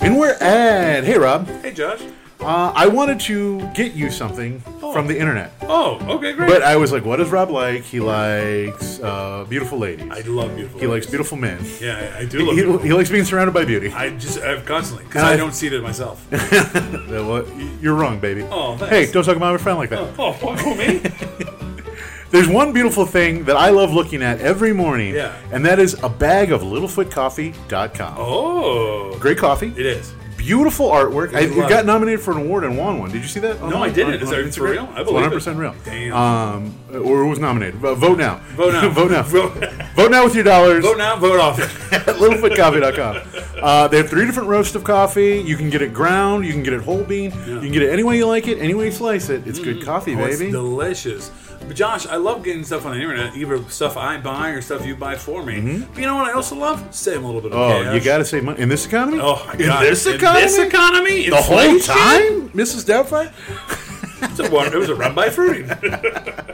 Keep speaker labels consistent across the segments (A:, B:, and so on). A: And we're at. Hey, Rob.
B: Hey, Josh.
A: Uh, I wanted to get you something from the internet.
B: Oh, okay, great.
A: But I was like, what does Rob like? He likes uh, beautiful ladies.
B: I love beautiful.
A: he likes
B: ladies.
A: beautiful men. He,
B: Yeah, I, I do love
A: he,
B: beautiful.
A: he likes being surrounded by beauty.
B: I just i constantly because
A: And
B: I,
A: I-
B: don't see it in myself.
A: Yeah, well, You're wrong, baby.
B: Oh, thanks.
A: hey, don't talk about my friend like that.
B: oh, fuck who, me?
A: There's one beautiful thing that I love looking at every morning,
B: Yeah.
A: and that is a bag of littlefootcoffee.com.
B: Oh,
A: Great coffee.
B: it is.
A: Beautiful artwork. I,
B: There's a
A: it
B: lot
A: got
B: of-
A: nominated for an award and won one. Did you see that?
B: No, I didn't. Is that for real? I believe it.
A: 100% real.
B: Damn.
A: Um, or it was nominated. But vote now.
B: Vote now.
A: vote now.
B: Vote-
A: Vote now with your dollars
B: Vote now, vote off.
A: at littlefootcoffee.com. Uh, they have three different roasts of coffee. You can get it ground. You can get it whole bean. You can get it any way you like it, any way you slice it. It's good coffee,
B: Oh, it's
A: baby.
B: delicious. But Josh, I love getting stuff on the internet, either stuff I buy or stuff you buy for me. But you know what I also love? Save a little bit of
A: Mm-hmm. Oh,
B: cash.
A: you got to save money in this economy.
B: Oh, my
A: in
B: God.
A: this
B: In
A: economy,
B: this economy?
A: the whole
B: Inflation?
A: time, Mrs. Doubtfire.
B: It's a one- It was a run by fruity.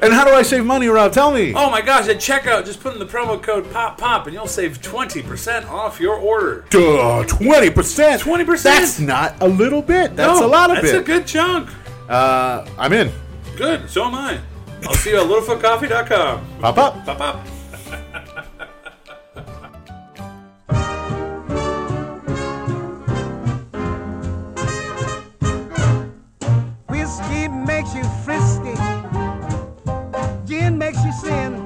A: And how do I save money, Rob? Tell me.
B: Oh my gosh, at checkout, just put in the promo code POP POP and you'll save 20% off your order.
A: Twenty percent.
B: 20%?
A: That's not a little bit. That's
B: No,
A: a lot of
B: Oh, That's a
A: it.
B: good chunk.
A: uh, I'm in.
B: Good, so am I. I'll see you at littlefootcoffee.com.
A: Pop up.
B: Pop pop.
C: Whiskey makes you frisky. Gin makes you sin.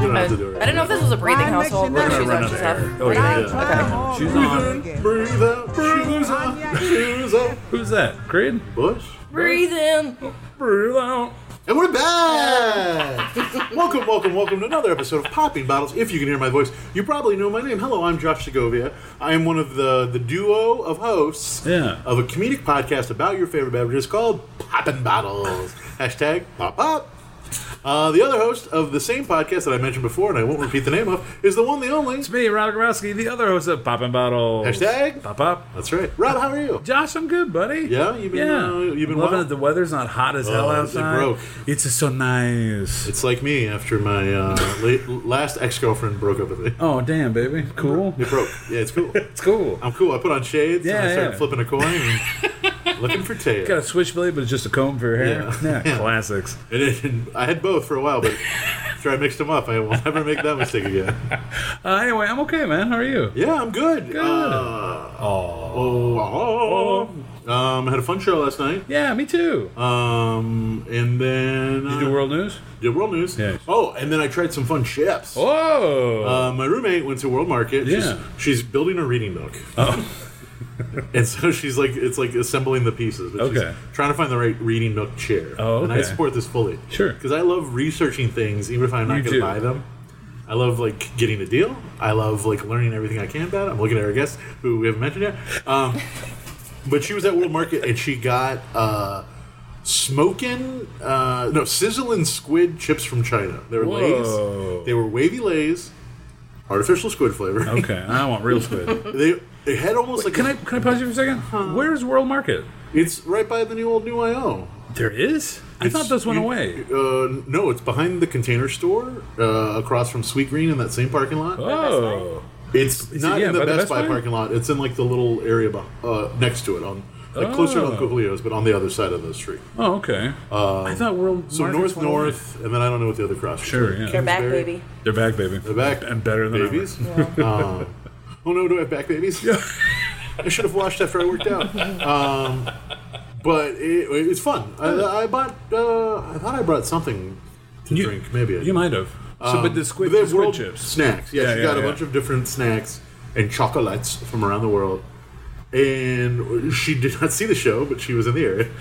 B: You don't have to do it.
D: I don't know if this was a breathing
C: Why makes
D: household
C: you
D: where
C: nervous?
D: she's
C: We're
D: on
C: gonna
D: she's
B: run out of
D: off.
B: air. Oh, yeah,
C: I
B: yeah.
C: try
D: Okay.
C: all
B: She's
C: along
B: on.
C: again.
A: Breathe out, breathe
C: out,
A: breathe out.
B: Who's that? Creed?
A: Bush.
D: Breathe in.
B: Breathe out.
A: And we're back! welcome, welcome, welcome to another episode of Popping Bottles. If you can hear my voice, you probably know my name. Hello, I'm Josh Segovia. I am one of the, the duo of hosts
B: Yeah.
A: of a comedic podcast about your favorite beverages called Poppin' Bottles. Hashtag pop up. Uh, the other host of the same podcast that I mentioned before, and I won't repeat the name of, is the one, the only.
B: It's me, Rob Growski, the other host of Pop and Bottle.
A: Hashtag.
B: Pop Pop.
A: That's right. Rob, how are you?
B: Josh, I'm good, buddy.
A: Yeah, you've been,
B: yeah.
A: uh, you've been
B: I'm loving
A: well? Oh,
B: it. The weather's not hot as hell
A: it
B: outside.
A: broke.
B: It's just so nice.
A: It's like me after my uh, late, last ex girlfriend broke up with me.
B: oh damn, baby, cool.
A: It broke. Yeah, it's cool.
B: It's cool.
A: I'm cool. I put on shades and I
B: Yeah,
A: started
B: yeah.
A: flipping a coin and looking for tail.
B: Got a switchblade, but it's just a comb for your hair.
A: Yeah.
B: Yeah, classics.
A: And it- and I had both for a while, but after I mixed them up, I will never make that mistake again.
B: Uh, anyway, I'm okay, man. How are you?
A: Yeah, I'm good. Good. oh, oh. Um, I had a fun show last night.
B: Yeah, me too.
A: Um, and then
B: Did you do
A: uh,
B: world news?
A: did world news.
B: Yes.
A: Oh, and then I tried some fun chips.
B: Oh, Uh, Whoa!
A: Uh, my roommate went to World Market. She's,
B: Yeah. Oh.
A: she's building a reading nook. and so she's like, it's like assembling the pieces. But
B: Okay.
A: She's trying to find the right reading nook chair.
B: Oh,
A: And I
B: okay.
A: support this fully.
B: Sure.
A: Because I love researching things, even if I'm not
B: You
A: going to
B: do.
A: buy them. I love like getting a deal. I love like learning everything I can about it. I'm looking at our guest who we haven't mentioned yet. Um, but she was at World Market and she got uh, smoking, uh, no, sizzling squid chips from China. They were
B: Whoa.
A: lays. They were wavy lays, artificial squid flavor.
B: okay, I want real squid.
A: They they had almost like
B: uh, can I can I pause you for a second? Where's World Market?
A: It's right by the new old new IO.
B: There is. I thought
A: It's-
B: those went
A: you-
B: away.
A: Uh, no, it's behind the container store, uh, across from Sweet Green in that same parking lot.
B: Oh,
A: It's not
B: yeah,
A: in the
B: by
A: Best, Buy parking lot. It's in like the little area beh- uh, next to it, on like closer to
B: Oh.
A: Uncle Julio's, but on the other side of the street.
B: oh, okay. I thought World
A: So
B: Markets
A: north,
B: went away.
A: north, and then I don't know what the other cross.
B: Sure, yeah.
D: They're back,
A: Kingsbury.
D: baby.
B: They're back, baby.
A: They're back
B: and better than
A: babies.
B: Ever.
A: Uh, oh no, do I have back babies? I should have washed after I worked out. Um, but it, it's fun. I, I bought. Uh, I thought I brought something to
B: You-
A: drink. Maybe I
B: You might have. so, Um, but the squid,
A: they
B: the
A: have
B: squid
A: world
B: chips.
A: snacks. Yeah,
B: Yeah,
A: she
B: yeah,
A: got a
B: yeah.
A: bunch of different snacks and chocolates from around the world. And she did not see the show, but she was in the area.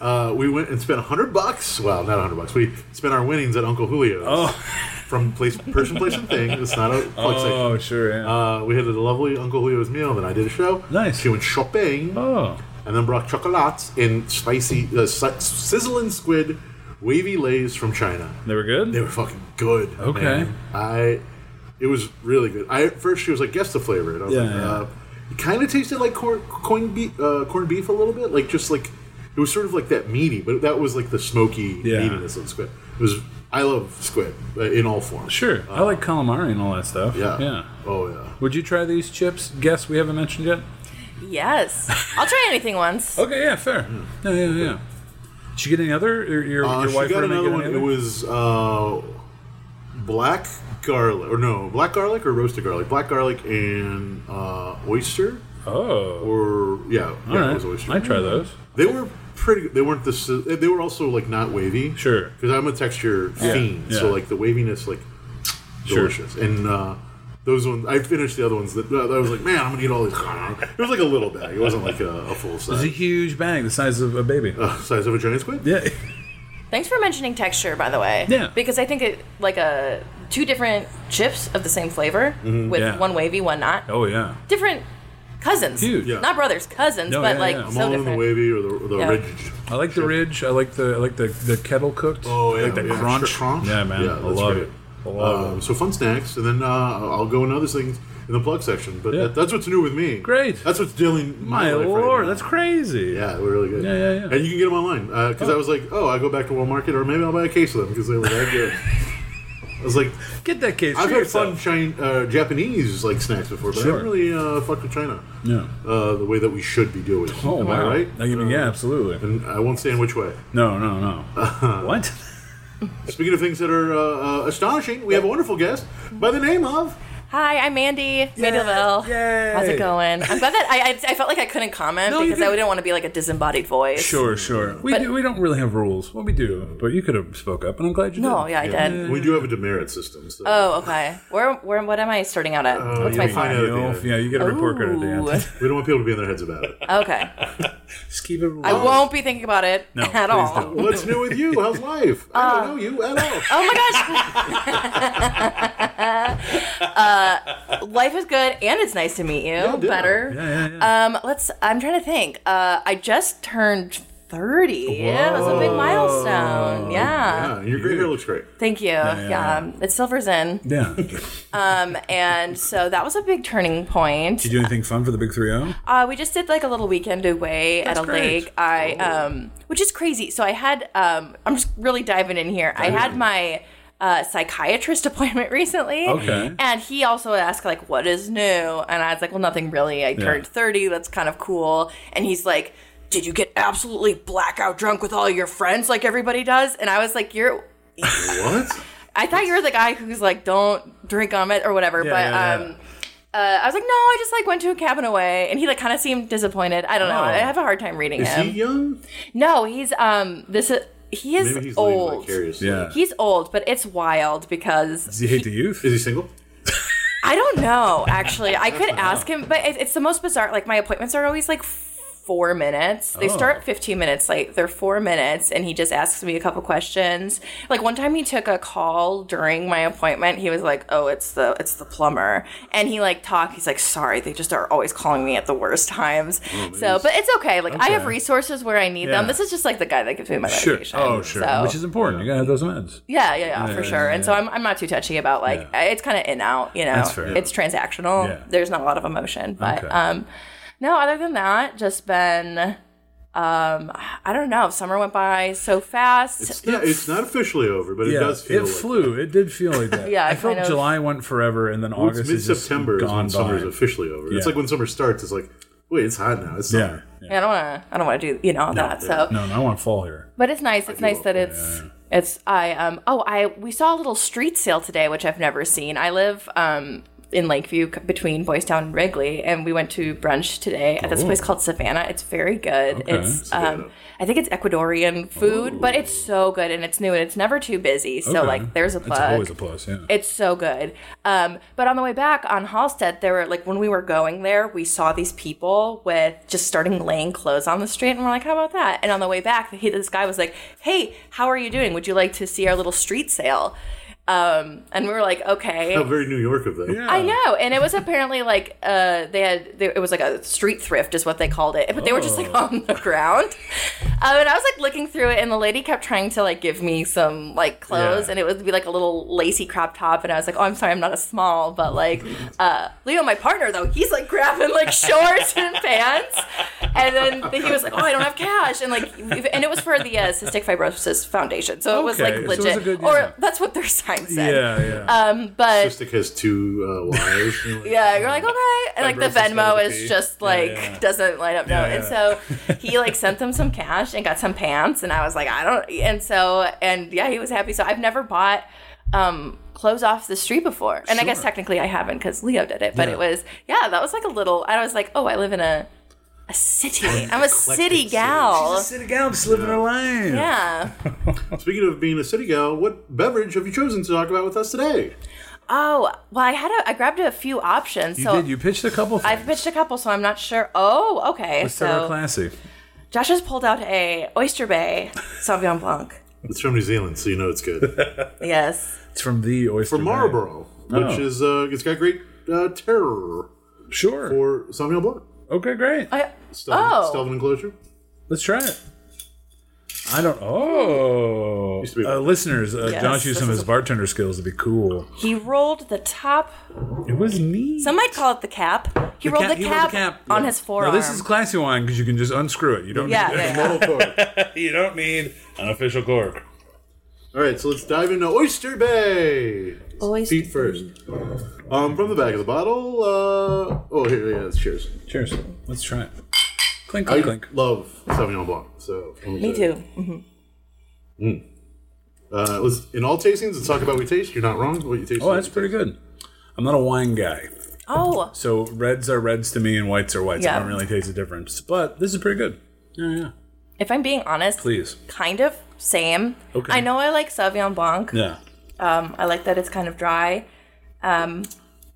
A: Uh, we went and spent hundred bucks. Well, not hundred bucks. We spent our winnings at Uncle Julio's
B: Oh.
A: from place, person, place, and thing. It's not a plug section.
B: Oh, sure, yeah.
A: Uh, we had a lovely Uncle Julio's meal. Then I did a show.
B: Nice.
A: She went shopping
B: oh,
A: and then brought chocolates and spicy, uh, si- sizzling squid, wavy lays from China.
B: they were good.
A: They were fucking good.
B: Okay.
A: man. I. It was really good. I at first she was like, "Guess the flavor," and I was
B: Yeah,
A: like,
B: yeah.
A: Uh, "It kind of tasted like corn, corn beef, uh, corned beef a little bit, like just like it was sort of like that meaty, but that was like the smoky
B: Yeah.
A: meatiness of squid. It was. I love squid uh, in all forms.
B: sure. I like calamari and all that stuff.
A: Yeah.
B: uh, Yeah.
A: Oh yeah.
B: Would you try these chips? Guess we haven't mentioned yet.
D: Yes. I'll try anything once.
B: Okay, yeah, fair. Yeah, yeah, yeah. Did you get any other? Your, your,
A: Hmm. Uh,
B: your
A: she
B: wife
A: got
B: or any-
A: another
B: get
A: one.
B: any
A: It
B: other?
A: was uh, black garlic, or no, black garlic or roasted garlic. Black garlic and uh, oyster,
B: Oh,
A: or yeah, yeah,
B: all
A: it
B: right.
A: was Mm-hmm. oyster.
B: I try those.
A: They were pretty. They weren't this. They were also like not wavy.
B: Sure.
A: Because I'm a texture fiend, so
B: yeah.
A: like the waviness, like
B: Sure.
A: delicious. And uh, those ones, I finished the other ones. That I was like, man, I'm gonna eat all these. It was like a little bag. It wasn't like a, a full
B: It's a
A: size.
B: huge bag the size of a baby.
A: Uh, size of a giant squid.
B: Yeah.
D: Thanks for mentioning texture, by the way.
B: Yeah.
D: Because I think it like a two different chips of the same flavor with
B: Mm-hmm. yeah.
D: one wavy, one not.
B: Oh yeah.
D: Different cousins.
B: Huge.
A: Yeah.
D: Not brothers, cousins,
B: No,
D: but
B: yeah,
D: like
B: yeah. I'm
A: I'm
D: so
A: all
D: different.
A: in the wavy or the, the
D: Yeah.
A: ridge.
B: I like the ridge. I like the I like the, the kettle cooked.
A: Oh,
B: I
A: yeah,
B: like the
A: yeah,
B: crunch.
A: sure, crunch.
B: Yeah, man.
A: Yeah,
B: I
A: that's
B: love
A: great.
B: it. I love
A: Um,
B: it.
A: so fun snacks, and then uh, I'll go into other things in the plug section. But
B: Yeah.
A: that, that's what's new with me.
B: Great.
A: That's what's dealing
B: My
A: life right
B: lord,
A: now.
B: that's crazy.
A: Yeah, we're really good.
B: Yeah, yeah, yeah.
A: And you can get them online because I was like, oh, I go back to World Market, or maybe I'll buy a case of them because they were that good. I was like,
B: Get that case.
A: I've
B: for
A: had fun
B: yourself.
A: Chin uh, Japanese like snacks before, but I
B: Sure.
A: haven't really uh, fucked with China
B: Yeah.
A: uh, the way that we should be doing.
B: Oh
A: Am I
B: wow.
A: right?
B: I mean, yeah, absolutely.
A: And I won't say in which way.
B: No, no, no. what?
A: Speaking of things that are uh, uh, astonishing, we have a wonderful guest by the name of.
D: Hi, I'm Mandy. Mandy
B: Yay.
D: Lavelle.
B: Yay.
D: How's it going? I'm glad that I, I, I felt like I couldn't comment
B: No, you
D: because I
B: didn't.
D: didn't want to be like a disembodied voice.
B: Sure, sure. We
D: But-
B: do, we don't really have rules. Well, we do, but you could have spoke up, and I'm glad you did.
D: No, yeah, I did.
A: We do have a demerit system. So.
D: Oh, okay. Where, where, what am I starting out at? What's
A: you
D: my
A: can find out
D: farm?
B: Uh, You
A: at the
B: know,
A: end.
B: yeah, you get a report card at the end.
D: Ooh.
A: We don't want people to be in their heads about it.
D: Okay.
B: Just keep it
D: I
B: rolling.
D: won't be thinking about it
B: No,
D: at
B: please
D: all.
B: don't.
A: What's new with you? How's life? I
D: Uh,
A: don't know you at all.
D: Oh my gosh. uh, life is good and it's nice to meet you.
A: ditto.
D: Better.
B: Yeah, yeah, yeah.
D: Um, let's. I'm trying to think. Uh, I just turned 30. Yeah, It was a big milestone. Yeah.
A: Yeah, your gray hair looks great.
D: Thank you.
B: yeah,
D: Yeah, It's Silver's in.
B: yeah. Did
D: Um, and so that was a big turning point.
B: you do anything fun for the big three oh? zero?
D: Uh, we just did like a little weekend away
B: That's
D: at a
B: great. Oh.
D: lake. I um, which is crazy. So I had um, I'm just really diving in here. I had my uh, psychiatrist appointment recently.
B: Okay.
D: And he also asked like, "What is new?" And I was like, "Well, nothing really. I turned 30. That's kind of cool." And he's like. Did you get absolutely blackout drunk with all your friends like everybody does? And I was like, "You're
A: What?
D: I thought you were the guy who's like, don't drink on it or whatever.
B: Yeah,
D: but
B: yeah, yeah.
D: um, uh, I was like, no, I just like went to a cabin away, and he like kind of seemed disappointed. I don't know.
B: Oh.
D: I have a hard time reading
A: Is
D: him.
A: he young?
D: no, he's um, this is he is
A: Maybe he's living
D: old.
A: vicariously.
B: Yeah.
D: He's old, but it's wild because
B: Does he hate the youth?
A: Is he single?
D: I don't know. Actually, I could ask him, but it, it's the most bizarre. Like my appointments are always like four minutes. They
B: Oh.
D: start fifteen minutes late. They're four minutes, and he just asks me a couple questions. Like one time, he took a call during my appointment. He was like, "Oh, it's the it's the plumber," and he like talked. He's like, "Sorry, they just are always calling me at the worst times." so, but it's okay. Like I have
B: Oh, Okay.
D: resources where I need
B: Yeah.
D: them. This is just like the guy that gives me my
B: Sure.
D: medication.
B: Oh, sure.
D: So-
B: Which is important. You gotta have those meds.
D: yeah, yeah, yeah,
B: Yeah, yeah,
D: for sure. And so
B: yeah.
D: I'm, I'm not too touchy about like
B: Yeah.
D: it's kind of in out, you know.
B: That's fair.
D: It's transactional.
B: Yeah.
D: There's not a lot of emotion, but
B: Okay.
D: um, no. Other than that, just been um, I don't know. Summer went by so fast.
A: It's not, it's not officially over, but it
B: Yeah,
A: does feel like
B: flew. It did feel like that.
D: Yeah,
B: I
D: it
B: felt
D: kind of-
B: July went forever, and then August
A: It's
B: is just
A: mid-September is
B: gone
A: when summer's
B: by.
A: officially over. It's
B: Yeah.
A: like when summer starts. It's like, wait, it's hot now. It's
B: Yeah.
A: summer.
B: yeah.
D: I don't want to. I don't want to do you know that. So,
B: No, no, I want fall here.
D: but it's nice. It's nice that it's. It's I um oh I we saw a little street sale today which I've never seen. I live um in Lakeview c- between Boys Town and Wrigley and we went to brunch today at this
B: Ooh.
D: place called Savannah. It's very good.
B: Oh. Okay.
D: It's
A: Savannah.
D: um I think it's Ecuadorian food, but it's so good and it's new and it's never too busy. So
B: Okay.
D: like there's a
B: It's
D: plug.
B: always a plus. Yeah.
D: It's so good. Um, but on the way back on Halstead, there were like when we were going there, we saw these people with just starting laying clothes on the street, and we're like, "How about that?" And on the way back, he, this guy was like, "Hey, how are you doing? Would you like to see our little street sale?" Um, and we were like, "Okay."
A: How very New York of them.
B: Yeah.
D: I know, and it was apparently like
B: Oh.
D: uh, they had they, it was like a street thrift is what they called it, but they were just like on the ground. Um, and I was like looking through it, and the lady kept trying to like give me some like clothes,
A: Yeah.
D: and it would be like a little lacy crop top, and I was like, oh, I'm sorry, I'm not a small, but like uh, Leo, my partner though, he's like grabbing like shorts and pants, and then he was like, oh, I don't have cash, and like, and it was for the uh, Cystic Fibrosis Foundation, so it was
B: Okay,
D: like
B: so it was
D: legit,
B: a good- yeah.
D: or that's what their sign said.
B: Yeah, yeah.
D: Um, but
A: Cystic has two uh, Y's.
D: yeah, you're like, okay. And like the
B: Fibrosis
D: Venmo
B: has a
D: is
B: P.
D: just like
B: Yeah, yeah.
D: doesn't line up. No.
B: Yeah,
D: And
B: yeah.
D: so he like sent them some cash and got some pants and I was like, I don't and so and yeah, he was happy. So I've never bought um clothes off the street before. And I guess
B: Sure.
D: technically I haven't because Leo did it. But
B: Yeah.
D: it was yeah, that was like a little I was like, Oh, I live in a a city. I'm a city
A: city.
D: gal.
B: City gal just living her life.
D: Yeah.
A: Speaking of being a city gal, what beverage have you chosen to talk about with us today?
D: Oh, well I had a I grabbed a few options.
B: You
D: so
B: did. You pitched a couple things.
D: I've pitched a couple, so I'm not sure. Oh, okay.
B: Let's
D: so
B: start our classy.
D: Josh has pulled out a Oyster Bay Sauvignon Blanc.
A: It's from New Zealand, so you know it's good.
D: Yes.
B: It's from the oyster.
A: From
B: Bay.
A: Marlborough, which
B: Oh.
A: is uh, it's got great uh, terror
B: Sure.
A: for Sauvignon Blanc.
B: okay, great.
D: I,
A: Stelvin,
D: Oh.
A: Stelvin enclosure.
B: Let's try it. I don't. Oh,
A: Used to be-
B: uh, listeners, uh,
D: Yes,
B: Josh used some of
D: this
B: his bartender skills to be cool.
D: he rolled the top.
B: It was neat.
D: Some might call it the cap. He,
B: The
D: rolled,
B: cap-
D: the
B: he
D: cap
B: rolled
D: on
B: Yeah.
D: his forearm.
B: Now this is classy wine because you can just unscrew it. You don't.
D: Yeah,
B: Need,
D: yeah, yeah.
A: Model cork.
B: You don't need an official cork.
A: All right, so let's dive into Oyster Bay.
D: Oyster
A: Feet first. Um, from the back of the bottle. Uh, oh, here, yeah, it's cheers.
B: Cheers. Let's try it. Clink,
A: I
B: clink, clink.
A: love Sauvignon Blanc, so I'm
D: Me
A: excited.
D: too. Mhm.
A: Uh, let's, in all tastings, let's talk about what we taste. You're not wrong. What you taste?
B: Oh, that's pretty good. I'm not a wine guy,
D: Oh,
B: so reds are reds to me, and whites are whites. I
D: Yeah.
B: don't really taste the difference, but this is pretty good. Yeah, yeah.
D: if I'm being honest,
B: Please.
D: kind of same.
B: Okay.
D: I know I like Sauvignon Blanc.
B: Yeah.
D: Um, I like that it's kind of dry. Um,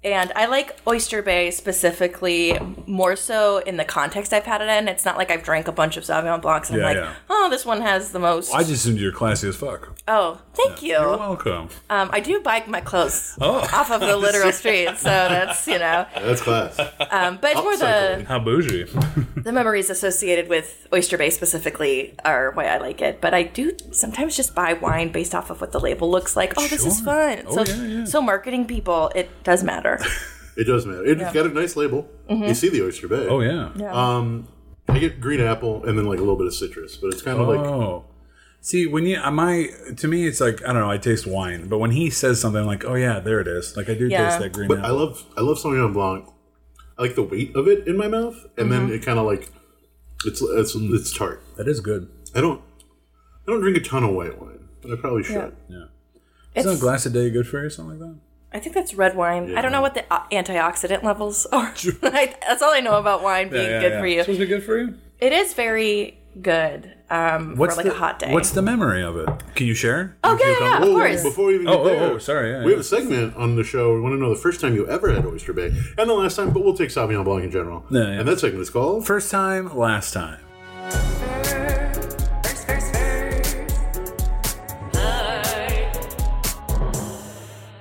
D: and I like Oyster Bay specifically more so in the context I've had it in. It's not like I've drank a bunch of Sauvignon Blancs and
B: Yeah,
D: I'm like,
B: yeah.
D: oh, this one has the most.
B: I just assumed you're classy as fuck.
D: oh, thank you.
B: You're welcome.
D: Um, I do buy my clothes
B: Oh.
D: off of the literal street, so that's you know.
A: That's class.
D: Um, but it's more the
B: How bougie.
D: the memories associated with Oyster Bay specifically are why I like it. But I do sometimes just buy wine based off of what the label looks like. Oh, this is
B: Sure.
D: fun.
B: Oh,
D: so
B: yeah, yeah.
D: so marketing people, it does matter.
A: It does matter. It's got a nice label.
D: Mm-hmm.
A: You see the Oyster Bay. Um,
B: Oh yeah.
A: I get green apple and then like a little bit of citrus, but it's kind of like
B: Oh. See, when you uh, my to me it's like I don't know, I taste wine, but when he says something I'm like, "Oh yeah, there it is." Like I do
D: Yeah.
B: taste that green
A: But I
B: apple.
A: love I love Sauvignon Blanc. I like the weight of it in my mouth, and
D: Mm-hmm.
A: then it kind of like it's it's it's tart.
B: that is good.
A: I don't I don't drink a ton of white wine, but I probably should.
B: Yeah.
D: It's-
B: Isn't a glass a day good for you something like that?
D: I think that's red wine. I don't know what the uh, antioxidant levels are. I, that's all I know about wine being good for you.
B: Supposed to be good for you?
D: It is very good um, for like
B: the,
D: a hot day.
B: What's the memory of it? Can you share?
D: Oh, yeah, yeah, yeah, of
A: Whoa,
D: course.
A: Before we even
B: Oh,
A: get
B: oh,
A: there,
B: oh, sorry, yeah,
A: we have
B: yeah.
A: a segment on the show. We want to know the first time you ever had Oyster Bay and the last time, but we'll take Sauvignon Blanc in general.
B: Yeah, yeah.
A: And that segment is called
B: First time, last time.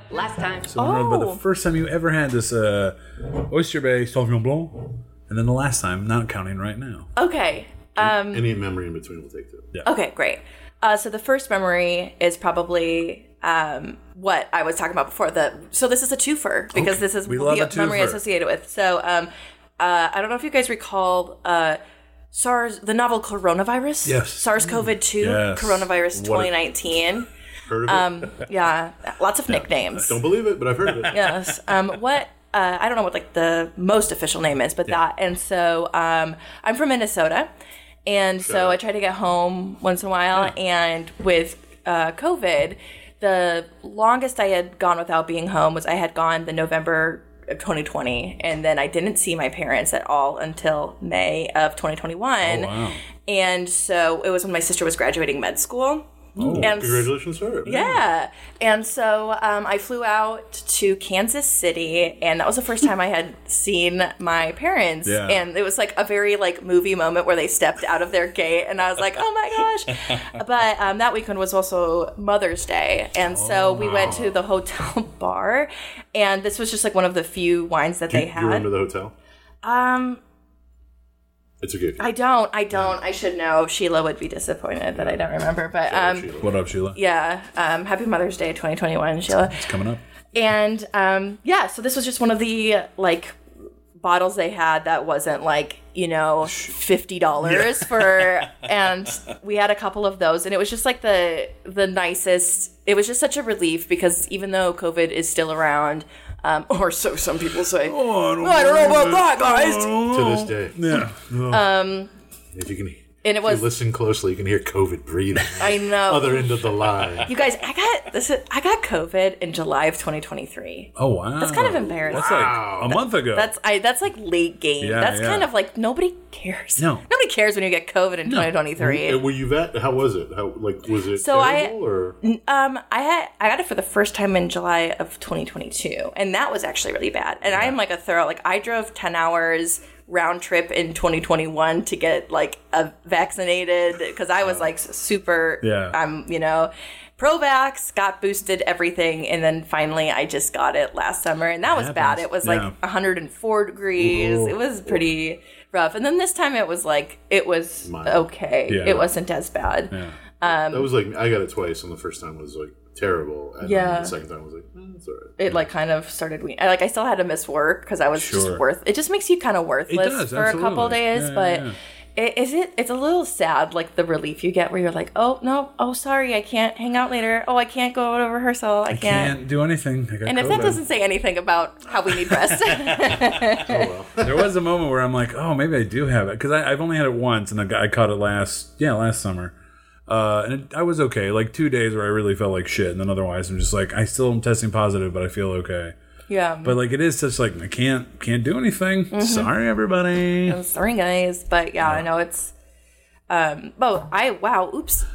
E: Last time.
B: So I don't know about
D: Oh.
B: the first time you ever had this uh, oyster bay sauvignon blanc, and then the last time, not counting right now. Oh,
D: okay. um,
A: Any Memory in Between. We'll take that.
D: Okay, great. Uh, so the first memory is probably um, what I was talking about before. The so this is a twofer because
B: Okay,
D: this is
B: we
D: the
B: love a
D: memory
B: twofer.
D: associated with. So um, uh, I don't know if you guys recall uh, SARS, the novel coronavirus.
B: Yes.
D: SARS-CoV-2,
B: Yes.
D: coronavirus
B: What a-
D: 2019.
A: Heard of it?
D: um, yeah, lots of nicknames.
A: Don't believe it, but I've heard of it.
D: Yes. Um, what uh, I don't know what like the most official name is, but that. And so um, I'm from Minnesota, and so
A: out.
D: I try to get home once in a while. And with uh, COVID, the longest I had gone without being home was I had gone the November. Of 2020, and then I didn't see my parents at all until May of 2021.
B: Oh, wow.
D: And so it was when my sister was graduating med school.
B: Oh,
D: and
A: Congratulations, sir.
D: yeah. And so um, I flew out to Kansas City, and that was the first time I had seen my parents.
B: Yeah.
D: And it was like a very like movie moment where they stepped out of their gate, and I was like, oh my gosh. but um, that weekend was also Mother's Day, and so we went to the hotel bar, and this was just like one of the few wines that
A: Do
D: they
A: you, do you
D: had.
A: remember the hotel?
D: um,
A: It's a good.
D: I don't. I don't. I should know. Sheila would be disappointed that I don't remember. But um,
A: Sheila.
B: What up, Sheila?
D: yeah. Um, happy Mother's Day 2021, Sheila.
B: It's coming up.
D: And um, yeah, so this was just one of the like bottles they had that wasn't like you know fifty dollars for, and we had a couple of those, and it was just like the the nicest. It was just such a relief because even though COVID is still around, um, or so some people say.
B: Oh, I don't, Oh,
D: I don't know about that, guys.
A: to this day.
B: Yeah.
D: Um,
A: If you can,
D: And it
A: if
D: was-
A: you listen closely, you can hear COVID breathing.
D: I know.
A: Other end of the line.
D: you guys, I got this. Is, I got COVID in July of 2023.
B: Oh wow.
D: That's kind of embarrassing.
B: That's like
A: Wow.
B: a month ago.
D: That's I. That's like late game.
B: Yeah,
D: that's
B: yeah.
D: kind of like nobody cares.
B: No.
D: nobody cares when you get COVID in 2023.
A: And Uh, were you that? How was it? How like was it?
D: So I-
A: terrible, or
D: Um, I had I got it for the first time in July of 2022, and that was actually really bad. And I am like a thorough like I drove 10 hours round trip in 2021 to get like a vaccinated because I was like super.
B: Yeah.
D: I'm you know. Provax got boosted everything, and then finally I just got it last summer, and that was bad.
B: happens.
D: It was
B: Yeah.
D: like 104 degrees. It was pretty rough, and then this time it was like it was
A: Mild.
D: okay.
B: Yeah.
D: It wasn't as bad.
B: yeah.
A: that was like I got it twice, and the first time was like terrible, and
D: Yeah.
A: then the second time was like eh, it's alright.
D: it like kind of started we like I still had to miss work because I was
B: Sure.
D: just worth it just makes you kind of worthless
B: does,
D: for a couple
B: absolutely.
D: days
B: Yeah,
D: but
B: yeah,
D: It, is it it's a little sad like the relief you get where you're like oh no oh sorry I can't hang out later oh I can't go to rehearsal I, can't.
B: Can't do anything. I got
D: and if
B: COVID.
D: that doesn't say anything about how we need rest
B: there was a moment where I'm like, oh, maybe I do have it because I've only had it once, and I, got- I caught it last, yeah, last summer. Uh, and it, I was okay, like two days where I really felt like shit, and then otherwise I'm just like, I still am testing positive, but I feel okay.
D: yeah
B: But like it is such like I can't can't do anything.
D: Mm-hmm.
B: Sorry, everybody.
D: I'm sorry guys but yeah I know it's um oh I wow oops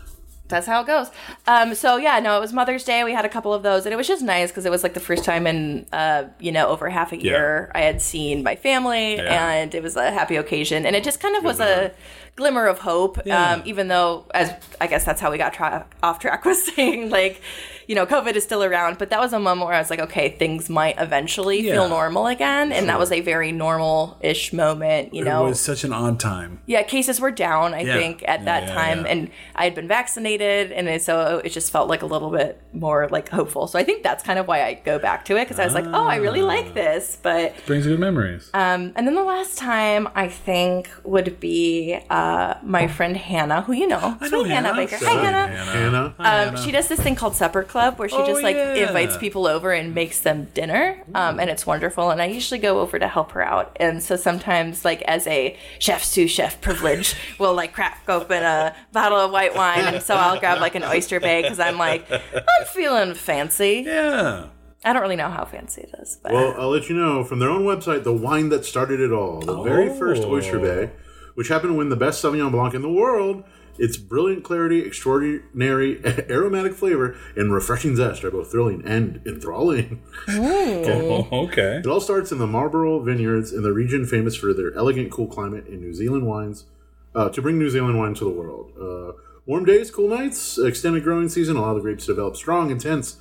D: that's how it goes um so yeah no it was Mother's Day we had a couple of those and it was just nice because it was like the first time in uh you know over half a year I had seen my family
B: Yeah.
D: and it was a happy occasion and it just kind of was a glimmer of hope
B: Yeah.
D: um even though as I guess that's how we got tra- off track with saying like you know COVID is still around but that was a moment where I was like okay things might eventually
B: Yeah.
D: feel normal again and that was a very normal ish moment you know
B: It was such an odd time.
D: yeah, cases were down, I
B: Yeah.
D: think, at
B: Yeah,
D: that
B: yeah,
D: time.
B: yeah.
D: And I had been vaccinated. And it- so it just felt like a little bit more like hopeful. So I think that's kind of why I go back to it because I was like, oh, I really
B: Ah.
D: like this. But,
B: Brings good memories.
D: um, and then the last time I think would be uh, my friend Hannah, who you know.
B: Oh. I know
D: Sweet Hannah,
B: Hannah.
D: Baker.
B: So-
D: Hi, Hannah.
A: Hannah,
D: Um, she does this thing called Supper Club where she
B: Oh,
D: just like
B: yeah.
D: invites people over and makes them dinner. Um, and it's wonderful. And I usually go over to help her out. And so sometimes, like, as a chef, sous chef privilege, we'll like crack open a bottle of white wine. And so I'll grab like an oyster bay because I'm like, I'm feeling fancy.
B: yeah.
D: I don't really know how fancy it is, but
A: Well, I'll let you know from their own website the wine that started it all. The very first Oyster Bay, which happened to win the best Sauvignon Blanc in the world. Its brilliant clarity, extraordinary aromatic flavor, and refreshing zest are both thrilling and enthralling.
B: Oh, okay.
A: It all starts in the Marlborough Vineyards in the region famous for their elegant, cool climate and New Zealand wines, uh, to bring New Zealand wine to the world. Uh, warm days, cool nights, extended growing season allow the grapes to develop strong, intense,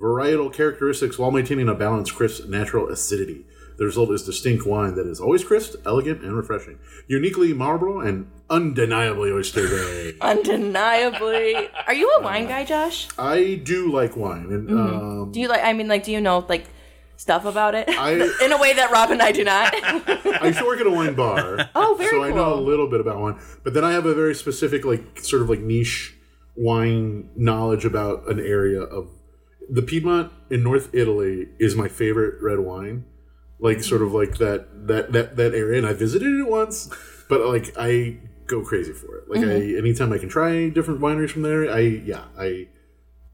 A: varietal characteristics while maintaining a balanced, crisp, natural acidity. The result is distinct wine that is always crisp, elegant, and refreshing. Uniquely Marlborough and undeniably Oyster Bay.
D: undeniably. Are you a wine guy, Josh?
A: I do like wine, and um,
D: Do you like, I mean, like, do you know, like, stuff about it
A: I-
D: in a way that Rob and I do not?
A: I used to work at a wine bar.
D: Oh, very
A: So I know a
D: cool.
A: little bit about wine, but then I have a very specific, like, sort of like niche wine knowledge about an area of the Piedmont in North Italy is my favorite red wine. Like, sort of like that that that that area, and I visited it once, but like I go crazy for it. Like, I anytime I can try different wineries from there, I yeah I.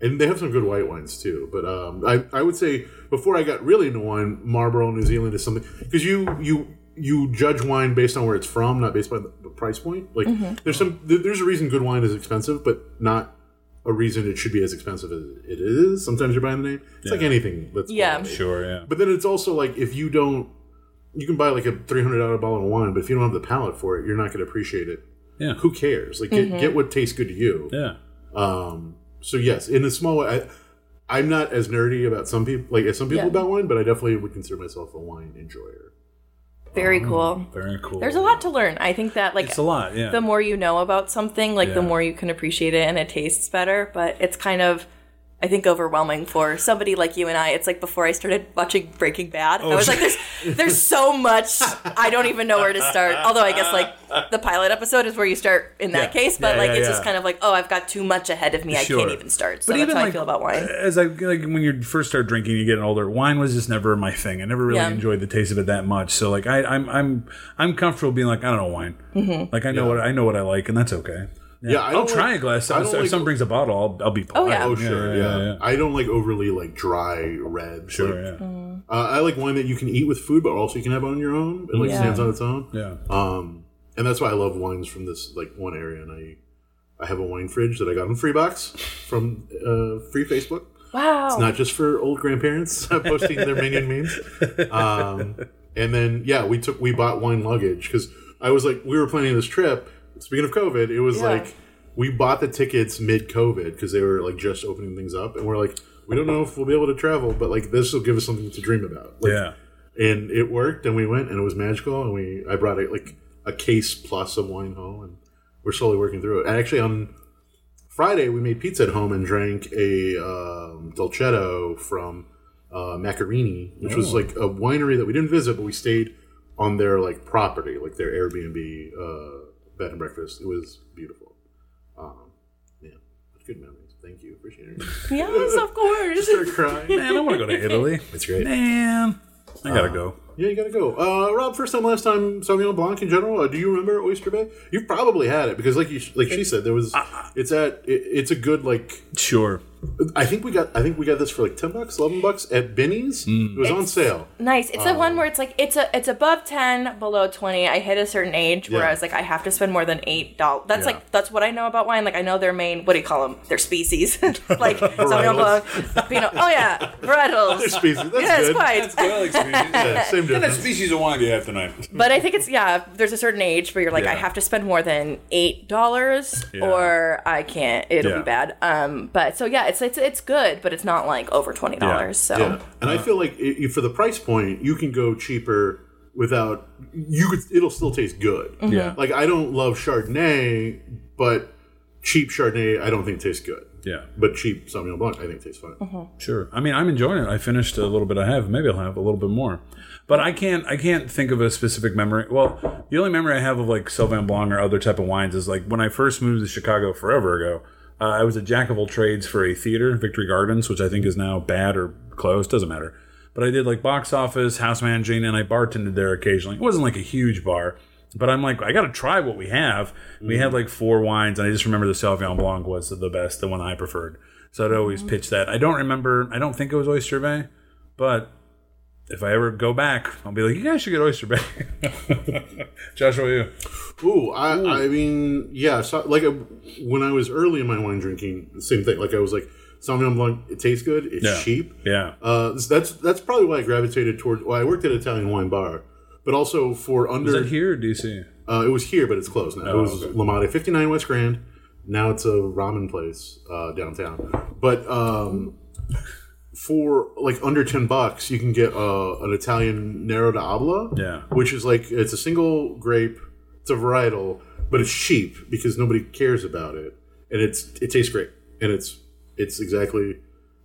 A: And they have some good white wines too, but um, I, I would say before I got really into wine, Marlborough New Zealand is something because you you you judge wine based on where it's from, not based by the the price point. Like there's some there- there's a reason good wine is expensive, but not a reason it should be as expensive as it is. Sometimes you're buying the name. It's like anything that's
D: Yeah.
A: quality.
B: Sure, yeah.
A: But then it's also like if you don't, you can buy like a three hundred dollar bottle of wine, but if you don't have the palate for it, you're not going to appreciate it.
B: Yeah.
A: Who cares? Like
D: Mm-hmm.
A: get, get what tastes good to you.
B: Yeah.
A: Um, so yes, in a small way, I, I'm not as nerdy about some people like as some people
D: Yeah.
A: about wine, but I definitely would consider myself a wine enjoyer
D: Very cool.
B: Very cool.
D: There's a lot to learn. I think that like
B: It's a lot, yeah.
D: the more you know about something, like
B: Yeah.
D: the more you can appreciate it and it tastes better. But it's kind of I think overwhelming for somebody like you and I. It's like before I started watching Breaking Bad,
B: Oh,
D: I was like, "There's, there's so much. I don't even know where to start." Although I guess like the pilot episode is where you start in that
B: Yeah.
D: case, but
B: Yeah,
D: like
B: yeah,
D: it's just
B: yeah.
D: kind of like, "Oh, I've got too much ahead of me. I
B: Sure.
D: can't even start." So that's how I feel about wine.
B: As I like when you first start drinking, you get older. Wine was just never my thing. I never really
D: Yeah.
B: enjoyed the taste of it that much. So like I, I'm I'm I'm comfortable being like I don't know wine.
D: Mm-hmm.
B: Like I know what I know what I like, and that's okay.
A: Yeah, I
B: I'll
A: don't
B: try
A: like-
B: a glass.
A: I
B: If
A: don't like-
B: someone brings a bottle, I'll, I'll be. polite.
D: yeah.
A: Oh sure, yeah,
B: yeah, yeah.
A: I don't like overly like dry red.
B: Sure,
A: Like,
D: Mm-hmm.
B: yeah.
A: uh, I like wine that you can eat with food, but also you can have on your own. It like
D: Yeah.
A: stands on its own.
B: Yeah.
A: Um, and that's why I love wines from this like one area. And I, I have a wine fridge that I got on Freebox from uh, Free Facebook.
D: Wow.
A: It's not just for old grandparents posting their minion memes. Um, and then yeah, we took we bought wine luggage because I was like we were planning this trip. Speaking of COVID, it was
D: Yeah.
A: like we bought the tickets mid COVID because they were like just opening things up, and we're like we don't know if we'll be able to travel, but like this will give us something to dream about. Like,
B: yeah.
A: and it worked and we went and it was magical and we i brought a, like a case plus of wine home and we're slowly working through it and actually on friday we made pizza at home and drank a um, dolcetto from uh, macarini which was like a winery that we didn't visit but we stayed on their like property like their airbnb uh, bed and breakfast it was beautiful um, yeah good memories thank you appreciate it
D: yes, of course.
A: start crying
B: Man, I want to go to Italy.
A: it's great
B: Man, I
A: Uh.
B: gotta go.
A: Yeah, you gotta go. Uh, Rob, first time, last time, Sauvignon Blanc in general. Uh, do you remember Oyster Bay? You've probably had it because, like you, like she said, there was. It's at. It, it's a good like.
B: Sure.
A: I think we got. I think we got this for like ten bucks, eleven bucks at Benny's.
B: Mm.
A: It was on sale.
D: Nice. It's the
A: Um,
D: one where it's like it's a it's above ten, below twenty. I hit a certain age where
A: Yeah.
D: I was like, I have to spend more than eight dollars. That's
B: Yeah.
D: like that's what I know about wine. Like I know their main what do you call them? Their species, like Sauvignon Blanc, Pinot. Oh yeah, varietals.
A: Species. That's
D: Yes,
A: good.
D: quite.
B: well experience.
A: Yeah, same difference.
B: species of wine do you have tonight?
D: But I think it's yeah. There's a certain age where you're like, I
B: Yeah.
D: have to spend more than eight dollars,
B: Yeah.
D: or I can't. It'll
B: Yeah.
D: be bad. Um, but so yeah, it's it's it's good, but it's not like over twenty dollars. So
A: Yeah, and I feel like i i- for the price point, you can go cheaper without. You could. It'll still taste good.
B: Yeah.
A: Like I don't love Chardonnay, but cheap Chardonnay I don't think tastes good.
B: Yeah.
A: But cheap Sauvignon Blanc I think tastes fine.
B: Sure. I mean, I'm enjoying it. I finished a little bit. I have. Maybe I'll have a little bit more. But I can't. I can't think of a specific memory. Well, the only memory I have of like Sauvignon Blanc or other type of wines is like when I first moved to Chicago forever ago. Uh, I was a jack of all trades for a theater, Victory Gardens, which I think is now bad or closed. Doesn't matter. But I did like box office, house managing, and I bartended there occasionally. It wasn't like a huge bar, but I'm like, I got to try what we have. We
A: Mm-hmm.
B: had like four wines, and I just remember the Sauvignon Blanc was the best, the one I preferred. So I'd always
A: Mm-hmm.
B: pitch that. I don't remember, I don't think it was Oyster Bay, but if I ever go back, I'll be like, you guys should get Oyster Bay. Josh, what about you?
A: Ooh, I, I mean, yeah. So, like uh when I was early in my wine drinking, the same thing. Like I was like, Sauvignon Blanc, it tastes good. It's
B: Yeah.
A: cheap.
B: Yeah.
A: Uh, that's that's probably why I gravitated toward. Well, I worked at an Italian wine bar, but also for under.
B: Is it here or DC?
A: Uh, it was here, but it's closed now. it was
B: Oh, okay.
A: Lamade, 59 West Grand. Now it's a ramen place uh, downtown. But um, for like under 10 bucks, you can get uh, an Italian Nero d'Abla,
B: Yeah.
A: which is like it's a single grape, it's a varietal, but it's cheap because nobody cares about it. And it's it tastes great. And it's it's exactly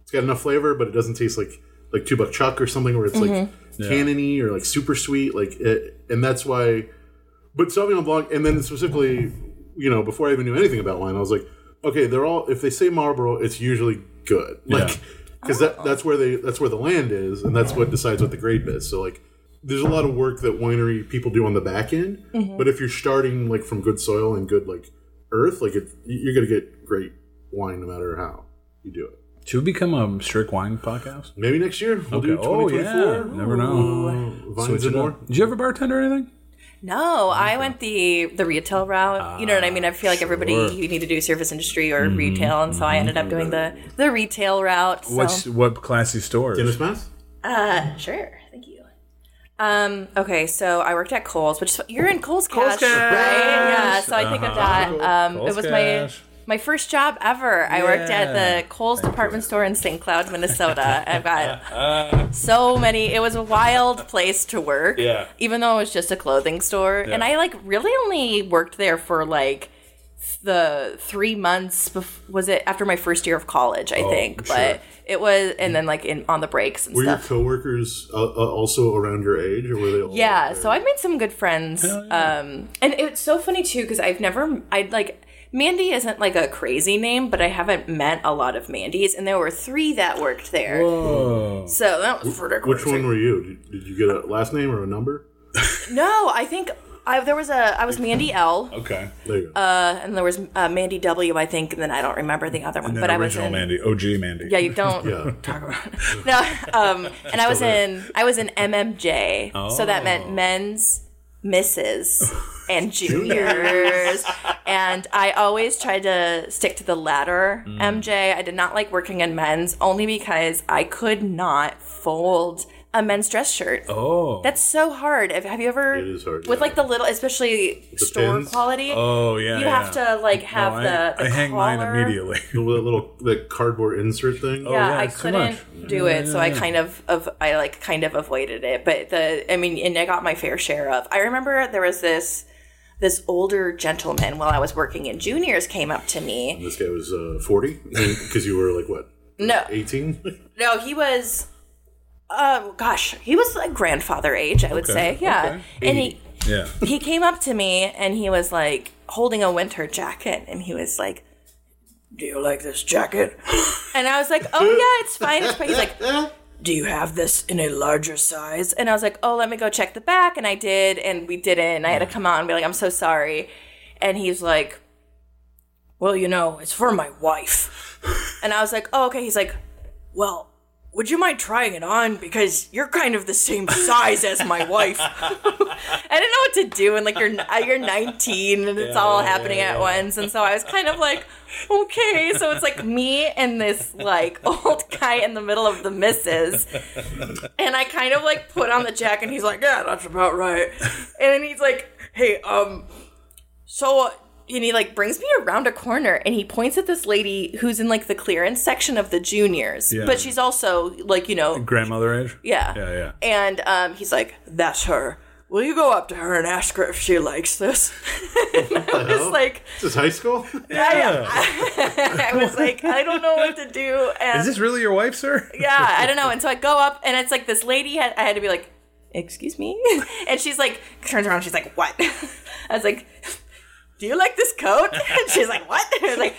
A: it's got enough flavor, but it doesn't taste like like two buck chuck or something where it's like cannony or like super sweet. Like, it, and that's why. But Sauvignon Blanc, and then specifically, you know, before I even knew anything about wine, I was like, okay, they're all if they say Marlboro, it's usually good, like because that that's where they that's where the land is, and that's what decides what the grape is. So like. There's a lot of work that winery people do on the back end, but if you're starting like from good soil and good like earth, like it, you're gonna get great wine no matter how you do it.
B: Should we become a strict wine podcast?
A: Maybe next year we'll do
B: Okay. Oh,
A: 2024.
B: yeah. Never know.
A: Ooh, Vines and
B: it
A: more.
B: up. Did you ever bartender or anything?
D: No, I went the the retail route. you know what I mean? I feel like everybody
B: sure.
D: you need to do service industry or retail, and so I ended up doing the the retail route. So.
B: What's what classy stores?
A: Dennis Mass?
D: uh, sure, thank you. Um, okay, so I worked at Kohl's, which is, you're in Kohl's, Cash,
B: Cash!
D: right? Yeah, so I think of that. Um,
B: Kohl's
D: it was
B: Cash.
D: my My first job ever. I worked
B: Yeah.
D: at the Kohl's department store in St. Cloud, Minnesota. I've got so many. It was a wild place to work.
B: Uh-huh. Yeah.
D: Even though it was just a clothing store. And
B: Yeah.
D: I like really only worked there for like the three months bef- was it after my first year of college i think
B: Oh, sure.
D: but it was and then like in on the breaks and
A: Were your
D: stuff
A: coworkers uh, uh, also around your age, or were they all?
D: yeah
A: older?
D: so i made some good friends um and it's so funny too because i've never i like mandy isn't like a crazy name but i haven't met a lot of mandys and there were three that worked there
B: Whoa.
D: so that was pretty
A: Which one were you? Did, did you get a last name or a number?
D: no i think I, there was a i was mandy l
B: Okay.
A: There you go.
D: and there was uh, mandy w i think and then i don't remember the other one
B: And then
D: but i was
B: original
D: in
B: Mandy, OG Mandy.
D: yeah you don't
A: yeah.
D: no um and i was
A: there.
D: in i was in mmj so that
B: Oh.
D: meant men's misses and juniors and i always tried to stick to the latter mj i did not like working in men's only because i could not fold a men's dress shirt
B: Oh.
D: that's so hard Have- have you ever
A: It is hard,
D: with
A: yeah.
D: like the little especially store
A: pins?
D: quality
B: Oh yeah.
D: you have
B: yeah.
D: to like
B: No,
D: have
B: I,
D: the, the
B: I hang mine
D: collar.
B: immediately.
A: the little the cardboard insert thing. Oh,
D: yeah,
B: Oh, yeah,
D: I
B: it's too much.
D: couldn't do it, so I kind of of I like kind of avoided it. But the I mean, and I got my fair share of. I remember there was this this older gentleman while I was working in juniors came up to me.
A: This guy was uh, forty because you were like what
D: No,
A: eighteen?
D: no, he was. Um, gosh, he was like grandfather age, I would
B: Okay,
D: say. Yeah,
B: okay.
D: and he
B: yeah.
D: he came up to me and he was like holding a winter jacket and he was like do you like this jacket and i was like oh yeah it's fine it's fine he's like do you have this in a larger size and i was like oh let me go check the back and i did and we didn't and i had to come out and be like i'm so sorry and he's like well you know it's for my wife and i was like oh okay he's like well would you mind trying it on because you're kind of the same size as my wife I didn't know what to do, and like you're uh, you're 19, and it's all happening at once, and so I was kind of like, okay, so it's like me and this like old guy in the middle of the misses, and I kind of like put on the jacket, and he's like, yeah, that's about right, and then he's like, hey, um, so. uh, And he like brings me around a corner and he points at this lady who's in like the clearance section of the juniors,
B: Yeah.
D: but she's also like you know
B: Grandmother age.
D: yeah.
B: Yeah, yeah.
D: And um, he's like, "That's her. Will you go up to her and ask her if she likes this?" and I was like,
A: Is this high school?
B: Yeah.
D: I was like, I don't know what to do. And
B: Is this really your wife, sir?
D: yeah, I don't know. And so I go up, and it's like this lady had I had to be like, "Excuse me," and she's like turns around, she's like, "What?" I was like. Do you like this coat? And she's like, "What?" I was like,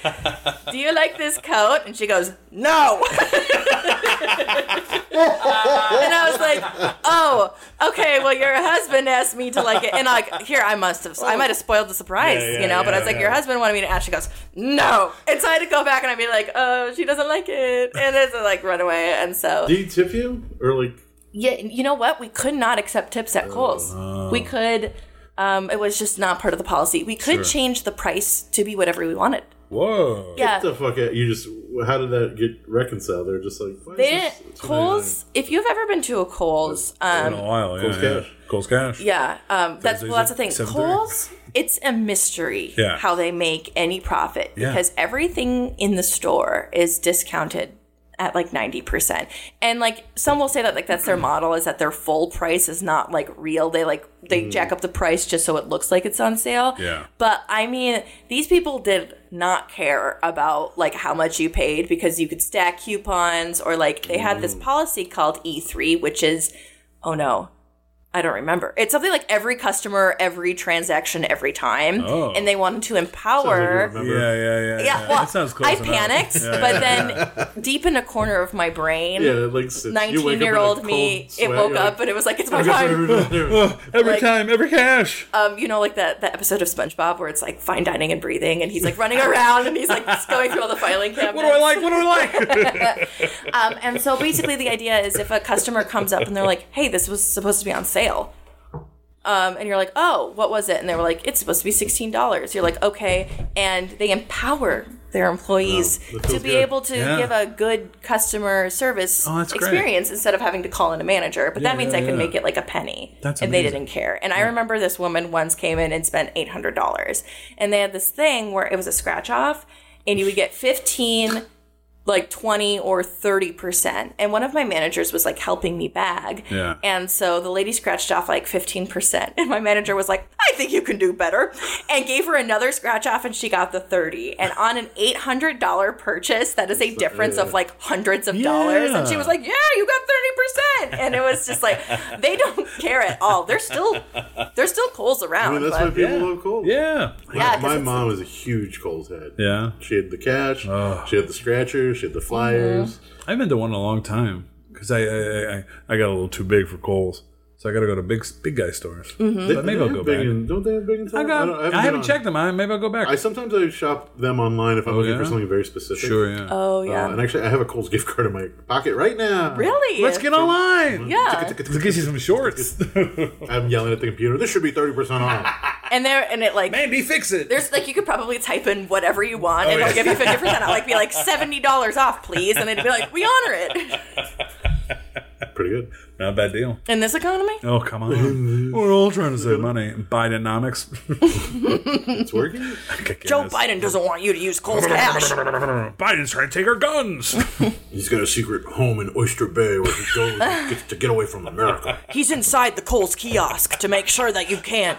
D: "Do you like this coat?" And she goes, "No." and I was like, "Oh, okay. Well, your husband asked me to like it." And like, here I must have, I might have spoiled the surprise,
B: Yeah, yeah,
D: you know. but I was
B: yeah,
D: like,
B: yeah.
D: "Your husband wanted me to ask." She goes, "No," and so I had to go back and I'd be like, "Oh, she doesn't like it," and then to like run away. And so,
A: Did he tip you or like?
D: yeah, you know what? We could not accept tips at
A: Oh,
D: Kohl's. We could. Um, it was just not part of the policy. We could
B: Sure.
D: change the price to be whatever we wanted.
B: Whoa.
D: Yeah,
A: What the fuck? You just how did that get reconciled? They're just like why is
D: they
A: this
D: didn't. Kohl's. If you've ever been to a Kohl's,
B: In
D: um,
B: a while. Yeah.
A: Cole's
B: yeah.
A: Cash.
B: Cole's cash.
D: yeah, um, that's
B: Thursdays
D: well, that's the
B: at
D: thing.
B: 7:30.
D: Kohl's. It's a mystery
B: Yeah.
D: how they make any profit
B: Yeah.
D: because everything in the store is discounted at like 90%. And like some will say that like that's their model is that their full price is not like real. They like they jack up the price just so it looks like it's on sale.
B: Mm. Yeah.
D: But I mean, these people did not care about like how much you paid because you could stack coupons or like they had
B: Mm.
D: this policy called E3, which is oh no. I don't remember. It's something like every customer, every transaction, every time.
B: Oh.
D: And they wanted to
A: I don't
D: empower
B: Yeah,
A: remember.
B: yeah, yeah.
D: yeah,
B: yeah.
D: well,
B: that sounds close
D: I
B: enough.
D: panicked,
B: Yeah,
D: but
B: yeah.
D: then deep in a corner of my brain,
A: Yeah, like since you wake up in a
D: 19 year old me,
A: cold
D: it
A: sweat,
D: woke
A: you're
D: up
A: like,
D: and it was like, it's my
A: "I guess
D: time.
A: we're gonna do it."
B: every
D: like-
B: time, every cash.
D: Um, you know, like that, that episode of SpongeBob where it's like fine dining and breathing, and he's like running around and he's like just going through all the filing cabinets.
B: what do I like? What do I like?
D: Um, and so basically, the idea is if a customer comes up and they're like, "Hey, this was supposed to be on sale," um, and you're like, "Oh, what was it?" and they were like, "It's supposed to be sixteen dollars." You're like, "Okay," and they empower their employees
B: Oh,
A: Wow, that
D: to
A: feels
D: be
A: good.
D: able to
B: Yeah.
D: give a good customer service
B: Oh, that's great.
D: experience instead of having to call in a manager. But that
B: Yeah,
D: means
B: yeah,
D: I can
B: yeah.
D: make it like a penny,
B: That's
D: and they
B: amazing.
D: didn't care. And I remember this woman once came in and spent eight hundred dollars, and they had this thing where it was a scratch off. and you would get 15 like 20 or 30%. And one of my managers was like helping me bag.
B: Yeah.
D: And so the lady scratched off like 15%. And my manager was like, I think you can do better. And gave her another scratch off and she got the 30. And on an $800 purchase, that is a difference of like hundreds of dollars. And she was like, yeah, you got 30%. And it was just like, they don't care at all. There's still, there's still Coles
A: I
D: around.
A: mean, that's why
D: but-
A: people love Coles.
B: Yeah.
D: Yeah, 'cause
A: my
D: it's-
A: mom was a huge Coles head.
B: Yeah. Oh.
A: She had the cash. She had the scratchers. She had the
D: Mm-hmm.
A: flyers.
B: I haven't done one in a long time because I I, I I got a little too big for Kohl's, so I got to go to big big guy stores.
D: Mm-hmm.
B: But maybe I'll
A: They
B: go
A: have big
B: back.
A: in- don't they have big in town?
B: I got.
A: don't-
B: I haven't,
A: been on-
B: checked them. I, maybe I'll go back.
A: I sometimes I shop them online if I'm looking for
B: yeah?
A: something very specific.
B: sure. Yeah.
D: Oh,
A: Uh,
D: yeah.
A: and actually, I have a Coles gift card in my pocket right now.
D: really?
B: Let's get online.
D: Yeah.
B: Let's get you some shorts.
A: I'm yelling at the computer. This should be thirty percent off.
D: And there, and it like,
B: Andy, fix it.
D: There's like you could probably type in whatever you want and it'll
B: yeah.
D: give you fifty percent off. Like be like seventy dollars off, please, and they'd be like, "We honor it."
A: Pretty good.
B: Not a bad deal.
D: In this economy,
B: Oh come on. We're all trying to save money. Bidenomics.
A: It's working.
D: Joe Biden doesn't want you to use Cole's cash.
B: Biden's trying to take our guns.
A: He's got a secret home in Oyster Bay where he goes and gets to get away from America.
D: He's inside the Cole's kiosk to make sure that you can't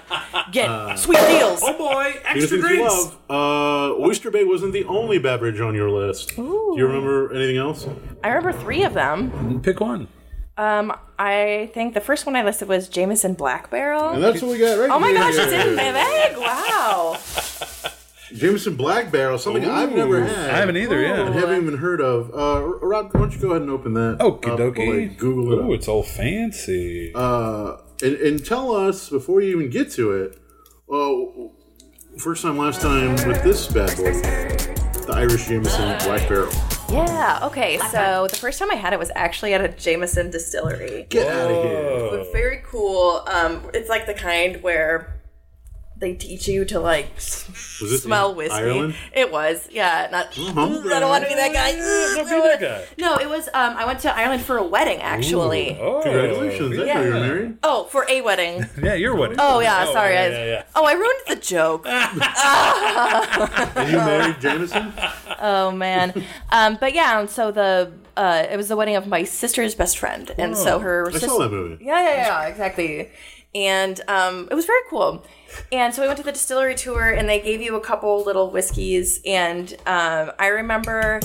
D: get sweet deals.
B: Uh. Oh, boy,
A: Here's things you love. Uh, Oyster Bay wasn't the only beverage on your list. Do you remember anything else?
D: I remember three of them.
B: Pick one.
D: Um, I think the first one I listed was Jameson Black
A: And
D: Barrel.
A: that's what we got right
D: Oh my
A: here.
D: gosh, it's in my bag! Wow.
A: Jameson Black Barrel, something I've never had.
B: I haven't either.
A: and
B: Yeah.
A: haven't even heard of. Uh, Rob, why don't you go ahead and open that?
D: Oh.
B: Okie
D: Uh,
A: up
B: dokie.
A: while I Google it. up.
B: Ooh, it's all fancy.
A: uh, and, and tell us before you even get to it. Uh, first time, last time with this bad boy, the Irish Jameson Black Barrel.
D: Yeah. Okay. So the first time I had it was actually at a Jameson distillery.
A: Get out of here!
B: Uh.
D: but very cool. Um, it's like the kind where they teach you to like s-
A: Was this
D: smell
A: in
D: whiskey.
A: Ireland?
D: It was, yeah, not.
A: Mhm.
D: I don't want to be that guy.
B: Don't be that guy.
D: No, it was. Um, I went to Ireland for a wedding actually.
B: Oh,
A: Congratulations! I know you're married.
D: Oh, for a wedding.
B: Yeah, you're winning.
D: Oh yeah, sorry.
B: yeah,
D: I-
B: yeah, yeah.
D: Oh, I ruined the joke.
A: Are you married, Jameson?
D: Oh man. um, but yeah, and so the uh, it was the wedding of my sister's best friend, and
B: Oh,
D: so her
A: I
D: sister.
A: saw that movie.
D: Yeah, yeah, yeah, exactly. And um, it was very cool. And so we went to the distillery tour, and they gave you a couple little whiskeys. And um, I remember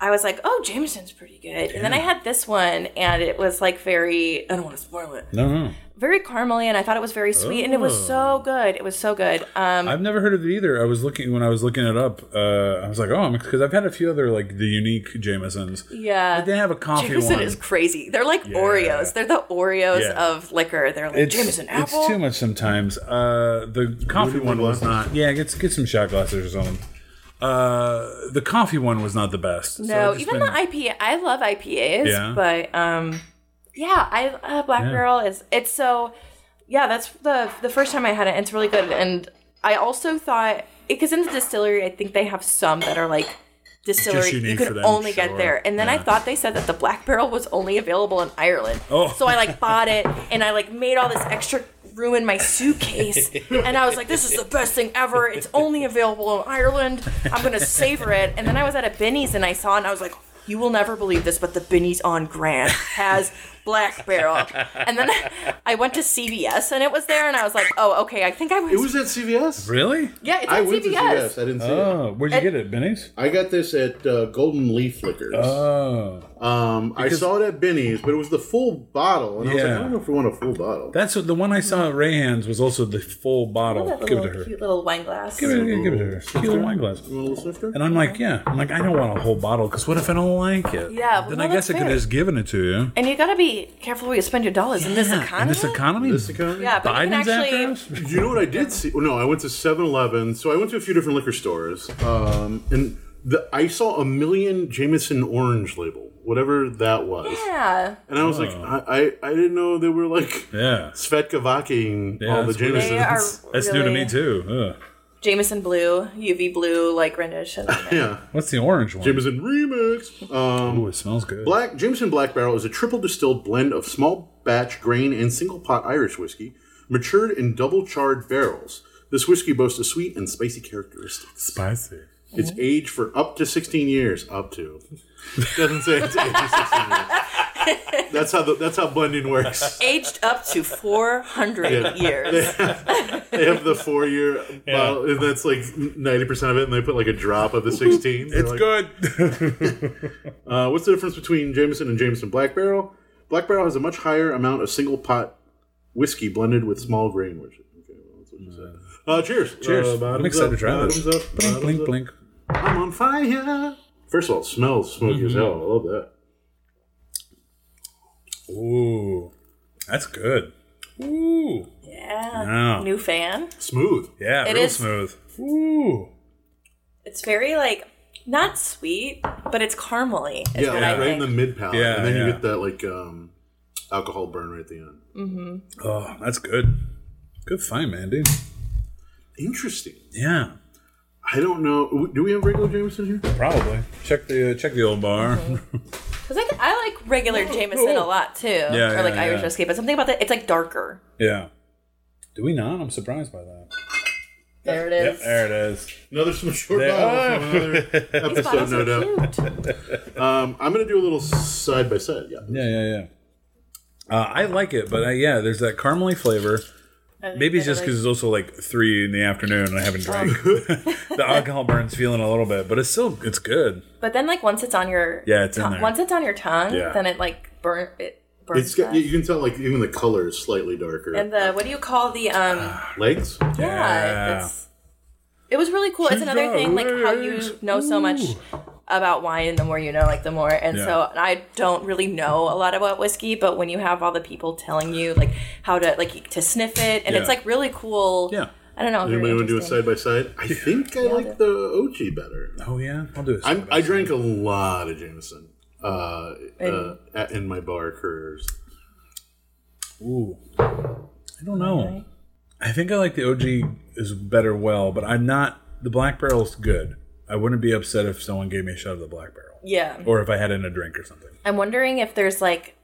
D: I was like, "Oh, Jameson's pretty good." And then I had this one, and it was like very I don't want to spoil it,
B: No, no.
D: very caramely, and I thought it was very sweet, and it was so
B: Oh.
D: good. It was so good. Um,
B: I've never heard of it either. I was looking when I was looking it up. Uh, I was like, oh, because I've had a few other like the unique Jamesons.
D: yeah.
B: They have a coffee
D: Jameson
B: one.
D: is crazy. They're like Oreos. They're the Oreos
B: Yeah.
D: of liquor. They're like
B: it's,
D: Jameson
B: it's
D: apple.
B: too much sometimes. Uh, the coffee one was not. Yeah, get get some shot glasses or something. Uh, the coffee one was not the best. So
D: No,
B: I've just
D: even
B: been-
D: the IPA. I love IPAs,
B: Yeah.
D: but um, yeah, I uh, Black
B: Yeah.
D: Barrel is it's so yeah. That's the the first time I had it. and It's really good, and I also thought because in the distillery, I think they have some that are like distillery you
B: unique for
D: could
B: them,
D: only get
B: sure.
D: there and then i
B: Yeah.
D: thought they said that the black barrel was only available in ireland
B: Oh.
D: so i like bought it and i like made all this extra room in my suitcase and i was like this is the best thing ever it's only available in ireland i'm gonna savor it and then i was at a binnie's and i saw it and i was like you will never believe this but the binnie's on grand has black barrel and then i went to cvs and it was there and i was like oh okay i think i was,
A: It was at CVS.
B: really.
D: yeah it's
A: I
D: at
A: went to CVS.
D: cvs
A: I didn't see it.
B: Oh, where'd you get it, Benny's?
A: I got this at uh, Golden Leaf Liquors.
B: Oh,
A: um, I saw it at Benny's, but it was the full bottle, and I was like,
B: Yeah.
A: I don't know if we want a full bottle.
B: that's what, the one I saw at Rayhan's was also the full bottle.
D: that
B: Give it to
D: little
B: her.
D: cute little wine glass
B: Give it, yeah, give it to her. Cute little wine glass.
A: you want a little sifter?
B: And I'm like, yeah. I'm like, I don't want a whole bottle because what if I don't like it?
D: Yeah, well,
B: Then
D: no,
B: I guess
D: that's
B: I could
D: fair.
B: have just given it to you.
D: And you gotta be careful where you spend your dollars in this
B: Yeah,
D: economy.
B: In this economy?
A: This economy?
D: yeah, but you
B: Biden's
D: can actually.
B: after us?
A: You know what I did see? No, I went to 7-Eleven. So I went to a few different liquor stores, um, and the, I saw a million Jameson Orange label, whatever that was.
D: Yeah,
A: And I was like, I, I, I didn't know they were like
B: Oh. Yeah.
A: Svetkovaking
B: Yeah,
A: all the
B: that's weird.
A: Jamesons.
D: they are.
B: That's new
D: really
B: to me too. Ugh.
D: Jameson Blue, UV Blue, like Greenwich. And
A: Yeah,
B: What's the orange one?
A: Jameson remix. Um,
B: Ooh, it smells good.
A: Black Jameson Black Barrel is a triple distilled blend of small batch grain and single pot Irish whiskey, matured in double charred barrels. This whiskey boasts a sweet and spicy characteristics.
B: Spicy.
A: It's age for up to 16 years. Up to. Doesn't say it's age for 16 years. That's how the, that's how blending works.
D: Aged up to 400 years.
A: They have the four year bottle, and that's like 90% of it, and they put like a drop of the 16. They're
B: It's
A: like,
B: good.
A: Uh, what's the difference between Jameson and Jameson Black Barrel? Black Barrel has a much higher amount of single pot whiskey blended with small grain. Which, okay, well, that's what you said. Uh, cheers! Cheers!
B: Uh, I'm excited to try this. Blink, blink, blink.
A: I'm on fire. First of all, it smells smoky as hell. I love that.
B: Ooh, that's good. Ooh,
D: Yeah.
B: Wow.
D: New fan.
A: Smooth.
B: yeah,
D: It
B: real
D: is-
B: smooth. Ooh,
D: It's very like not sweet, but it's caramely. Is
A: yeah,
D: what
A: like
D: I
A: right
D: think.
A: in the mid palate,
B: Yeah,
A: and then
B: yeah.
A: you get that like um, alcohol burn right at the end.
B: oh, that's good. Good find, man, dude.
A: Interesting.
B: Yeah,
A: I don't know. Do we have regular Jameson here?
B: probably. Check the uh, check the old bar.
D: Cause I, I like regular Jameson a lot too,
B: Oh, yeah,
D: or like Irish
B: yeah.
D: whiskey, but something about that it's like darker.
B: yeah. Do we not? I'm surprised by that.
D: There it
B: Yep,
D: is.
B: there it is.
A: Another short
B: There-
A: bottle from another
D: These bottles
A: episode, no
D: are
A: doubt.
D: cute.
A: Um, I'm gonna do a little side by side. Yeah.
B: Yeah, yeah, yeah. Uh, I like it, but I, yeah, there's that caramely flavor.
D: I think
B: Maybe
D: I
B: it's just
D: like-
B: because it's also like three in the afternoon and I
D: Oh.
B: haven't drank. the alcohol burns feeling a little bit, but it's still it's good.
D: But then, like once it's on your
B: Yeah, it's in
D: tongue-
B: there.
D: Once it's on your tongue,
B: Yeah.
D: then it like burn it burns.
A: It's got, you can tell like even the color is slightly darker.
D: and the what do you call the
B: Ah.
D: um?
A: legs.
B: Yeah.
D: Yeah, it's, it was really cool. It's another
B: got
D: thing, like how
B: legs.
D: you know so much about wine, and the more you know, like the more. And so
B: Yeah.
D: I don't really know a lot about whiskey, but when you have all the people telling you like how to like to sniff it, and it's
B: Yeah.
D: like really cool.
B: Yeah.
D: I don't know.
A: Anybody
D: very
A: want to do it
D: interesting.
A: side by side? I think I like the OG better.
B: Oh yeah, I'll do it.
A: I'm, I drank a lot of Jameson uh, uh,
D: And-
A: at, in my bar careers.
B: Ooh, I don't know. I think I like the OG is better. Well, but I'm not. The black barrel's good. I wouldn't be upset if someone gave me a shot of the black barrel,
D: Yeah.
B: or if I had it in a drink or something.
D: I'm wondering if there's like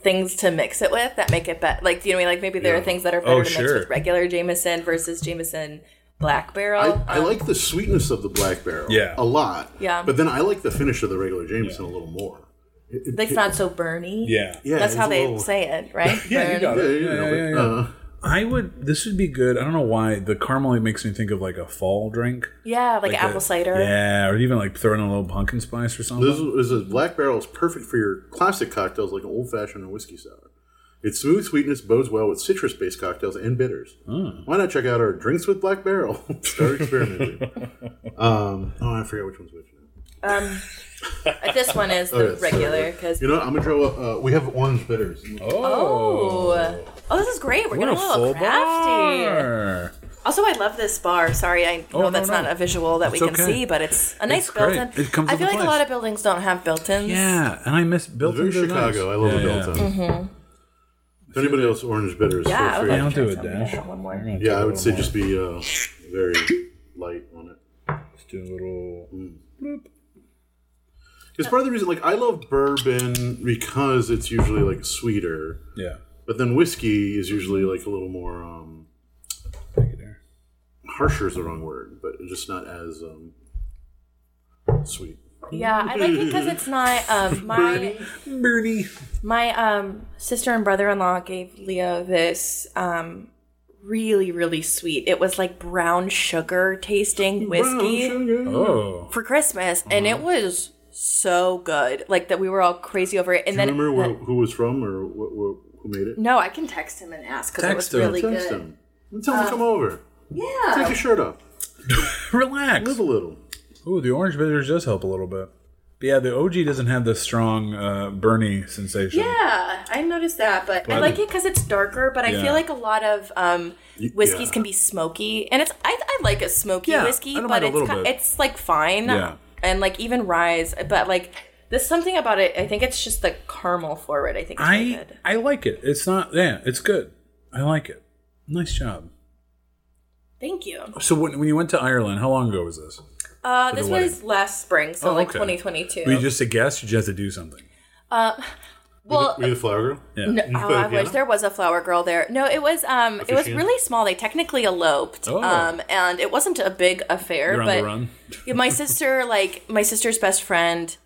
D: things to mix it with that make it better. Like, do you know, what I mean? like maybe there
B: Yeah.
D: are things that are better
B: Oh,
D: to mix
B: sure.
D: with regular Jameson versus Jameson Black
A: I,
D: Barrel.
A: I like the sweetness of the Black Barrel
B: Yeah.
A: a lot.
D: Oh, um, Yeah.
A: But then I like the finish of the regular Jameson a little more. It- it-
D: It's not so burny.
B: Yeah.
A: yeah,
D: That's
A: it
D: how
A: was a
D: they
A: little-
D: say it, right?
B: Yeah, you
D: Burn.
B: got
A: Yeah,
B: it.
A: you know, but, uh,
B: I would. This would be good. I don't know why the caramel makes me think of like a fall drink,
D: Yeah, like, apple
B: the-
D: cider.
B: Yeah, or even like throwing a little pumpkin spice or something.
A: This is a black barrel is perfect for your classic cocktails like an old fashioned or whiskey sour. Its smooth sweetness bodes well with citrus based cocktails and bitters. Why not check out our drinks with black barrel? Start experimenting. um, oh, I forgot which one's which. now.
D: Um, but this one is
A: Oh,
D: the
A: yes.
D: regular because.
A: You know, what? I'm gonna draw. Up, uh, we have orange bitters.
D: Oh. oh, this is great. We're
B: what
D: getting
B: a
D: a little
B: full
D: crafty.
B: bar!
D: Also, I love this bar. Sorry, I know
B: Oh, no,
D: that's
B: no.
D: not a visual that we
B: It's
D: can
B: okay.
D: see, but it's a nice
B: It's great.
D: built-in.
B: It comes
D: I
B: with
D: feel
B: the
D: like a
B: place.
D: lot of buildings don't have built-ins.
B: Yeah, and I miss built
A: Very Chicago. I love a built in. If anybody else orange bitters,
D: Mm-hmm. Yeah, I
A: feel
D: would
A: free.
D: like
B: Yeah, I'll do it,
D: to try some of
B: Dash.
D: that One more.
A: yeah, I would say just be uh, very light on it.
B: Just do a little. bloop.
A: It's part of the reason, like, I love bourbon because it's usually like sweeter.
B: Yeah.
A: But then whiskey is usually like a little more um,
B: Thank you, there.
A: harsher is the wrong word, but just not as um, sweet.
D: Yeah, I like it because it's not um, my
B: Bernie.
D: my um, sister and brother in law gave Leo this um, really really sweet. It was like brown sugar tasting whiskey
A: Brown sugar.
B: Oh.
D: for Christmas, and
B: Uh-huh.
D: it was so good. Like that, we were all crazy over it. And
A: Do you
D: then
A: remember where,
D: then-
A: who was from or what, what, who made it?
D: no, I can text him and ask because it was
B: Text him.
D: really
A: Text
D: good. Uh,
A: him. And tell him to come over. Take
D: Yeah,
A: your shirt off.
B: Relax.
A: Live a little.
B: Ooh, the orange bitters does help a little bit. But yeah, the OG doesn't have the strong uh, Bernie sensation.
D: yeah, I noticed that, but, I like it because it's darker. But I
B: Yeah.
D: feel like a lot of um,
A: Y-
D: whiskeys
A: yeah.
D: can be smoky, and it's I, I like a smoky
B: Yeah,
D: whiskey,
B: I don't
D: but
B: mind a
D: it's
B: little
D: ki-
B: bit.
D: it's like fine,
B: Yeah.
D: and like even rise, but like there's something about it. I think it's just the caramel forward. I think is really
B: I
D: good.
B: I like it. It's not. Yeah, it's good. I like it. Nice job.
D: Thank you.
B: So when, when you went to Ireland, how long ago was this?
D: Uh,
B: the
D: this
B: wedding.
D: was last spring, so
B: Oh,
D: like
B: okay.
D: 2022.
B: Were you just a guest? You just had to do something.
D: uh, Well,
A: were you the flower girl?
B: Yeah.
D: No,
A: You
D: oh,
A: play the
D: I wish
A: piano?
D: there was a flower girl there. No, it was um, it was
A: Officiant?
D: really small. They technically eloped,
B: Oh.
D: um, and it wasn't a big affair.
B: You're on
D: but
B: the run.
D: yeah, my sister, like my sister's best friend,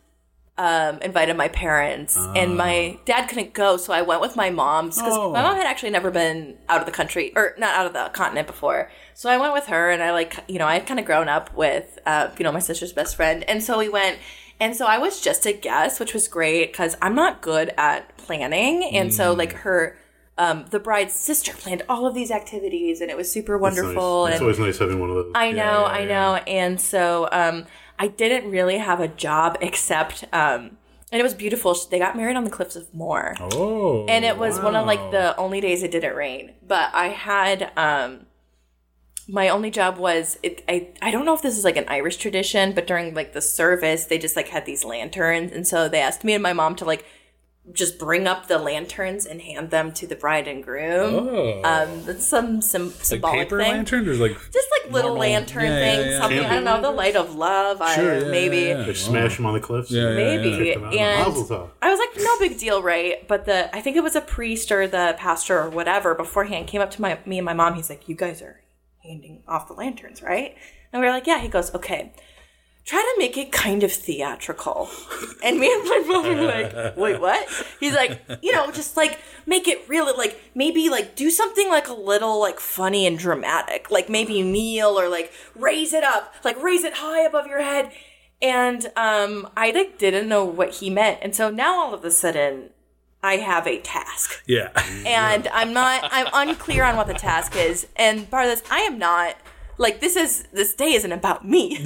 D: um, invited my parents,
A: Ah.
D: and my dad couldn't go, so I went with my mom's because
B: Oh.
D: my mom had actually never been out of the country or not out of the continent before. So I went with her, and I like you know I had kind of grown up with uh, you know my sister's best friend, and so we went. And so I was just a guest, which was great because I'm not good at planning, and
A: Mm.
D: so like her. Um, the bride's sister planned all of these activities, and it was super
A: It's nice.
D: wonderful.
A: It's
D: and
A: always nice having one of those.
D: I know,
B: yeah,
D: I
B: yeah.
D: know. And so um, I didn't really have a job except, um, and it was beautiful. They got married on the cliffs of Moher.
B: Oh,
D: and it was one of like
B: wow.
D: the only days it didn't rain. But I had, um, my only job was it, I, I don't know if this is like an Irish tradition, but during like the service, they just like had these lanterns. And so they asked me and my mom to like just bring up the lanterns and hand them to the bride and groom.
B: oh.
D: Um, that's some, some
B: like
D: symbolic
B: paper
D: thing
B: lanterns or like
D: just like little
B: Normal.
D: lantern
B: Yeah, yeah,
D: things.
B: yeah.
D: Something I don't know. The light of love.
B: Sure,
D: I,
B: yeah,
D: maybe.
B: yeah, yeah.
A: They smash them on the cliffs.
B: Yeah, yeah, yeah.
D: Maybe
A: Check them out.
D: and
A: Mazel tov.
D: I was like, no big deal, right? But the I think it was a priest or the pastor or whatever beforehand came up to my me and my mom. He's like, you guys are handing off the lanterns, right? And we were like, yeah. He goes, okay. Try to make it kind of theatrical. And me and my mom were like, wait, what? He's like, you know, just like make it really like maybe like do something like a little like funny and dramatic. Like maybe kneel or like raise it up, like raise it high above your head. And um I like didn't know what he meant. And so now all of a sudden I have a task
B: yeah.
D: and I'm not I'm unclear on what the task is. And part of this, I am not like this is this day isn't about me.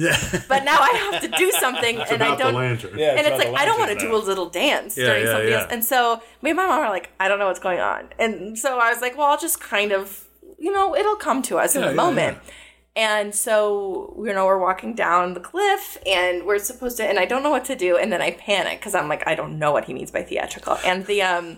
D: but now I have to do something and I
A: About the
D: don't
A: lantern.
D: and it's like I don't want to do a little dance
B: Yeah,
D: during
B: yeah,
D: something
B: yeah.
D: else. And so me and my mom are like, I don't know what's going on. And so I was like, well, I'll just kind of you know, it'll come to us in
B: Yeah,
D: the
B: yeah,
D: moment. And so, you know, we're walking down the cliff and we're supposed to, and I don't know what to do. And then I panic because I'm like, I don't know what he means by theatrical. And the, um,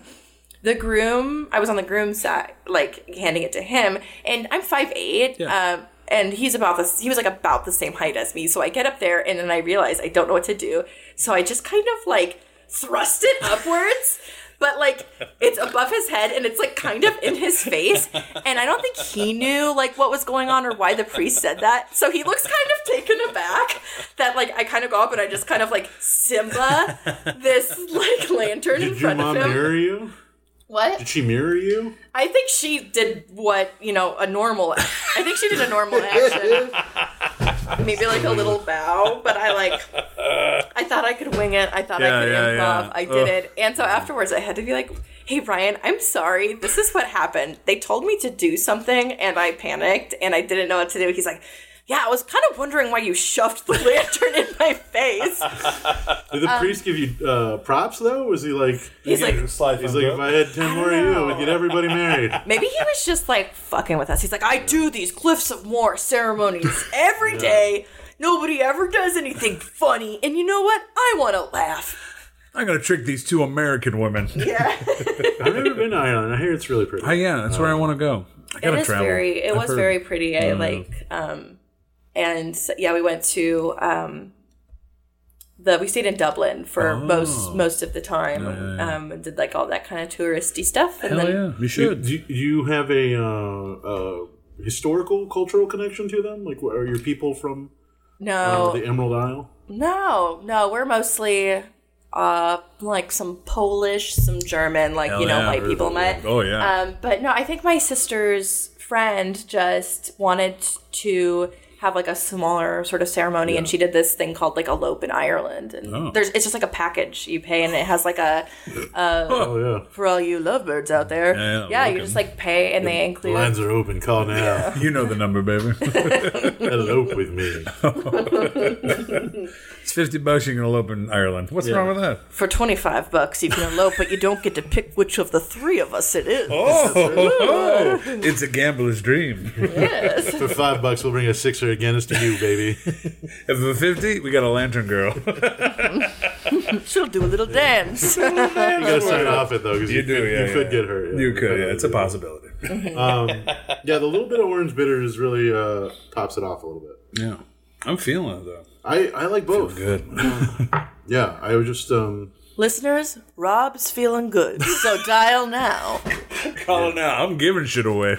D: the groom, I was on the groom side, like handing it to him. And I'm 5'8.
B: Yeah.
D: Um, and he's about this, he was like about the same height as me. So I get up there and then I realize I don't know what to do. So I just kind of like thrust it upwards. But like it's above his head and it's like kind of in his face, and I don't think he knew like what was going on or why the priest said that. So he looks kind of taken aback that like I kind of go up and I just kind of like Simba this like lantern in
A: Did your
D: front
A: mom
D: of him.
A: mirror you?
D: What?
A: Did she mirror you?
D: I think she did what you know a normal. I think she did a normal action, maybe like a little bow. But I like, I thought I could wing it. I thought
B: Yeah,
D: I could
B: yeah,
D: improv.
B: yeah.
D: I did
B: Ugh.
D: it, and so afterwards, I had to be like, "Hey, Brian, I'm sorry. This is what happened. They told me to do something, and I panicked, and I didn't know what to do." He's like. Yeah, I was kind of wondering why you shoved the lantern in my face.
A: Did
B: Um,
A: the priest give you uh, props though? Was he like?
D: He's like,
F: Slide
A: He's
F: from
A: like,
F: book.
A: if I had ten more of you, I would get everybody married.
D: Maybe he was just like fucking with us. He's like, I do these Cliffs of Moher ceremonies every day. Nobody ever does anything funny. And you know what? I want to laugh.
B: I'm gonna trick these two American women. Yeah,
A: I've never been to Ireland. I hear it's really pretty.
B: yeah that's where I want to go. I
D: It
B: gotta
D: was
B: travel.
D: very, it
B: I've
D: was
B: heard-
D: very pretty. I like, um, and so- yeah, we went to, um, the, we stayed in Dublin
B: Oh.
D: for most, most of the time. Um, and did like all that kind of touristy stuff. And
B: Hell
D: then
B: yeah,
A: Do,
B: we should.
A: do you have a uh, uh, historical, cultural connection to them? Like, where are your people from uh,
B: Oh.
D: no,
A: the Emerald Isle?
D: No, no, we're mostly uh like some Polish, some German, like
B: Hell
D: you know,
B: yeah,
D: white
B: or-
D: people met.
B: Oh yeah.
D: Um, but no, I think my sister's friend just wanted to have like a smaller sort of ceremony, and she did this thing called like elope in Ireland, and
B: Oh.
D: there's it's just like a package you pay, and it has like a
A: Oh yeah,
D: for all you lovebirds out there,
B: Yeah, yeah,
D: you
B: welcome.
D: just like pay, and they
A: the
D: include
A: lines are open. Call now.
D: Um,
B: you know the number, baby.
A: Elope with me.
B: it's fifty bucks. You can elope in Ireland. What's wrong with that?
D: for twenty five bucks you can elope, but you don't get to pick which of the three of us it is.
B: Oh, it's a gambler's dream.
A: For five bucks, we'll bring a six or a Guinness to you, baby.
B: If for fifty, we got a lantern girl.
D: She'll do a little dance.
A: You gotta sign off it though, because you,
B: do,
A: could,
B: yeah,
A: you could
B: yeah.
A: get hurt.
B: you could. Yeah, it's a
A: possibility.
B: possibility.
A: Yeah, the little bit of orange bitters really uh, tops it off a little bit.
B: Yeah, I'm feeling it though.
A: I, I like both.
B: Good.
A: Yeah, I was just um,
D: Listeners, Rob's feeling good, so dial now.
B: Calling out. I'm giving shit away.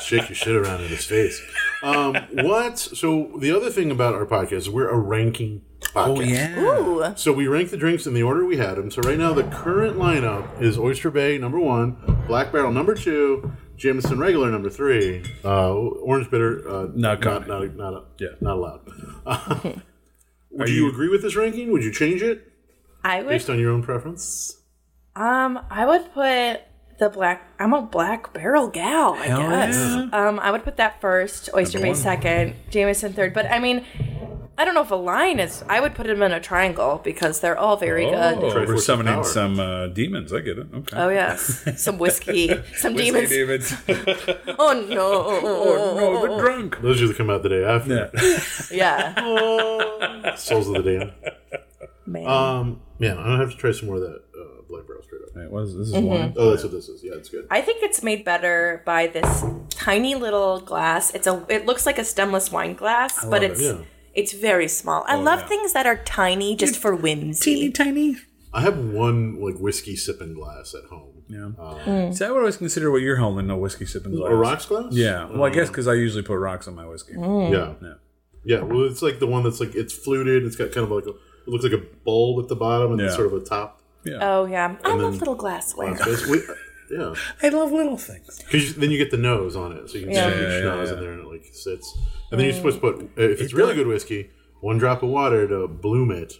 A: Shake your shit around in his face. Um, what? So the other thing about our podcast is we're a ranking
B: Oh,
A: podcast.
D: Ooh.
A: So we rank the drinks in the order we had them. So right now the current lineup is Oyster Bay number one, Black Barrel number two, Jameson Regular number three, uh, Orange Bitter uh,
B: Not
A: not
B: coming.
A: not not,
B: Yeah.
A: not allowed.
B: Are
A: Do you
B: you-
A: agree with this ranking? Would you change it
D: I would
A: based on your own preference?
D: Um, I would put the black. I'm a black barrel gal, I
B: Hell
D: guess.
B: yeah.
D: Um, I would put that first, Oyster Bay
B: one.
D: second, Jameson third. But I mean, I don't know if a line is. I would put them in a triangle because they're all very
B: Oh,
D: good.
A: Triforce
B: we're
A: of
B: summoning
A: power.
B: some uh, demons. I get it. Okay.
D: Oh yes, some whiskey, some demons.
B: demons.
D: Oh no!
B: oh no, they're drunk.
A: Those usually come out the day after.
B: Yeah.
D: Yeah,
A: Souls of the Damned.
D: man.
B: Uh,
A: Um, yeah, I'm gonna have to try some more of that uh, Black Barrel straight up.
B: All right, what is this? This is wine.
A: Oh, that's what this is. Yeah, it's good.
D: I think it's made better by this tiny little glass. It's a. It looks like a stemless wine glass, but
B: love
D: it's.
A: it. Yeah. Oh,
D: It's very small. I love
B: yeah.
D: things that are tiny just for whimsy.
B: tiny.
A: I have one like whiskey sipping glass at home. Um,
B: Yeah. See, I would always consider what you're holding a whiskey sipping glass.
A: A rocks Mm. glass? Uh,
B: Yeah. Well, I guess because I usually put rocks on my whiskey.
A: Yeah.
B: Yeah.
A: Yeah, well, it's like the one that's like it's fluted. It's got kind of like a, it looks like a bulb at the bottom and then
B: Yeah.
A: sort of a top.
B: Yeah.
D: Oh yeah, I love
A: then-
D: little glassware.
A: on space. We- uh, yeah,
B: I love little things.
A: because then you get the nose on it, so you can
D: Yeah.
A: stick your
B: Yeah, yeah,
A: nose in
B: yeah.
A: there and it like sits. And then you're supposed to put if it's really good whiskey, one drop of water to bloom it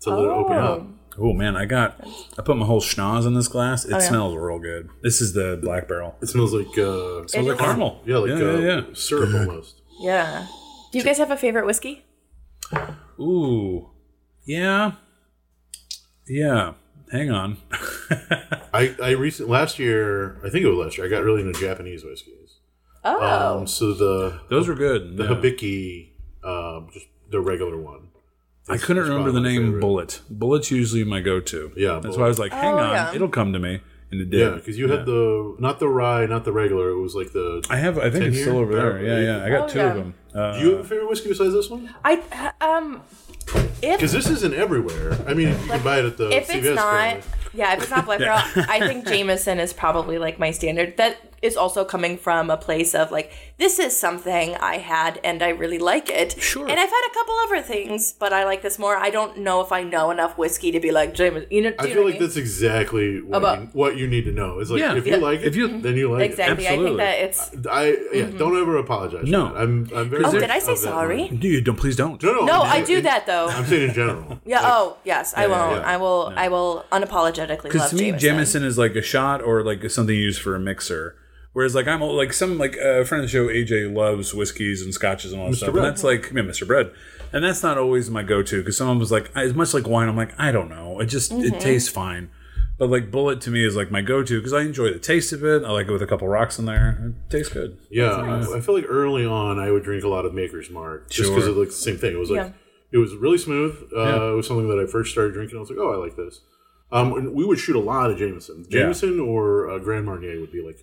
A: to let it open up.
B: Oh man, I got. I put my whole schnoz in this glass. It smells real good. This is the black barrel.
A: It smells like uh,
B: Smells like caramel.
A: yeah, like
B: yeah,
A: uh,
B: yeah, yeah.
A: syrup almost.
D: Yeah. Do you guys have a favorite whiskey?
B: Ooh. Yeah. Yeah. Hang on.
A: I I recent last year, I think it was last year, I got really into Japanese whiskeys.
D: Oh,
A: Um, so the
B: Those were good.
A: the
B: yeah.
A: Hibiki, uh, just the regular one.
B: I couldn't
A: That's
B: remember
A: probably
B: the
A: my
B: name
A: favorite.
B: Bullet. Bullet's usually my go to.
A: Yeah,
B: That's
A: Bullet.
B: why I was like, hang
D: Oh,
B: on,
D: yeah.
B: it'll come to me. And it did.
A: Yeah, because you had the not the rye, not the regular. It was like the.
B: I have, I think it's still
A: Ten-year
B: over there.
A: barrel.
B: Yeah, yeah. I got
D: Oh,
B: two
D: yeah.
B: of them. Uh,
A: Do you have a favorite whiskey besides this one?
D: I um,
A: Because
D: if
A: this isn't everywhere. I mean, you can buy it at the
D: if
A: CVS.
D: it's not,
A: probably.
D: yeah, if it's not Black Barrel, I think Jameson is probably like my standard. That is also coming from a place of like this is something I had and I really like it.
B: Sure.
D: And I've had a couple other things, but I like this more. I don't know if I know enough whiskey to be like Jameson. You know, do
A: I
D: you
A: feel
D: know
A: like
D: what I mean?
A: that's exactly what,
D: About-
A: you, what you need to know. It's like
B: Yeah.
A: if
B: Yeah.
A: you like it,
B: If you-
A: then you like
D: exactly. I think
B: Absolutely.
D: that it's.
A: it. I yeah. Don't ever apologize. for
B: No.
A: that. I'm. I'm very.
D: Oh,
A: much
D: did I say
A: of that
D: sorry?
A: mind.
B: Dude, don't please don't.
A: No, no.
D: No,
A: I'm-
D: I do that though.
A: I'm saying in general.
D: Yeah. oh, yes.
B: yeah,
D: I won't.
A: yeah.
D: I will. I will unapologetically
B: Because
D: love
B: to me,
D: Jameson.
B: Jameson is like a shot or like something you use for a mixer. Whereas like I'm like some like a friend of the show AJ loves whiskeys and scotches and all that stuff.
A: Bread.
B: And that's like yeah, Mr. Bread, and that's not always my go-to because someone was like I- as much like wine. I'm like I don't know. It just
D: Mm-hmm.
B: it tastes fine. But like bullet to me is like my go-to because I enjoy the taste of it. I like it with a couple rocks in there. It tastes good.
A: Yeah, I- I feel like early on I would drink a lot of Maker's Mark just because
B: Sure.
A: it looked the same thing. It was like
D: Yeah.
A: it was really smooth. Uh,
B: Yeah.
A: It was something that I first started drinking. I was like, oh, I like this. Um, and we would shoot a lot of Jameson,
B: Yeah.
A: Jameson or uh, Grand Marnier would be like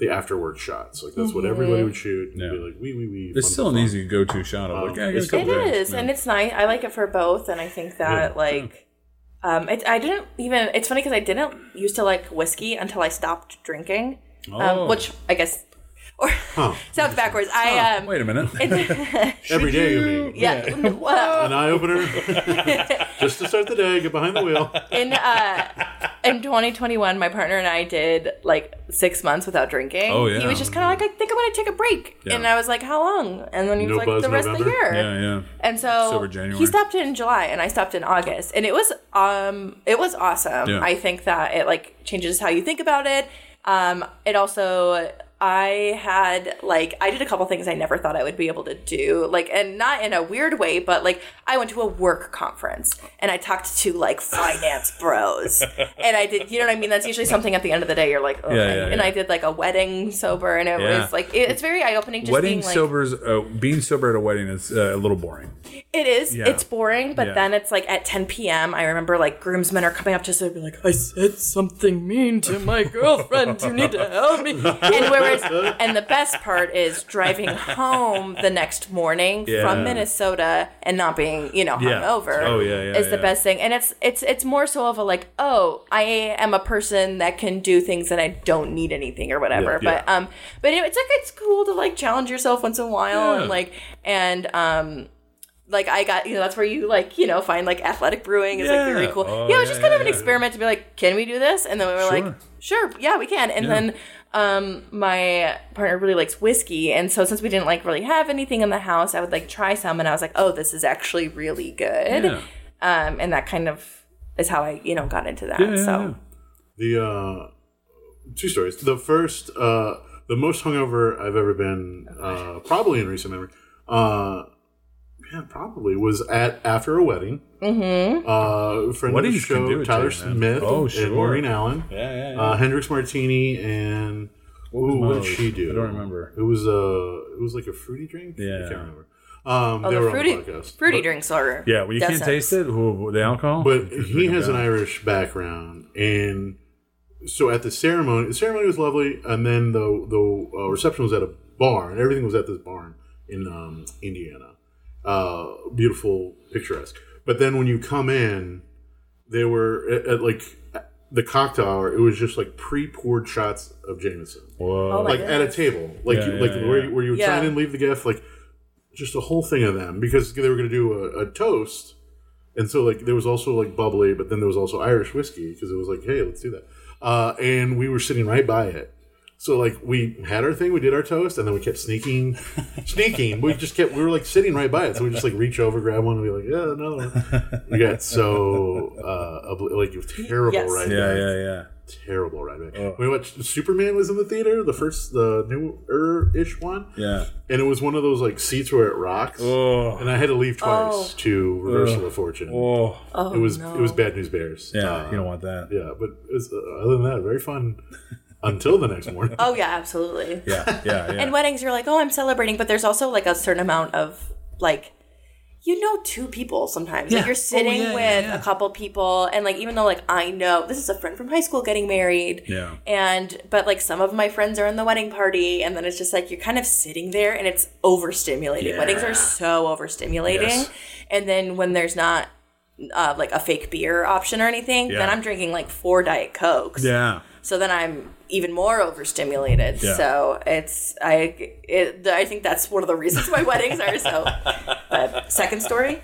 A: the afterward shots. Like that's
D: Mm-hmm.
A: what everybody would shoot. And
B: Yeah.
A: be like, wee wee wee.
B: It's
A: fun,
B: still
A: fun,
B: an
A: fun.
B: easy go-to shot. I'm like, yeah, I got a
A: it's-
D: It
B: couple days.
D: is,
B: Yeah.
D: and it's nice. I like it for both, and I think that
A: Yeah.
D: like, um, it, I didn't even. It's funny because I didn't used to like whiskey until I stopped drinking,
B: Oh.
D: um, which I guess, or
A: Huh.
D: sounds backwards. I um,
B: Wait a minute.
A: Every day, you mean?
D: yeah, n- well,
A: An eye opener, just to start the day. Get behind the wheel.
D: in uh, in 2021, my partner and I did like six months without drinking.
B: Oh, yeah.
D: he was just kind of like, I think I'm gonna take a break,
B: Yeah.
D: and I was like, how long? And then he
A: No
D: was like,
A: buzz
D: the rest of the
A: November?
D: year.
B: yeah, yeah.
D: And so
B: Sober January.
D: he stopped in July and I stopped in August. And it was um it was awesome.
B: Yeah.
D: I think that it like changes how you think about it. Um it also I had like I did a couple things I never thought I would be able to do. Like and not in a weird way, but like I went to a work conference and I talked to like finance bros. And I did you know what I mean? That's usually something at the end of the day you're like, oh
B: Yeah, yeah,
D: and, and
B: yeah.
D: I did like a wedding sober and it
B: Yeah.
D: was like it- it's very eye opening just
B: Wedding
D: being like
B: sobers, uh, being sober at a wedding is uh, a little boring.
D: It is.
B: Yeah.
D: It's boring, but
B: Yeah.
D: then it's like at 10 p.m. I remember like groomsmen are coming up to us and be like, "I said something mean to my girlfriend. You need to help me." And we're stories. And the best part is driving home the next morning
B: Yeah.
D: from Minnesota and not being, you know,
B: Yeah.
D: hungover.
B: Oh, yeah, yeah,
D: Is the
B: yeah.
D: best thing. And it's it's it's more so of a like, oh, I am a person that can do things and I don't need anything or whatever.
B: Yeah.
D: But um but it, it's like it's cool to like challenge yourself once in a while
B: Yeah.
D: and like and um like I got, you know, that's where you like, you know, find like athletic brewing is like
B: Yeah.
D: very cool.
B: Oh,
D: yeah, it was
B: yeah,
D: just kind of
B: yeah,
D: an
B: yeah.
D: experiment to be like, can we do this? And then we were like,
B: Sure.
D: sure, yeah, we can. And
B: Yeah.
D: then um, my partner really likes whiskey, and so since we didn't like really have anything in the house, I would like try some, and I was like, oh, this is actually really good.
B: Yeah.
D: Um, and that kind of is how I, you know, got into that.
B: Yeah, yeah,
D: so.
B: yeah.
A: The uh, two stories. The first, uh, the most hungover I've ever been, uh, probably in recent memory. Uh, yeah, probably was at after a wedding. Mm-hmm. Uh, friend of the
B: Weddings can do
A: show,
B: it to
A: Tyler
B: you, man.
A: Smith,
B: Oh, sure.
A: and Maureen Allen,
B: Yeah, yeah, yeah.
A: uh, Hendrix Martini, and
B: was
A: ooh, what did
B: Moe's?
A: she do?
B: I don't remember.
A: It was a, it was like a fruity drink. I
B: Yeah.
A: can't remember. Um,
D: Oh,
A: they
D: the
A: were
D: fruity,
A: on the podcast.
D: fruity
A: But-
D: drinks are.
B: Yeah, well, you
D: death
B: can't
D: sentence.
B: taste it. Who, the alcohol?
A: But he has an Irish background, and so at the ceremony, the ceremony was lovely, and then the the uh, reception was at a barn. Everything was at this barn in um, Indiana, uh, beautiful, picturesque. But then when you come in, they were at, at like the cocktail hour. It was just like pre poured shots of Jameson,
B: Whoa.
D: Oh my
A: like at a table, like
B: Yeah,
A: you-
B: yeah,
A: like
B: yeah.
A: where you, where you would
D: Yeah.
A: sign in, leave the gift, like just a whole thing of them because they were going to do a, a toast, and so like there was also like bubbly, but then there was also Irish whiskey because it was like, hey, let's do that, uh, and we were sitting right by it. So like we had our thing, we did our toast, and then we kept sneaking, sneaking. We just kept we were like sitting right by it, so we just like reach over, grab one, and be like, yeah, another one. We got so uh, obli- like it was terrible
D: Yes.
A: right
B: yeah, yeah, yeah.
A: terrible ride back.
B: Oh.
A: We watched Superman was in the theater, the first the newer ish one,
B: Yeah.
A: and it was one of those like seats where it rocks.
B: Oh.
A: And I had to leave twice to Reversal of Fortune.
B: Oh.
A: it was
D: no.
A: it was bad news bears.
B: Yeah,
A: Uh,
B: you don't want that.
A: yeah, but it was, uh, other than that, very fun until the next morning.
D: Oh yeah, absolutely.
B: Yeah, yeah, yeah.
D: And weddings, you're like, oh, I'm celebrating, but there's also like a certain amount of like, you know, two people sometimes.
B: Yeah.
D: Like you're
B: Oh,
D: sitting
B: yeah, yeah,
D: with
B: yeah.
D: a couple people, and like even though like I know this is a friend from high school getting married,
B: Yeah.
D: and but like some of my friends are in the wedding party, and then it's just like you're kind of sitting there, and it's overstimulating.
B: Yeah.
D: Weddings are so overstimulating,
B: Yes.
D: and then when there's not. Uh, like a fake beer option or anything,
B: Yeah.
D: then I'm drinking like four Diet Cokes.
B: yeah.
D: so then I'm even more overstimulated.
B: Yeah.
D: So it's I it, I think that's one of the reasons my weddings are so. But second story,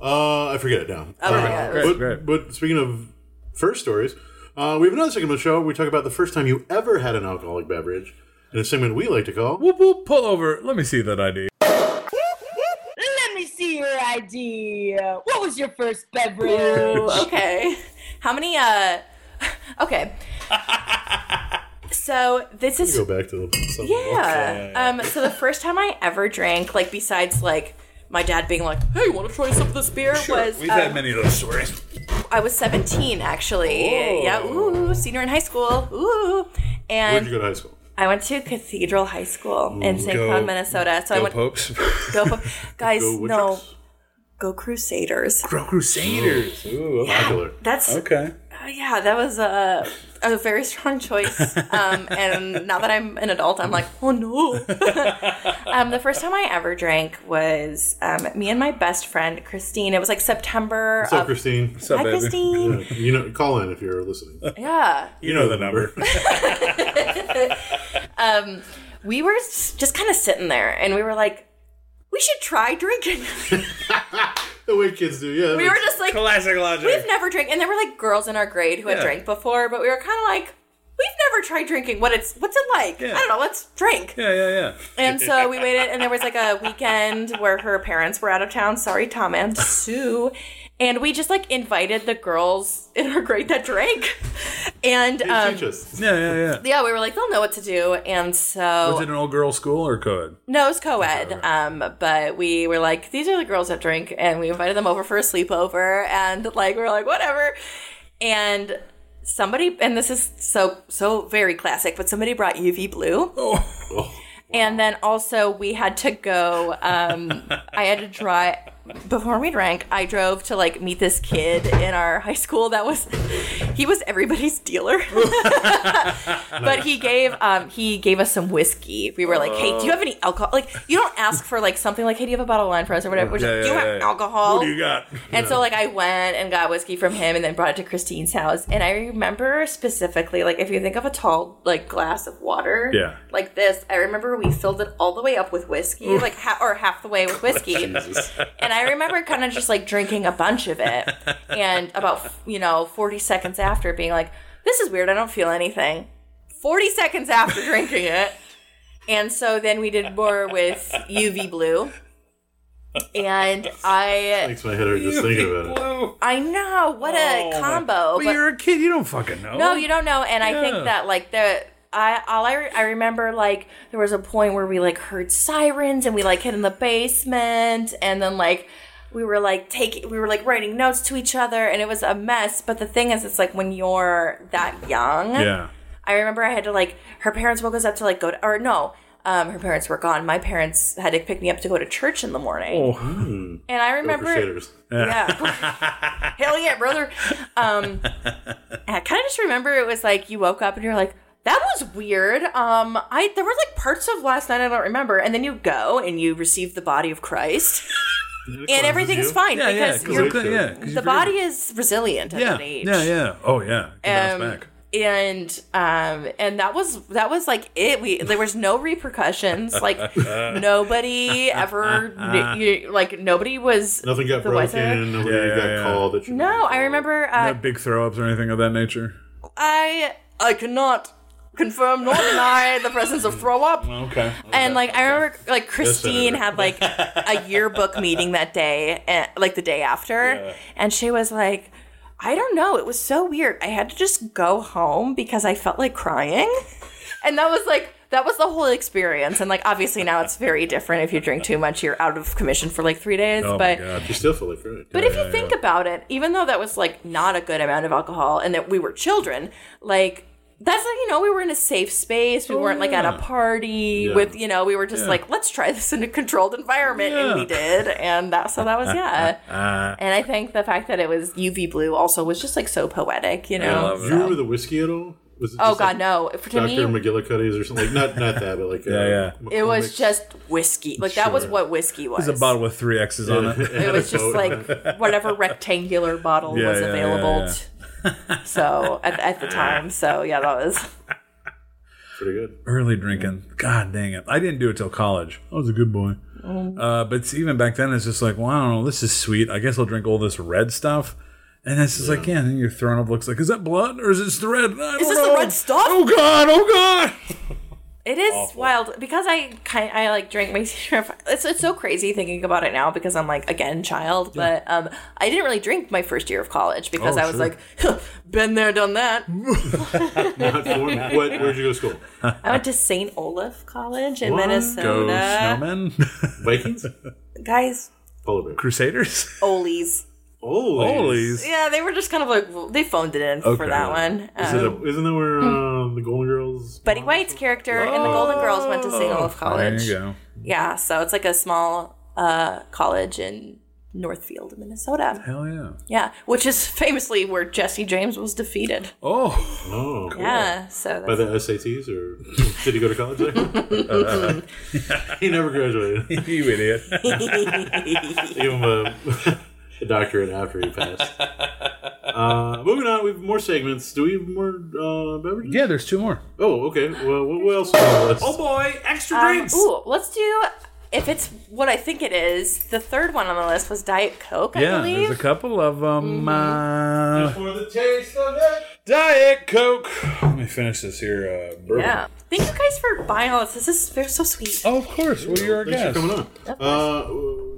A: Uh, I forget it now.
D: Oh,
A: Uh,
D: yeah.
A: but,
B: Great, great.
A: but speaking of first stories, uh, we have another segment of the show where we talk about the first time you ever had an alcoholic beverage, in a segment we like to call
B: Whoop, whoop, pull over. Let me see that ID.
F: Let me see your ID. What was your first beverage?
D: Ooh, okay. How many? Uh, okay. So this is
A: go back to the something
D: Yeah. Um, so the first time I ever drank, like besides like my dad being like, "Hey, want to try some of this beer?" was
B: We've
D: um,
B: had many of those stories.
D: I was 17 actually. Yeah. Ooh, senior in high school. Ooh.
A: Where'd
D: And
A: you go to high school?
D: I went to Cathedral High School in St.
B: Go-
D: Cloud, Minnesota. So I went
B: Popes.
D: go po- guys,
A: Go Woodchucks?
D: no, go Crusaders.
B: Pro Crusaders. Ooh.
A: Popular.
D: That's
B: Okay.
D: uh, yeah, that was a a very strong choice. Um, and now that I'm an adult, I'm like, oh no. um, the first time I ever drank was um, me and my best friend Christine. It was like September.
A: What's up,
D: of-
A: Christine?
B: What's up,
D: Hi,
B: baby?
D: Christine.
A: You know, call in if you're listening.
D: Yeah.
B: You know the number.
D: we were s- just kind of sitting there, and we were like, we should try drinking.
A: the way kids do, yeah.
D: we were just like,
B: Classic
D: We've
B: logic.
D: never drank, and there were like girls in our grade who had
B: Yeah.
D: drank before, but we were kind of like, we've never tried drinking. What it's what's it like?
B: Yeah.
D: I don't know. Let's drink.
B: Yeah, yeah, yeah.
D: And so we waited, and there was like a weekend where her parents were out of town. Sorry, Tom and Sue. And we just like invited the girls in our grade that drank, and
A: Hey,
D: um,
A: teach us.
B: Yeah, yeah, yeah.
D: yeah, we were like, they'll know what to do. And so
B: Was it an old girl school or could?
D: no, it was co-ed. Um, but we were like, these are the girls that drink, and we invited them over for a sleepover, and like we were like, whatever. And somebody, and this is so so very classic, but somebody brought UV blue,
A: Oh,
D: and then also we had to go. Um, I had to drive. before we drank, I drove to like meet this kid in our high school that was he was everybody's dealer. but he gave um he gave us some whiskey. We were like, Hey, do you have any alcohol? Like you don't ask for like something like, Hey, do you have a bottle of wine for us or whatever? Which
B: Yeah,
D: do you
B: yeah,
D: have
B: yeah.
D: alcohol?
B: What do you got?
D: And so like I went and got whiskey from him and then brought it to Christine's house. And I remember specifically, like if you think of a tall like glass of water,
B: Yeah.
D: like this, I remember we filled it all the way up with whiskey, like ha- or half the way with whiskey. and I remember kind of just like drinking a bunch of it, and about you know forty seconds after being like, this is weird, I don't feel anything. Forty seconds after drinking it. And so then we did more with UV blue. And I
A: Makes my head hurt just thinking about it.
B: Blue.
D: I know what a
B: Oh,
D: combo.
B: But,
D: but-
B: you're a kid. You don't fucking know.
D: no, you don't know. And I
B: Yeah.
D: think that like the I all I, re- I remember like there was a point where we like heard sirens and we like hid in the basement and then like we were like taking we were like writing notes to each other and it was a mess. But the thing is, it's like when you're that young,
B: Yeah.
D: I remember I had to like her parents woke us up to like go to or no. Um, her parents were gone. My parents had to pick me up to go to church in the morning,
B: Oh,
D: and I
A: Go
D: remember
A: Crusaders.
D: yeah. Hell yeah, brother. Um, I kind of just remember it was like you woke up and you're like, that was weird. Um, I there were like parts of last night I don't remember, and then you go and you receive the body of Christ, and everything's fine
B: yeah, yeah.
D: because
B: 'cause
D: you're,
B: you're clean, yeah, 'cause you
D: the
B: forget-
D: body is resilient at
B: Yeah.
D: that age. Um,
B: Yeah. Yeah. Oh yeah. It can bounce back.
D: And um and that was that was like it. We there was no repercussions. Like nobody ever kn- you- like nobody was
A: Nothing got
D: the wiser.
A: broken. Nobody
B: Yeah, yeah,
A: got
B: yeah.
A: called. That you
D: No, I remember uh,
B: No big throw ups or anything of that nature.
D: I I cannot confirm nor deny the presence of throw up.
B: Okay.
D: And like I remember, like Christine
A: Senator.
D: had like a yearbook meeting that day, and, like the day after, and she was like, "I don't know, it was so weird. I had to just go home because I felt like crying," and that was like that was the whole experience. And like obviously now it's very different. If you drink too much, you're out of commission for like three days.
B: Oh
D: but
B: my god.
A: You still feel like right.
D: but if you think about it, even though that was like not a good amount of alcohol and that we were children, like that's like, you know, we were in a safe space. We weren't like at
B: Oh, yeah.
D: a party
A: Yeah.
D: with, you know, we were just
B: Yeah.
D: like, let's try this in a controlled environment. And we did. And that, so that was, yeah. and I think the fact that it was UV blue also was just like so poetic, you know?
B: I love
A: Do
B: it.
A: you remember the whiskey at all? Was it
D: Oh,
A: just,
D: God,
A: like,
D: no. For, to
A: Doctor
D: me,
A: McGillicuddy's or something? Like, not not that, but like uh,
B: Yeah,
D: it was
A: McCormick's-
D: just whiskey. Like, that was
A: Sure.
D: what whiskey was.
B: It's a bottle with three X's on it.
D: It was just like whatever rectangular bottle
B: Yeah,
D: was
B: yeah, yeah,
D: available.
B: yeah.
D: t- so at, at the time, so yeah, that was.
A: pretty good.
B: early drinking. God dang it. I didn't do it till college. I was a good boy.
D: Oh.
B: Uh, but it's- even back then, it's just like, well, I don't know. This is sweet. I guess I'll drink all this red stuff. And it's just like, yeah, and then you're throwing up. Looks like, is that blood or is this the red? I
D: Is
B: don't
D: this the
B: know.
D: red stuff?
B: Oh, God. Oh, God.
D: It is wild because I kind I like drank my it's it's so crazy thinking about it now because I'm like again child, but um I didn't really drink my first year of college because
B: Oh,
D: I was
B: sure. Mm.
D: like "Huh, been there done that.
A: Not form- what? Where'd you go to school?
D: I went to St. Olaf College in
A: What?
B: Go
D: Minnesota.
B: snowmen.
A: Vikings?
D: Guys,
A: Polar bear.
B: Crusaders.
D: Olies.
A: Holy.
B: Holies.
D: Yeah, they were just kind of like they phoned it in for
B: Okay.
D: that one.
A: Is
D: Um,
A: it a, isn't that where um, the Golden Girls?
D: Betty White's character in The Golden Girls went to St. Olaf
B: Oh, There
D: College.
B: you go.
D: Yeah, so it's like a small uh, college in Northfield, Minnesota.
B: Hell yeah.
D: Yeah, which is famously where Jesse James was defeated.
B: Oh,
A: Oh, cool.
D: Yeah, so
A: By
D: that's,
A: the SATs, or did he go to college there? he never graduated.
B: you idiot.
A: They gave him a, a doctorate after he passed. Uh, moving on, we have more segments. Do we have more uh, beverages?
B: yeah, there's two more.
A: Oh, okay. Well, what, what else? is on the list?
G: Oh boy, extra
D: um,
G: drinks.
D: ooh, let's do if it's what I think it is. The third one on the list was Diet Coke, I
B: Yeah,
D: believe. Mm-hmm.
B: there's a couple of them. Uh,
A: For the taste of it.
B: Diet Coke. Let me finish this here. Uh, bourbon.
D: yeah. Thank you guys for buying all this. This is they're so sweet.
B: Oh, of course. Well, you're our
A: Thanks
B: guest.
A: for coming on. Uh,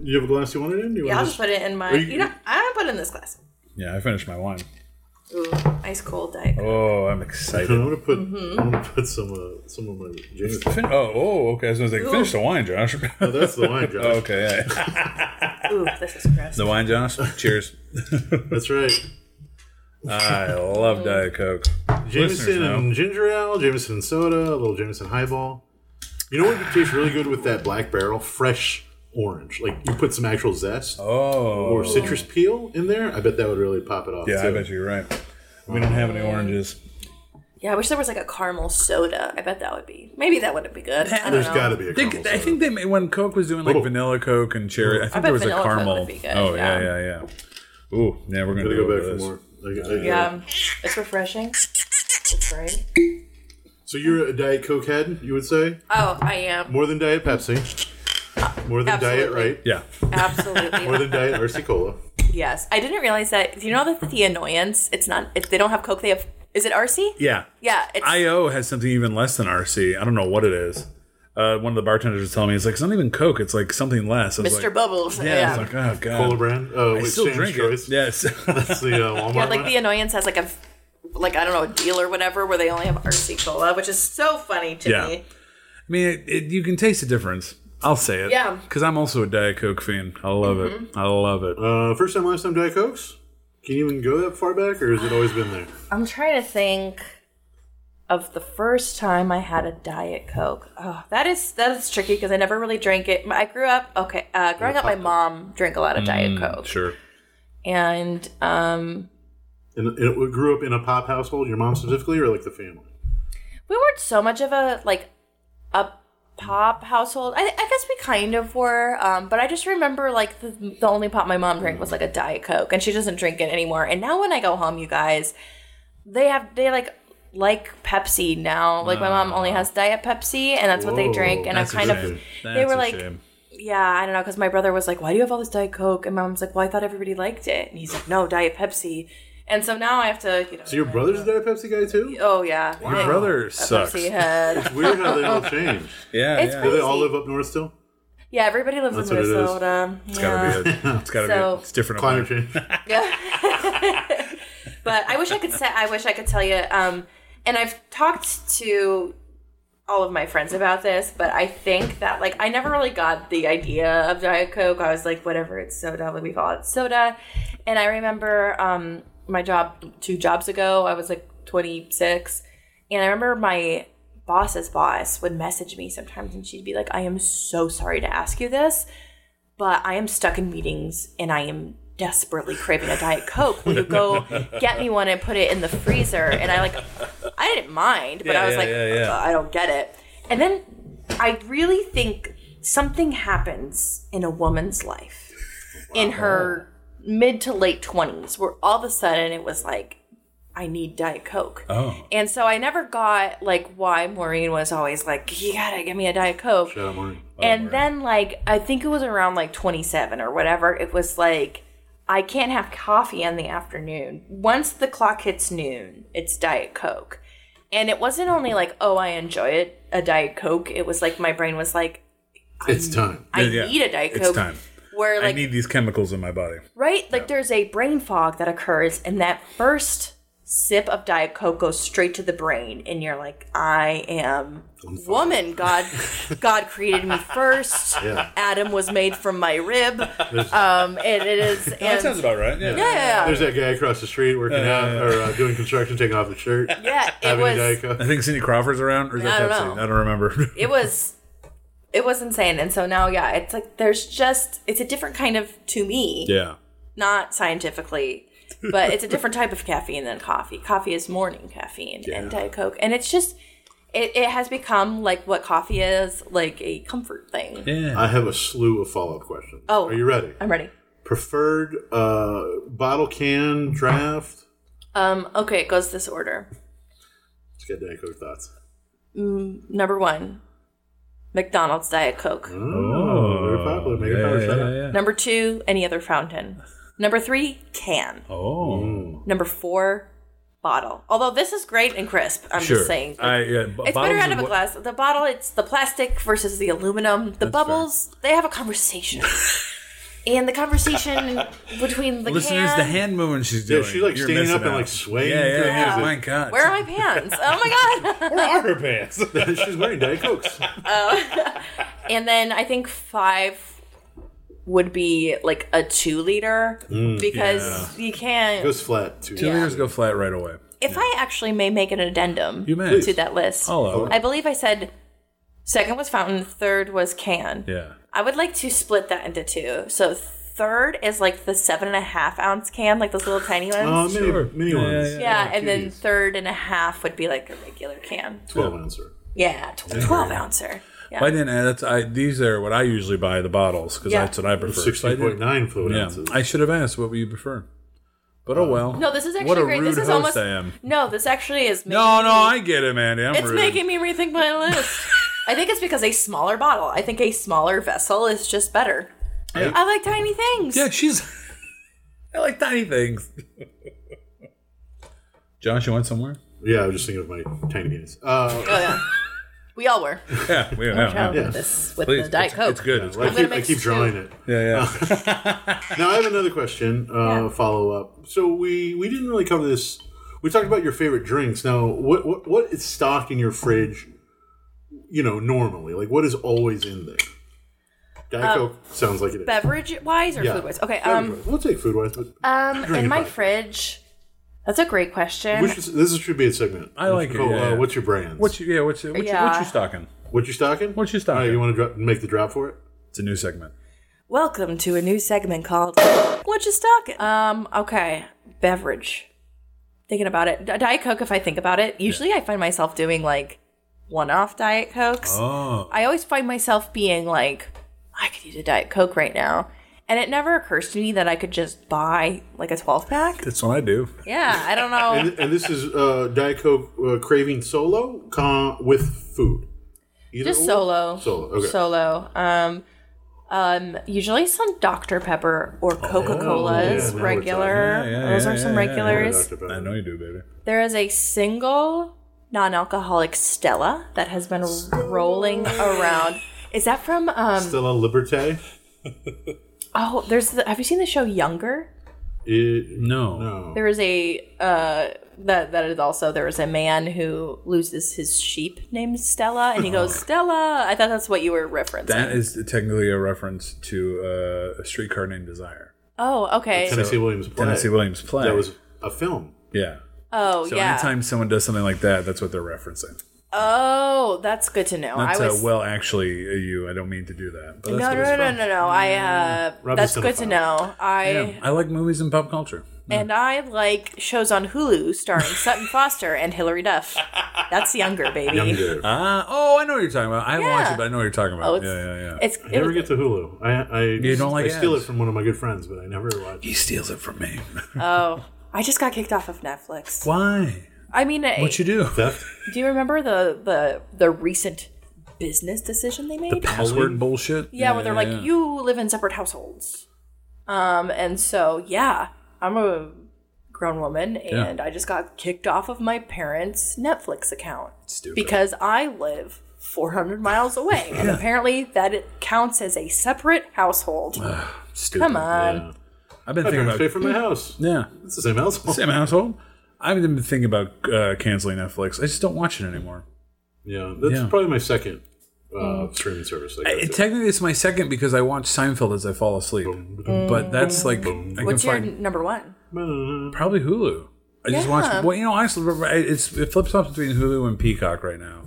A: you have a glass you want it in? You
D: Yeah, I'll
A: want
D: just put it in my.
A: Are you-
D: You know, I'm gonna put it in this glass.
B: Yeah, I finished my wine.
D: Ooh, ice cold Diet. Coke.
B: Oh, I'm
A: I'm
B: excited.
A: gonna put.
D: Mm-hmm.
A: I'm gonna put some. Uh, some of my Jameson.
B: Fin- oh, oh, okay. I was gonna say, finish the wine, Josh.
A: Oh, that's the wine, Josh.
B: okay, yeah.
D: Ooh, this is gross.
B: the wine, Josh. Cheers.
A: That's right.
B: I love Diet Coke. Listeners
A: Jameson
B: know.
A: and ginger ale, Jameson and soda, a little Jameson highball. You know what would taste really good with that black barrel? Fresh orange. Like you put some actual zest
B: Oh.
A: or citrus peel in there. I bet that would really pop it off.
B: Yeah, I
A: too.
B: bet you're right. We don't have any oranges.
D: Yeah, I wish there was like a caramel soda. I bet that would be. Maybe that wouldn't be good. I don't
A: There's
D: know.
A: got to be a
B: They,
A: caramel
B: I
A: soda.
B: think they made, when Coke was doing like
A: Oh.
B: vanilla Coke and cherry. I think
D: bet
B: there was a
D: vanilla Coke would
B: caramel.
D: be good,
B: oh yeah,
D: yeah.
B: yeah, yeah. Ooh, yeah, we're gonna
A: Gotta
B: go,
A: go back
B: over
A: for
B: this.
A: more. I- I-
D: Yeah, it's refreshing. It's great.
A: So you're a Diet Coke head, you would say?
D: Oh, I am
A: More than Diet Pepsi. More than Diet
D: Absolutely.
A: Right.
B: Yeah,
A: More
D: absolutely
A: than Diet RC Cola.
D: yes. I didn't realize that. Do you know that the annoyance? It's not. If they don't have Coke, they have. Is it RC?
B: yeah.
D: Yeah, it's
B: IO has something even less than RC. I don't know what it is. Uh, one of the bartenders was telling me it's like it's not even Coke. It's like something less. I was
D: Mr.
B: Like,
D: Bubbles.
B: yeah, I was like, oh god.
A: Cola brand. Oh,
B: I
A: with
B: still
A: Sam's
B: drink
A: Choice.
B: it. Yes.
A: That's the uh, Walmart
D: Yeah,
A: one.
D: like the annoyance has like a, like I don't know, a deal or whatever where they only have RC cola, which is so funny to
B: Yeah.
D: me.
B: I mean, it, it, you can taste the difference. I'll say it.
D: Yeah. Mm-hmm.
B: Because I'm also a Diet Coke fan. I love it. I love it.
A: Uh, first time, last time Diet Cokes? Can you even go that far back, or has it always been there?
D: I'm trying to think of the first time I had a diet coke. Oh, that is that is tricky because I never really drank it. I grew up okay. Uh, growing up, my mom drank a lot of diet coke,
B: Mm, Sure.
D: and um,
A: And and it grew up in a pop household, your mom specifically, or like the family?
D: we weren't so much of a like a pop household. I, I guess we kind of were, um, but I just remember like the, the only pop my mom drank was like a diet coke, and she doesn't drink it anymore. And now when I go home, you guys, they have they like like Pepsi now. Like my mom only has diet Pepsi, and that's what they
A: Whoa,
D: drink. And I'm
B: Ah. That's a
D: kind of
B: shame.
D: they
B: That's
D: were
B: a
D: like.
B: shame.
D: Yeah, I don't know, because my brother was like, "Why do you have all this Diet Coke?" And my mom's like, "Well, I thought everybody liked it." And he's like, "No, Diet Pepsi." And so now I have to, you know.
A: So your brother's a Diet Pepsi guy, too?
D: oh yeah,
B: Your brother sucks.
D: Pepsi head.
A: It's weird how they all change.
B: Yeah,
D: It's
B: yeah.
A: Do
D: pretty-
A: they all live up north still?
D: Yeah, everybody lives
A: That's
D: in
A: what it is.
D: Minnesota.
B: It's
D: yeah.
B: gotta be. A, it's gotta
D: So-
B: be. It's different.
A: Climate change.
D: but I wish I could say I wish I could tell you. Um, and I've talked to all of my friends about this, but I think that like I never really got the idea of Diet Coke. I was like, whatever, it's soda. What we call it, soda. And I remember um, my job two jobs ago. I was like 26, and I remember my boss's boss would message me sometimes, and she'd be like, "I am so sorry to ask you this." but I am stuck in meetings and I am desperately craving a diet coke. Will you go get me one and put it in the freezer? And I like, I didn't mind, but
B: Yeah,
D: I was
B: yeah,
D: like,
B: yeah, yeah.
D: "Uh, I don't get it. And then I really think something happens in a woman's life in
B: Uh-huh.
D: her mid to late twenties where all of a sudden it was like, I need diet coke.
B: Oh.
D: And so I never got like why Maureen was always like, you gotta give me a diet coke
A: Shout out, Maureen.
D: and then like i think it was around like 27 or whatever it was like i can't have coffee in the afternoon once the clock hits noon it's diet coke and it wasn't only like oh i enjoy it a diet coke it was like my brain was like
A: It's time.
D: i
B: Yeah, yeah.
D: need a diet
B: It's
D: coke
B: time.
D: where
B: I
D: like
B: need these chemicals in my body.
D: right like there's a brain fog that occurs and that first sip of diet coke goes straight to the brain and you're like i am woman god god created me first
A: Yeah.
D: adam was made from my rib um and it is
B: That
D: and
B: sounds about right. Yeah.
D: yeah
A: There's that guy across the street working
B: yeah,
A: out
B: yeah.
A: or uh, doing construction, taking off the shirt.
D: yeah it
A: having a
D: was
A: Diet Coke.
B: I think Cindy Crawford's around, or is that
D: I don't
B: Pepsi?
D: know.
B: I don't remember.
D: it was it was insane and so now yeah it's like there's just it's a different kind of to me
B: yeah.
D: not scientifically, but it's a different type of caffeine than coffee. Coffee is morning caffeine and Diet Coke. And it's just, it, it has become like what coffee is, like a comfort thing.
B: Yeah.
A: I have a slew of follow up questions.
D: Oh.
A: Are you ready?
D: I'm ready.
A: Preferred uh, bottle can draft?
D: Um, okay, it goes this order.
A: Let's get Diet Coke thoughts.
D: Mm, Number one, McDonald's Diet Coke.
B: Mm.
A: Oh, very popular. Make a power
B: yeah,
A: shot.
B: yeah, yeah.
D: Number two, any other fountain. Number three, can.
B: Oh.
D: Number four, bottle. Although this is great and crisp. I'm
B: Sure.
D: just saying.
B: I, yeah, b-
D: It's better
B: bottles
D: out of a
B: wa-
D: glass. The bottle, it's the plastic versus the aluminum. The bubbles, they have a conversation. and the conversation between the
B: Listeners,
D: can,
B: the hand movement she's
A: Yeah,
B: doing.
A: she's, like,
B: You're
A: standing
B: missing
A: up and,
B: out.
A: like, swaying
B: Yeah,
A: to
B: yeah,
A: the
B: yeah.
A: music.
B: My God.
D: Where are my pants? Oh my god!
B: Where are her pants?
A: She's wearing Diet Cokes.
D: and then I think five would be like a two liter
B: Mm,
D: because you can't.
A: Goes flat too.
B: Two liters go flat right away.
D: if I actually may make an addendum
B: You may. Oh, uh,
D: to that list,
B: All of it.
D: I believe I said second was fountain, third was can.
B: Yeah.
D: I would like to split that into two. So third is like the seven and a half ounce can, like those little tiny ones.
A: Uh, mini,
B: Sure.
A: mini
B: Yeah,
A: ones.
B: Oh, yeah,
D: yeah, and then
A: cuties.
D: third and a half would be like a regular can.
A: 12 ouncer.
D: Yeah, tw- twelve ouncer. Yeah.
B: I didn't. add- That's I. These are what I usually buy the bottles because
D: Yeah.
B: that's what I prefer. So I didn't-
A: 16.9 fluid
B: Yeah,
A: ounces.
B: I should have asked what would you prefer, but oh well.
D: No, this is actually
B: what a
D: great.
B: rude
D: this is
B: host
D: almost
B: I am.
D: no. This actually is making
B: No, no,
D: me-
B: I get it, Andy. I'm
D: it's
B: rude.
D: making me rethink my list. I think it's because a smaller bottle. I think a smaller vessel is just better. I like tiny things.
B: yeah, she's. I like tiny things. Josh, you went somewhere?
A: yeah, I was just thinking of my tiny penis. Uh,
D: Oh, yeah. We all were.
B: Yeah, we yeah, yeah.
D: Out with this with
B: Please,
D: the Diet
B: it's,
D: Coke.
B: it's good. It's
A: I
B: good.
A: keep, I
D: make
A: keep
D: stew.
A: drawing it.
B: Yeah, yeah.
A: Now I have another question, uh, follow up. So we we didn't really cover this. We talked about your favorite drinks. Now, what what, what is stocked in your fridge? You know, normally, like what is always in there? Diet Coke sounds like it is.
D: Beverage wise or
A: Yeah.
D: food wise? Okay.
A: Beverage
D: Uh, Um.
A: wise. we'll take food wise, but
D: Um.
A: Drink
D: In my
A: wise.
D: fridge. That's a great question.
A: we should, this should be a segment.
B: I like it,
A: Cool.
B: yeah,
A: uh,
B: yeah.
A: What's your brand?
B: What's your, yeah? What's your, what's, your, what's
D: Yeah.
B: your stocking?
A: what you stocking?
B: What's your
A: All right,
B: stocking?
A: you want to drop, make the drop for it?
B: It's a new segment.
D: Welcome to a new segment called What You Stocking? Um, okay. Beverage. Thinking about it. D- Diet Coke, if I think about it, usually I find myself doing like one off Diet Cokes.
B: Oh,
D: I always find myself being like, I could use a Diet Coke right now. And it never occurs to me that I could just buy like a 12 pack.
B: that's what I do.
D: Yeah, I don't know.
A: And, and this is uh, Diet Coke uh, craving solo con- with food. Either
D: Just
A: or?
D: solo.
A: Solo. Okay.
D: Solo. Um, um, usually some Dr. Pepper or
A: Oh,
D: Coca
A: yeah,
D: Cola's
A: now we're
D: regular.
B: talking. Yeah, yeah,
D: Those
B: yeah,
D: are some
B: yeah, yeah.
D: regulars.
A: Dr. Pepper.
B: I know you do, baby.
D: There is a single non alcoholic Stella that has been rolling around. Is that from um
A: Stella Liberté.
D: oh there's the, have you seen the show Younger?
A: It,
B: No.
A: no.
D: There is a uh that that is also there is a man who loses his sheep named Stella and he
A: Oh.
D: goes, Stella I thought that's what you were referencing.
B: That is technically a reference to uh, a streetcar named Desire.
D: oh, okay.
A: Tennessee Williams play.
B: Tennessee Williams play.
A: That was a film.
B: yeah.
D: Oh
B: So
D: yeah.
B: anytime someone does something like that, that's what they're referencing.
D: oh, that's good to know. I
B: That's
D: was
B: uh, well, actually, uh, you. I don't mean to do that. But
D: no,
B: that's
D: no,
B: what it's
D: no, no,
B: from. Mm,
D: no, no. I uh,
A: Rob
D: that's
A: the
D: good to
A: cinephile.
D: know. I
B: Yeah, I like movies and pop culture.
D: And I like shows on Hulu starring Sutton Foster and Hilary Duff. That's younger, baby.
A: Younger.
B: Ah, oh, I know what you're talking about. I haven't watched
D: Yeah.
B: it, but I know what you're talking about.
D: Oh, it's,
B: yeah, yeah, yeah.
D: it's
A: I
D: it
A: never
D: was-
A: get to Hulu. I, I
B: You don't like
A: I steal
B: ads.
A: it from one of my good friends, but I never watch.
B: he
A: it.
B: steals it from me.
D: oh, I just got kicked off of Netflix.
B: Why?
D: I mean, eh,
B: What you do?
A: Theft.
D: do you remember the the the recent business decision they made?
B: Password bullshit.
D: yeah, where they're like,
B: yeah.
D: you live in separate households. Um, and so yeah, I'm a grown woman, and I just got kicked off of my parents' Netflix account.
B: Stupid.
D: because I live 400 miles away, and apparently that it counts as a separate household.
B: Stupid.
D: Come on.
A: yeah.
B: I've been
A: My
B: Oh. thinking
A: parents
B: about.
A: pay for my house.
B: yeah.
A: It's the same household.
B: Same household. I've been thinking about uh, canceling Netflix. I just don't watch it anymore.
A: Yeah, that's
B: Yeah.
A: probably my second
D: Mm.
A: uh, streaming service. I
B: I-
A: go to.
B: technically, it's my second because I watch Seinfeld as I fall asleep. But that's like I
D: What's
B: can
D: your
B: find
D: n- number one?
B: probably Hulu. I just
D: Yeah.
B: watch. Well, you know, honestly, I- it's it flips off between Hulu and Peacock right now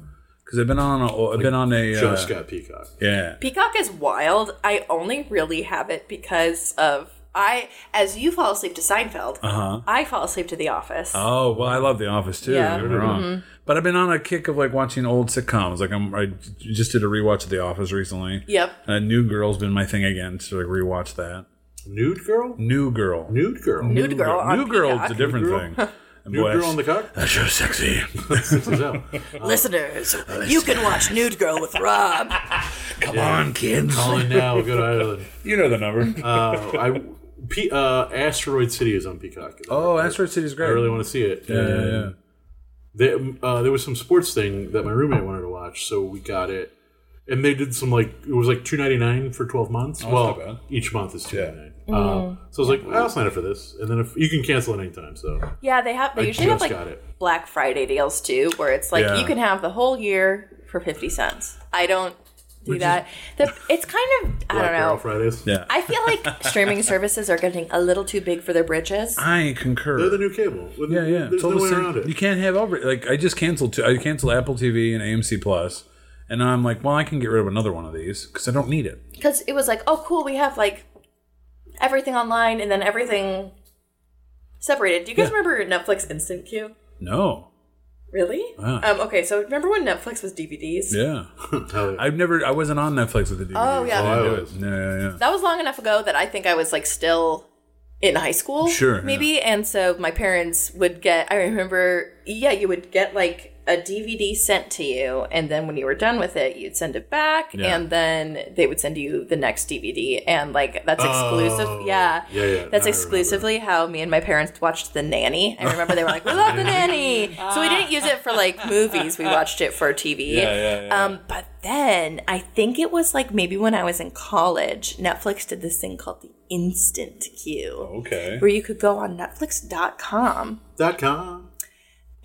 B: because I've been on. A, I've been on a.
A: John
B: Uh,
A: Scott Peacock.
B: yeah.
D: Peacock is wild. I only really have it because of I. As you fall asleep to Seinfeld, I fall asleep to The Office.
B: Uh-huh. Oh well, I love The Office too.
D: Yeah. Mm-hmm.
B: Don't get me wrong. But I've been on a kick of like watching old sitcoms. Like I'm, I j- just did a rewatch of The Office recently.
D: Yep.
B: Uh, New Girl's been my thing again, so like rewatch that.
A: Nude girl.
B: New Girl.
A: Nude girl.
D: Nude girl. on
B: New Girl's a
D: Peacock.
B: different
A: Girl?
B: thing. And
A: Nude
B: boy,
A: girl on the cock.
B: That show's sexy.
A: This is out.
D: Listeners, you can watch Nude Girl with Rob.
B: Come on, kids.
A: Call in now. We'll go to Ireland.
B: You know the number.
A: Uh, I, P, uh, Asteroid City is on Peacock.
B: oh, Asteroid City's
A: I
B: great.
A: really want to see it.
B: yeah, yeah, yeah.
A: There, uh, there was some sports thing that my roommate wanted to watch, so we got it. And they did some like it was like two ninety nine for twelve months.
B: Oh, that's
A: well,
B: not bad.
A: each month is two ninety nine.
D: Mm-hmm.
A: Uh, so I was like, I'll sign up for this, and then if you can cancel at any time. So
D: Yeah, they have. They
A: I
D: usually have
A: just
D: like
A: got it.
D: Black Friday deals too, where it's like
B: Yeah.
D: you can have the whole year for fifty cents. I don't do that. The, it's kind of I
A: Black
D: don't
A: Barrel
D: know.
A: Fridays.
B: Yeah.
D: I feel like streaming services are getting a little too big for their britches.
B: I concur.
A: they're the new cable.
B: yeah, yeah.
A: There's
B: It's all
A: no
B: the
A: way
B: same-
A: around it.
B: You can't have every like. I just canceled. Two, I canceled Apple TV and AMC Plus, and I'm like, well, I can get rid of another one of these because I don't need it.
D: because it was like, oh, cool, we have like everything online and then everything separated. Do you guys
B: Yeah.
D: remember Netflix Instant Queue?
B: No.
D: Really?
B: Wow.
D: Um, okay, so remember when Netflix was DVDs?
B: Yeah.
A: Hell yeah.
B: I've never. I wasn't on Netflix with the DVD.
D: Oh, yeah.
B: I didn't
A: Oh, I
B: do it.
A: was.
B: Yeah, yeah, yeah.
D: That was long enough ago that I think I was like still in high school.
B: Sure, yeah.
D: Maybe. And so my parents would get, I remember, yeah, you would get like a DVD sent to you. And then when you were done with it, you'd send it back.
B: Yeah.
D: And then they would send you the next DVD. And like that's exclusive.
A: Oh,
D: yeah.
A: yeah, yeah.
D: That's
A: I remember.
D: exclusively how me and my parents watched The Nanny. I remember they were like, we love The Nanny. So we didn't use it for like movies, we watched it for TV.
B: Yeah, yeah, yeah.
D: Um, but then I think it was like maybe when I was in college, Netflix did this thing called the instant queue,
B: Okay.
D: where you could go on Netflix.com
A: Dot com.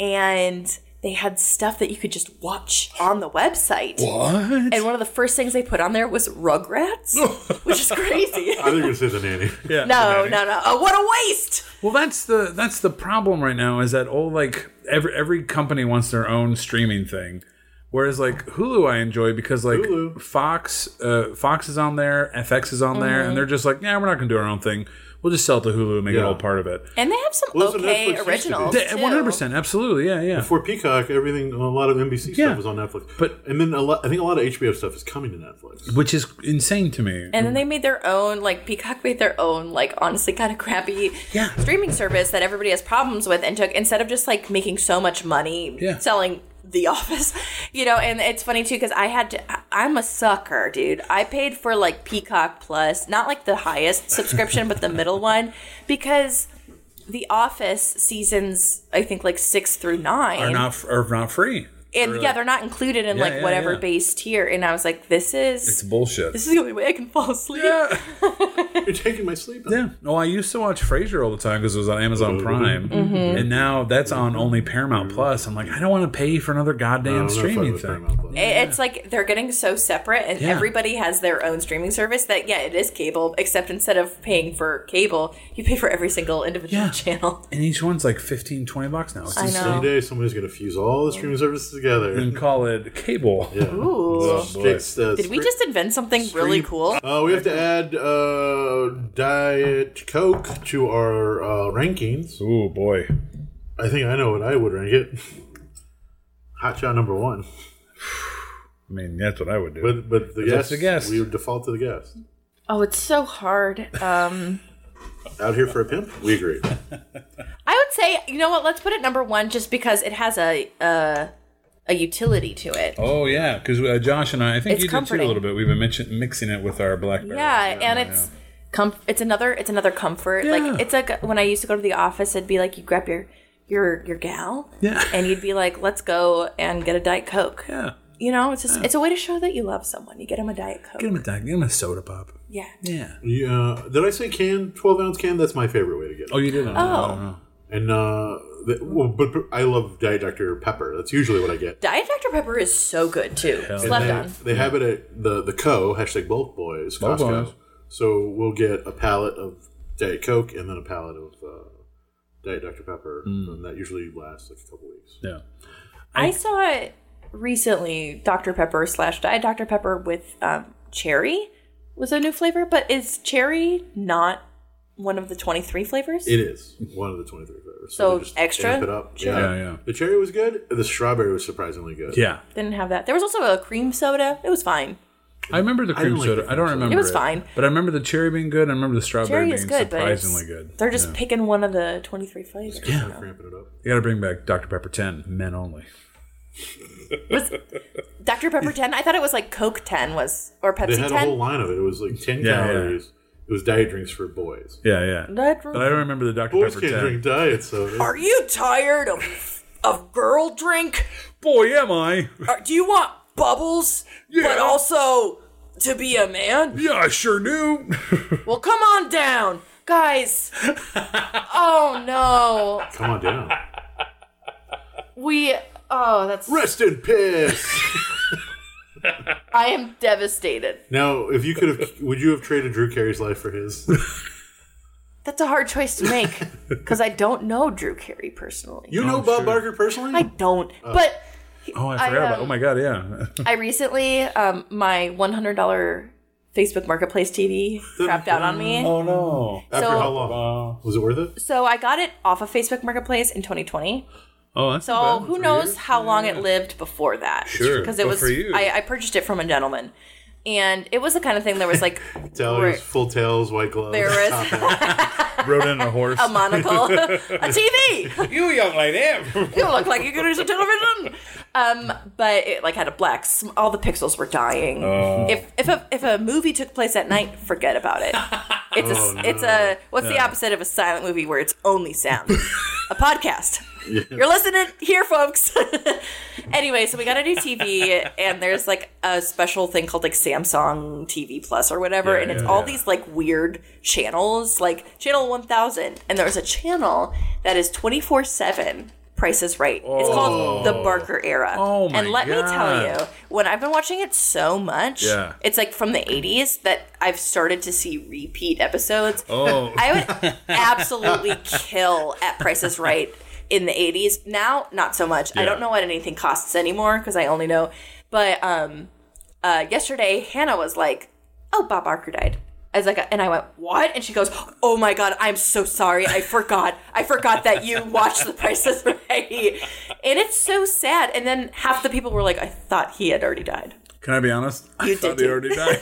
D: and they had stuff that you could just watch on the website.
B: What?
D: And one of the first things they put on there was Rugrats, which is crazy.
A: I think you're gonna say the nanny.
B: Yeah.
D: No, no, no. Oh, what a waste!
B: Well, that's the that's the problem right now is that all like every every company wants their own streaming thing. Whereas like Hulu, I enjoy because like
A: Hulu.
B: Fox, uh, Fox is on there, FX is on there, and they're just like, yeah, we're not gonna do our own thing. We'll just sell it to Hulu and make it
A: Yeah.
B: all part of it.
D: And they have some
A: Well, that's what Netflix
D: okay
A: used to be.
D: originals.
A: They-
D: Oh, too.
B: One hundred percent, absolutely, yeah, yeah.
A: Before Peacock, everything a lot of NBC
B: Yeah.
A: stuff was on Netflix.
B: But-
A: and then a lot, I think a lot of HBO stuff is coming to Netflix.
B: Which is insane to me.
D: And then they made their own, like Peacock made their own, like honestly kind of crappy
B: Yeah.
D: streaming service that everybody has problems with, and took instead of just like making so much money
B: Yeah.
D: selling The Office, you know. And it's funny too because I had to, I- I'm a sucker, dude. I paid for like Peacock Plus, not like the highest subscription, but the middle one, because The Office seasons, I think like six through nine
B: are not are not free.
D: and yeah, they're not included in
B: Yeah,
D: like
B: yeah,
D: whatever
B: yeah.
D: base tier. And I was like, this is
B: It's bullshit.
D: this is the only way I can fall asleep.
B: yeah.
A: You're taking my sleep.
B: Yeah. Well, I used to watch Frasier all the time because it was on Amazon Prime,
D: Mm-hmm.
B: and now that's on only Paramount Plus. I'm like, I don't want to pay for another
A: I don't
B: goddamn
A: know if I
B: streaming
A: would
B: thing.
A: Paramount Plus.
D: It- It's like they're getting so separate, and
B: Yeah.
D: everybody has their own streaming service. That yeah, it is cable, except instead of paying for cable, you pay for every single individual
B: Yeah.
D: channel.
B: And each one's like 15, 20 bucks now. It's
D: I
B: just,
D: know.
A: Someday somebody's gonna fuse all the streaming services together.
B: and call it cable.
A: Yeah.
D: Ooh.
A: Straight- uh,
D: Did we
A: straight-
D: just invent something really cool?
A: Uh, we have to add uh, Diet Coke to our uh, rankings.
B: Ooh boy.
A: I think I know what I would rank it. Hot shot number one,
B: I mean, that's what I would do.
A: but but the
B: That's
A: guess,
B: the guess.
A: we would default to the guess.
D: Oh, it's so hard. Um,
A: Out here for a pimp, we agree.
D: I would say you know what? Let's put it number one, just because it has a a, a utility to it.
B: oh yeah, because uh, Josh and I, I think
D: It's
B: you did too
D: comforting.
B: a little bit. We've been mention- mixing it with our BlackBerry.
D: yeah, and it's com- it's another it's another comfort.
B: Yeah.
D: Like it's like when I used to go to the office, it'd be like you grab your your your gal,
B: Yeah.
D: and you'd be like, let's go and get a diet coke.
B: yeah.
D: You know, it's just it's a way to show that you love someone. You get them a diet coke.
B: Get him a di- get him a soda pop.
D: yeah.
B: Yeah.
A: yeah, did I say can twelve ounce can? That's my favorite way to get it.
B: Oh, you did. Oh.
A: And uh, the, well, but, but I love Diet Dr Pepper. That's usually what I get.
D: Diet Dr Pepper is so good too.
A: And
D: Slept
A: they,
D: on.
A: they have it at the the Co hashtag Bulk Boys
B: Bulk
A: Costco.
B: Boys.
A: So we'll get a pallet of Diet Coke and then a pallet of uh, Diet Dr Pepper,
B: Hmm.
A: and that usually lasts like a couple weeks.
B: Yeah.
D: I saw it recently. Dr Pepper slash Diet Dr Pepper with um, cherry was a new flavor, but is cherry not one of the twenty three flavors?
A: It is one of the twenty three flavors.
D: So
A: they just
D: extra
A: amp it up.
D: cherry?
B: Yeah, yeah.
A: The cherry was good. The strawberry was surprisingly good.
B: Yeah.
D: Didn't have that. There was also a cream soda. It was fine.
B: I remember the
A: I
B: cream
A: didn't like
B: soda.
A: the
B: I don't
A: cream soda.
B: remember.
D: It was fine.
B: But I remember the cherry being good. I remember the strawberry
D: Cherry
B: Oh, being
D: is good, but it's-
B: surprisingly good.
D: They're just picking one of the 23 flavors.
A: Just kinda cramping it up.
B: You got to bring back Dr Pepper 10, men only.
D: Was Dr Pepper 10? I thought it was like Coke 10 was or
A: They
D: Pepsi
A: had a whole
D: 10.
A: line of it. It was like ten
B: Yeah, yeah.
A: calories. It was diet drinks for boys.
B: Yeah, yeah.
D: That-
B: But I don't remember the Dr
A: Boys
B: Pepper
A: can't
B: 10.
A: drink diet soda.
D: Are you tired of of girl drink?
B: Boy, am I!
D: Are- do you want bubbles
B: Yeah.
D: but also to be a man?
B: Yeah, I sure do.
D: Well, come on down, guys. oh no.
A: Come on down.
D: We oh, that's
A: Rest in piss.
D: I am devastated.
A: Now, if you could have, would you have traded Drew Carey's life for his?
D: That's a hard choice to make cuz I don't know Drew Carey personally.
A: You know Bob Barker personally?
D: I don't. but
B: oh, I forgot about.
D: um,
B: Oh my god, yeah.
D: I recently, um, my one hundred dollar Facebook Marketplace TV crapped out on me.
B: Oh no.
A: After
D: So-
A: how long?
B: Wow.
A: Was it worth it?
D: So I got it off of Facebook Marketplace in 2020.
B: Oh, that's not
D: So
B: bad.
D: who
B: Three
D: knows
B: years?
D: how long
B: Yeah.
D: it lived before that?
B: Sure.
D: because it
B: Good
D: was
B: for you.
D: I, I purchased it from a gentleman, and it was the kind of thing that was like
A: Tell
D: where-
A: it was full tails, white gloves.
D: There was-
A: top hat.
B: Rode in a horse.
D: a monocle, a TV.
B: you young lady.
D: You look like you could use a television. Um, but it like had a black. sm- All the pixels were dying. If if a if a movie took place at night, forget about it. It's a
B: Oh,
D: it's a what's the opposite of a silent movie where it's only sound? a podcast. You're listening here, folks. anyway, so we got a new TV, and there's like a special thing called like Samsung TV Plus or whatever,
B: Yeah,
D: and it's
B: yeah,
D: all
B: yeah.
D: these like weird channels, like channel 1000, and there's a channel that is 24 seven. Price is Right. It's called the Barker Era.
B: Oh my
D: And let me
B: God.
D: tell you, when I've been watching it so much,
B: Yeah.
D: it's like from the 80s that I've started to see repeat episodes.
B: Oh.
D: I would absolutely kill at Prices Right in the 80s. Now, not so much. I
B: Yeah.
D: don't know what anything costs anymore because I only know. But um, uh, yesterday, Hannah was like, "Oh, Bob Barker died." I was like, and I went, "What?" And she goes, "Oh my god, I'm so sorry. I forgot. I forgot that you watched The Price is Right." And it's so sad. And then half the people were like, "I thought he had already died.
B: Can I be honest? I
D: You
B: thought
D: did
B: he already died.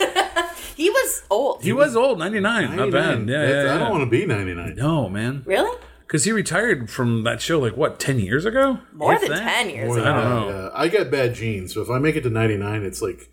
D: He was old.
B: He was old, 99. Not bad.
A: 99.
B: Yeah,
A: That's-
B: yeah, yeah.
A: I don't want to be 99.
B: No, man.
D: really
B: Because he retired from that show like, what, 10 years ago?
D: more
B: If
D: than
B: that?
D: ten years
A: More than
D: ago."
B: I don't
A: that,
B: know.
A: yeah. I got bad genes, so if I make it to 99, it's like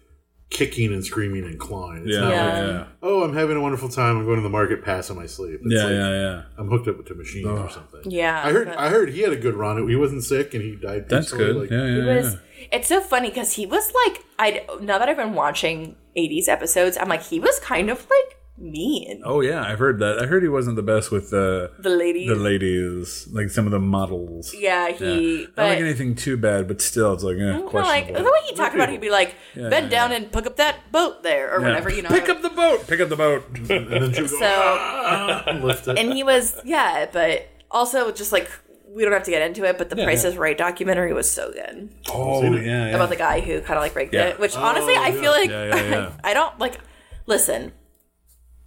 A: kicking and screaming and clawing. It's
B: Yeah,
A: not
B: yeah,
A: like,
B: yeah.
A: oh, I'm having a wonderful time. I'm going to the market, pass on my sleep. It's
B: Yeah,
A: like,
B: yeah, yeah.
A: I'm hooked up to machines or something.
D: Yeah,
A: I heard.
D: but-
A: I heard he had a good run. He wasn't sick, and he died.
B: That's
A: peacefully,
B: good.
A: like-
B: yeah, yeah,
D: He
B: yeah.
D: was. It's so funny because he was like, I now that I've been watching '80s episodes, I'm like, he was kind of like mean.
B: Oh, yeah. I've heard that. I heard he wasn't the best with uh,
D: The lady,
B: the ladies, like some of the models.
D: yeah, he.
B: Not like
D: But
B: anything too bad, but still, it's like, eh,
D: you know, like the
B: questionable.
D: way he talked about, it, he'd be like, "Bend down and pick up that boat there" or
B: Yeah.
D: whatever, you know.
B: Pick up the boat. Pick up the boat.
A: And then she would go,
D: so,
A: and lift it.
D: and he was, yeah, but also just like we don't have to get into it, but the Price
B: yeah.
D: is Right documentary was so good.
B: oh,
A: Seen
B: yeah,
A: it?
B: yeah.
D: about the guy who kind of like raped
B: Yeah. Oh,
D: it. Which honestly, I
A: yeah.
D: feel like
B: Yeah, yeah, yeah.
D: I don't like. Listen,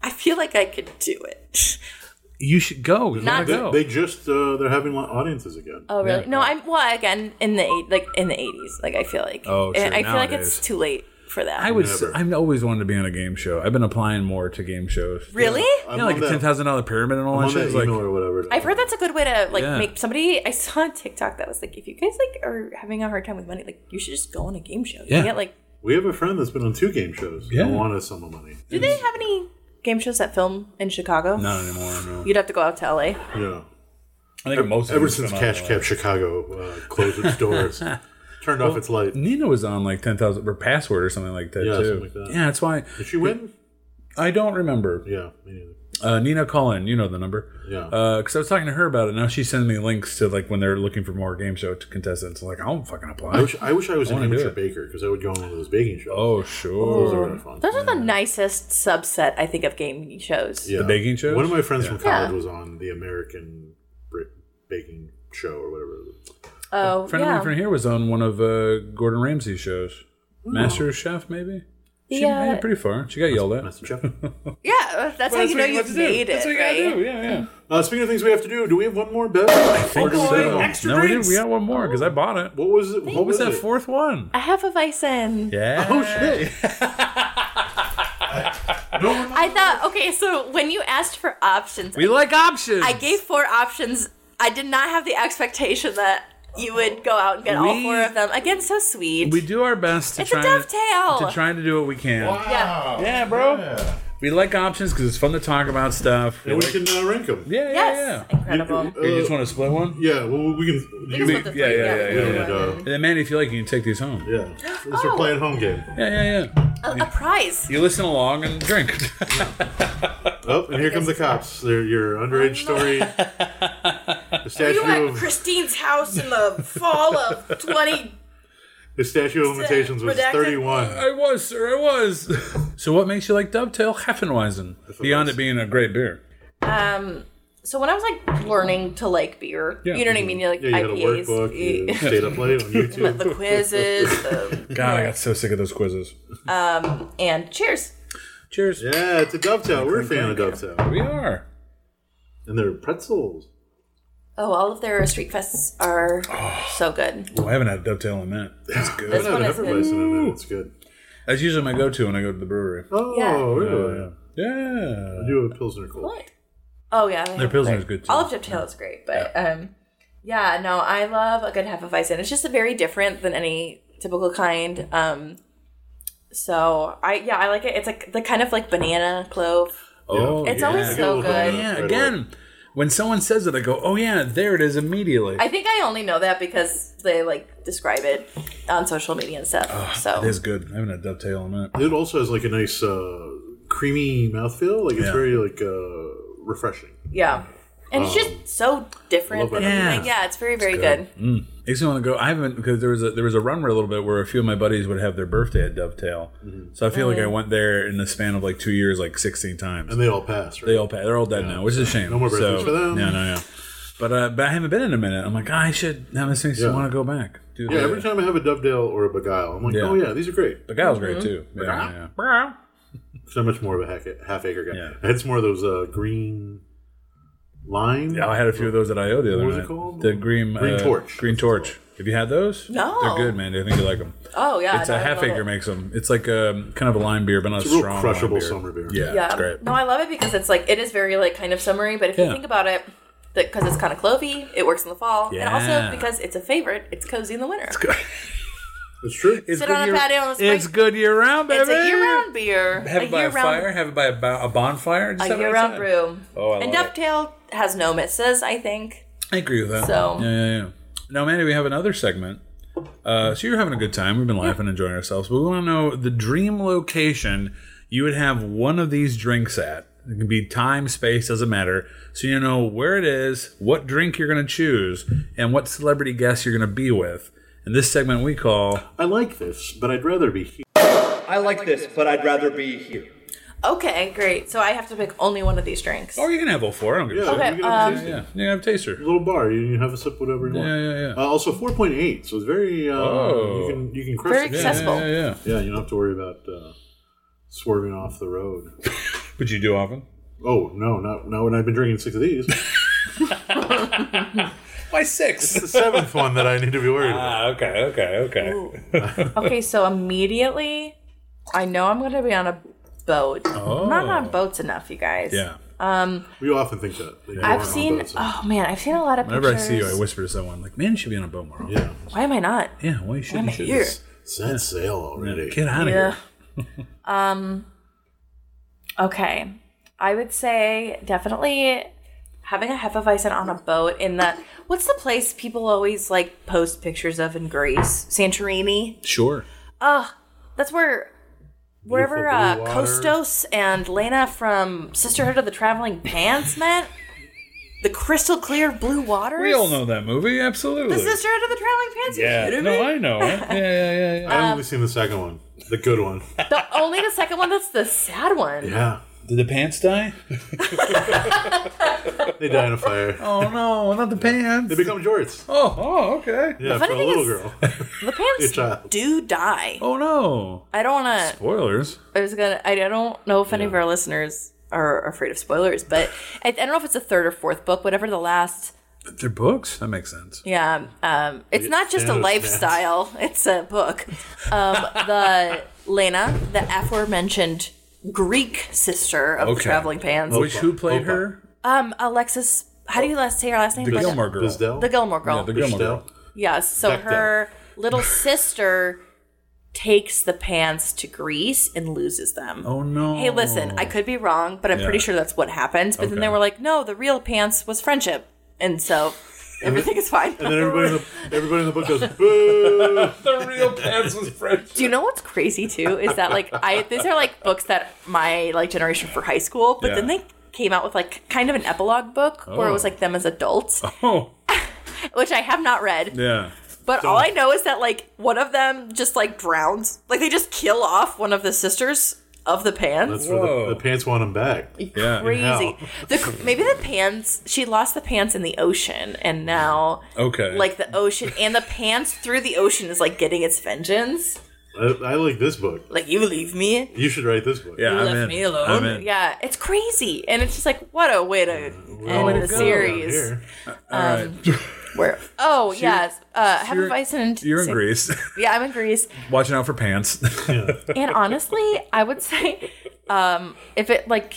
D: I feel like I could do it.
B: you should go. You
D: Not-
B: not
A: they,
B: go.
A: they just uh, they're having li- audiences again.
D: Oh really?
B: Yeah.
D: No, I'm well again in the eight, like in the eighties. Like I feel like
B: Oh, true.
D: And I feel like it's
B: Nowadays.
D: too late for that.
B: I would.
A: Never.
B: I've always wanted to be on a game show. I've been applying more to game shows.
D: really.
A: I'm
B: Yeah, like
A: on
B: a
A: that-
B: ten thousand dollar pyramid and all
A: I'm
B: that
A: on
B: shit.
A: that
B: It's
A: email
B: like,
A: or whatever.
D: I've heard that's a good way to like
B: Yeah.
D: make somebody. I saw on TikTok that was like, if you guys like are having a hard time with money, like you should just go on a game show. You
B: Yeah.
D: Get, like,
A: we have a friend that's been on two game shows.
B: Yeah.
A: I want us some of money.
D: do they have any game shows that film in Chicago?
B: not anymore. No.
D: You'd have to go out to LA.
A: Yeah.
B: I think most. of
A: Ever
B: it's
A: since
B: been
A: Cash
B: on,
A: Cab Chicago uh, closed its doors, turned off its light.
B: like- Nina was on like ten thousand or password or something like that
A: Yeah,
B: too.
A: something like that.
B: Yeah, that's why
A: Did she win?
B: I don't remember.
A: Yeah, me neither.
B: Uh, Nina Cullen, you know the number.
A: Yeah.
B: Because I was talking to her about it. Now she sends me links to like when they're looking for more game show contestants. I'm like I don't fucking
A: I
B: apply.
A: wish I wish I was an
B: wanna do
A: amateur
B: it.
A: baker because I would go on one of those baking shows.
B: Oh
A: those
B: sure.
A: are really fun.
D: Those are the nicest subset, I think, of game shows.
A: Yeah.
B: The baking shows?
A: One of my friends from college
D: Yeah.
A: was on the American Brit baking show or whatever. it was.
D: Oh,
B: friend of
D: yeah.
B: mine from here was on one of uh, Gordon Ramsay's shows, Master Chef, maybe. She
D: Yeah.
B: made it pretty far. She got yelled at.
A: Master Chef.
D: yeah, that's how
B: Well,
D: you know
B: what got
D: you've
B: to do.
D: made
B: That's
D: it,
B: what you gotta
D: right?
B: do. Yeah, yeah.
A: uh, speaking of things we have to do, do we have one more bet? I think
B: no, we did. We got one more because I bought it.
A: uh, What was it?
B: What was that
A: it?
B: fourth one?
D: I have a bison.
B: Yeah.
A: Oh shit!
D: I thought, okay, so when you asked for options,
B: We like options.
D: I gave four options. I did not have the expectation that you would go out and get all
B: We-
D: four of them. Again, so sweet.
B: We do our best to
D: It's a
B: try
D: dovetail.
B: to try to do what we can.
D: yeah.
B: Yeah, bro. We like options because it's fun to talk about stuff.
A: and we can uh, rank them.
B: yeah, yeah,
D: Yes.
B: yeah.
D: Incredible.
A: Uh,
B: you just want to split one?
A: yeah. Well, we can.
D: We
A: you-
D: just want the
B: yeah, yeah,
D: three,
B: yeah,
D: we
B: yeah,
D: don't
A: yeah.
D: want
B: And then, Mandy, if you like, you can take these home.
A: yeah. This is our
D: Oh.
A: play at home game.
B: Yeah, yeah, yeah.
D: A, a prize.
B: You listen along and drink.
A: Oh, and here come the cops. They're your underage story. The
D: Oh, You
A: statue
D: were at
A: of
D: Christine's house in the fall of 20.
A: the statue of limitations was
D: Redacted. Uh,
A: thirty-one.
B: I was, sir, I was. so, what makes you like Dovetail Heffenweisen beyond it being a great beer?
D: Um, so when I was like learning to like beer,
B: Yeah.
D: you know what I mean? You like
A: Yeah, you had a
D: IPAs,
A: workbook. You
D: you-
A: stayed up late on YouTube.
D: the quizzes, the,
B: God, I got so sick of those quizzes.
D: and cheers.
B: Cheers.
A: Yeah, it's a dovetail. We're a fan of dovetail.
B: We are.
A: And they're pretzels.
D: Oh, all of their street fests are so good.
B: Oh, I haven't had a dovetail in a minute. That's good.
A: I
D: This
A: haven't had
D: one
A: a
D: is
A: heifer
D: good.
A: bison in it. It's good.
B: That's usually my go-to when I go to the brewery.
A: Oh,
D: Yeah.
A: really?
B: Uh, yeah.
A: I do a Pilsner cold.
D: What? Oh yeah,
B: Their Pilsner is good, too.
D: All of Dovetail is great, but um, yeah, no, I love a good Hefeweizen. It's just a very different than any typical kind. Um, so I yeah, I like it. It's like the kind of like banana clove.
B: Oh,
D: It's
B: yeah.
D: always
A: I get a
D: so
A: little bit of
D: good.
A: that.
B: Yeah,
A: Right
B: again, when someone says it, I go, "Oh yeah, there it is immediately."
D: I think I only know that because they like describe it on social media and stuff. so
B: it is good. I haven't had dovetail in a minute.
A: It also has like a nice uh, creamy mouthfeel. Like it's
B: Yeah.
A: very like uh, refreshing.
D: yeah, and it's just so different.
A: love
D: Than
A: that.
D: yeah.
B: Oh. Yeah.
D: yeah, it's very very good.
B: Makes me want to go. I haven't because there was a, there was a run where a little bit where a few of my buddies would have their birthday at Dovetail,
A: Mm-hmm.
B: so I feel
D: Oh.
B: like I went there in the span of like two years, like sixteen times.
A: And they all pass, right?
B: They all pa- they're all dead now, which is a shame.
A: No more birthdays
B: so,
A: for them.
B: No, no, no. But uh, but I haven't been in a minute. I'm like, "Ah, I should. That makes me
A: Yeah.
B: want to go back. Do
A: yeah,
B: that.
A: every time I have a Dovedale or a Beguile, I'm like,
B: Yeah.
A: oh yeah, these are great.
B: The guy was great
D: Mm-hmm.
B: too. Yeah, yeah, yeah.
A: So much more of a hack- half acre guy.
B: Yeah.
A: I had some more of those uh, green lime.
B: Yeah, I had a few of those at IO the other
A: What was it
B: night.
A: called?
B: The green
A: Green
B: uh,
A: Torch.
B: Green torch. Have you had those?
D: No.
B: they're good, man. I think you like them.
D: Oh yeah,
B: it's
D: no,
B: a
D: I
B: half
D: love it.
B: acre makes them. It's like um, kind of a lime beer, but not
A: It's
B: a
A: a real
B: strong
A: crushable
B: lime beer.
A: summer beer.
B: Yeah,
D: Yeah.
B: it's great.
D: No, I love it because it's like it is very like kind of summery, but if
B: Yeah.
D: you think about it, because it's kind of clovey, it works in the fall, and
B: Yeah.
D: also because it's a favorite, it's cozy in the winter. It's,
A: It's true.
B: It's
D: Sit
B: good
D: on a
B: year-
D: patio in the spring.
B: It's good year round, baby.
D: a year-round beer,
B: Have
D: a
B: it by a
D: year-round,
B: fire. Have it by a, bo- a bonfire. Just
D: a
B: have it
D: year-round
B: outside.
D: brew.
B: Oh, I
D: and
B: love it.
D: Dovetail has no misses. I think.
B: I agree with that.
D: So-
B: yeah, yeah, yeah. Now, Mandy, we have another segment. Uh, so you're having a good time. We've been laughing, enjoying ourselves, but we want to know the dream location you would have one of these drinks at. It can be time, space, doesn't matter. So you know where it is, what drink you're going to choose, and what celebrity guest you're going to be with. And this segment we call
A: I like this, but I'd rather be here.
G: I like this, but I'd rather be here.
D: Okay, great. So I have to pick only one of these drinks.
B: Oh, you can have all four. I don't give
A: Yeah,
B: a shit.
A: you can
D: um,
A: have a taste.
B: Yeah, you can have a taster.
A: little bar. You can have a sip whatever you want.
B: Yeah, yeah, yeah.
A: Uh, also, four point eight, so it's very uh,
B: Oh.
A: you can you can crush
D: Very
A: it.
B: Yeah,
D: accessible.
B: yeah, yeah, yeah.
A: Yeah, you don't have to worry about uh, swerving off the road.
B: But you do often.
A: Oh no, not not when I've been drinking six of these. It's
B: Why six?
A: the seventh one that I need to be worried about.
B: ah, okay, okay, okay.
D: Okay, so immediately, I know I'm going to be on a boat. I'm not on boats enough, you guys.
B: Oh. Yeah.
A: We often think that. that you aren't on
D: I've seen.
A: boats.
D: Oh man, I've seen a lot of
B: Whenever I
D: pictures.
B: see you, I whisper to someone like, "Man, you should be on a boat more." often."
A: yeah,
D: Why am I not?
B: Yeah, why shouldn't
D: I'm
B: you should
D: here.
B: this?
A: set sail already.
B: Get out of
D: Yeah.
B: here.
D: um. Okay, I would say definitely having a hefeweizen on a boat in the what's the place people always like post pictures of in Greece? Santorini.
B: Sure.
D: That's where. Wherever uh,
A: Beautiful blue water.
D: Kostos and Lena from Sisterhood of the Traveling Pants met, the crystal clear blue waters.
B: We all know that movie, absolutely.
D: the Sisterhood of the Traveling Pants. Are you
B: yeah.
D: kidding
B: No,
D: me?
B: I know. it. Yeah, yeah, yeah. yeah.
A: I've only seen the second one, the good one.
D: The only the second one that's the sad one.
A: Yeah,
B: Did the pants die?
A: they die in a fire.
B: Oh no, not the pants.
A: They become jorts.
B: Oh, oh, okay.
A: Yeah, for
D: funny
A: a
D: thing
A: little
D: is-
A: girl.
D: The pants
A: Good child.
D: do die.
B: Oh no.
D: I don't want to.
B: Spoilers.
D: I was gonna. I don't know if any of our listeners are afraid of spoilers, but I, I don't know if it's the third or fourth book, whatever the last.
B: They're books. That makes sense.
D: Yeah, um, it's not just a
A: Thanos
D: lifestyle; it's a book. Um, the Lena, the aforementioned Greek sister of the
B: Okay. Oh.
D: traveling pants,
B: Which who played
A: Opa.
B: her?
D: um, Alexis. How do you last say her last name?
B: The
D: Like-
B: Gilmore Girl.
A: Bizdell?
D: The Gilmore Girl.
B: Yeah, the Gilmore Girl.
A: Bizdell?
D: Yes. So
A: Bechdel.
D: her little sister takes the pants to Greece and loses them.
B: Oh no.
D: Hey, listen, I could be wrong, but I'm
B: Yeah.
D: pretty sure that's what happens. But then they
B: Okay.
D: were like, no, the real pants was friendship. And so everything is fine.
A: And then everybody in the everybody in the book goes boo.
B: the real pants was French.
D: Do you know what's crazy too? Is that like I these are like books that my like generation for high school, but then
B: Yeah.
D: they came out with like kind of an epilogue book where it was
B: Oh.
D: like them as adults,
B: Oh.
D: which I have not read.
B: Yeah.
D: But all I know is that like one of them just like drowns. Like they just kill off one of the sisters of the
A: That's
D: pants.
A: where
B: Whoa.
A: the, the pants want him back.
B: Yeah.
D: Crazy. The, maybe the pants. She lost the pants in the ocean, and now
B: Okay.
D: like the ocean and the pants through the ocean is like getting its vengeance.
A: I, I like this book.
D: Like you leave me.
A: You should write this book.
B: Yeah,
D: You
B: I'm
D: left
B: in.
D: me alone.
B: I'm in.
D: Yeah, it's crazy, and it's just like what a way
B: Uh,
D: to
A: Oh,
D: end
A: go
D: the
A: down
D: series.
A: here.
B: All right.
D: um, Where oh yes, uh, have
B: you're-
D: a vice and
B: You're in Greece,
D: Yeah, I'm in Greece.
B: watching out for pants.
D: And honestly, I would say, um, if it like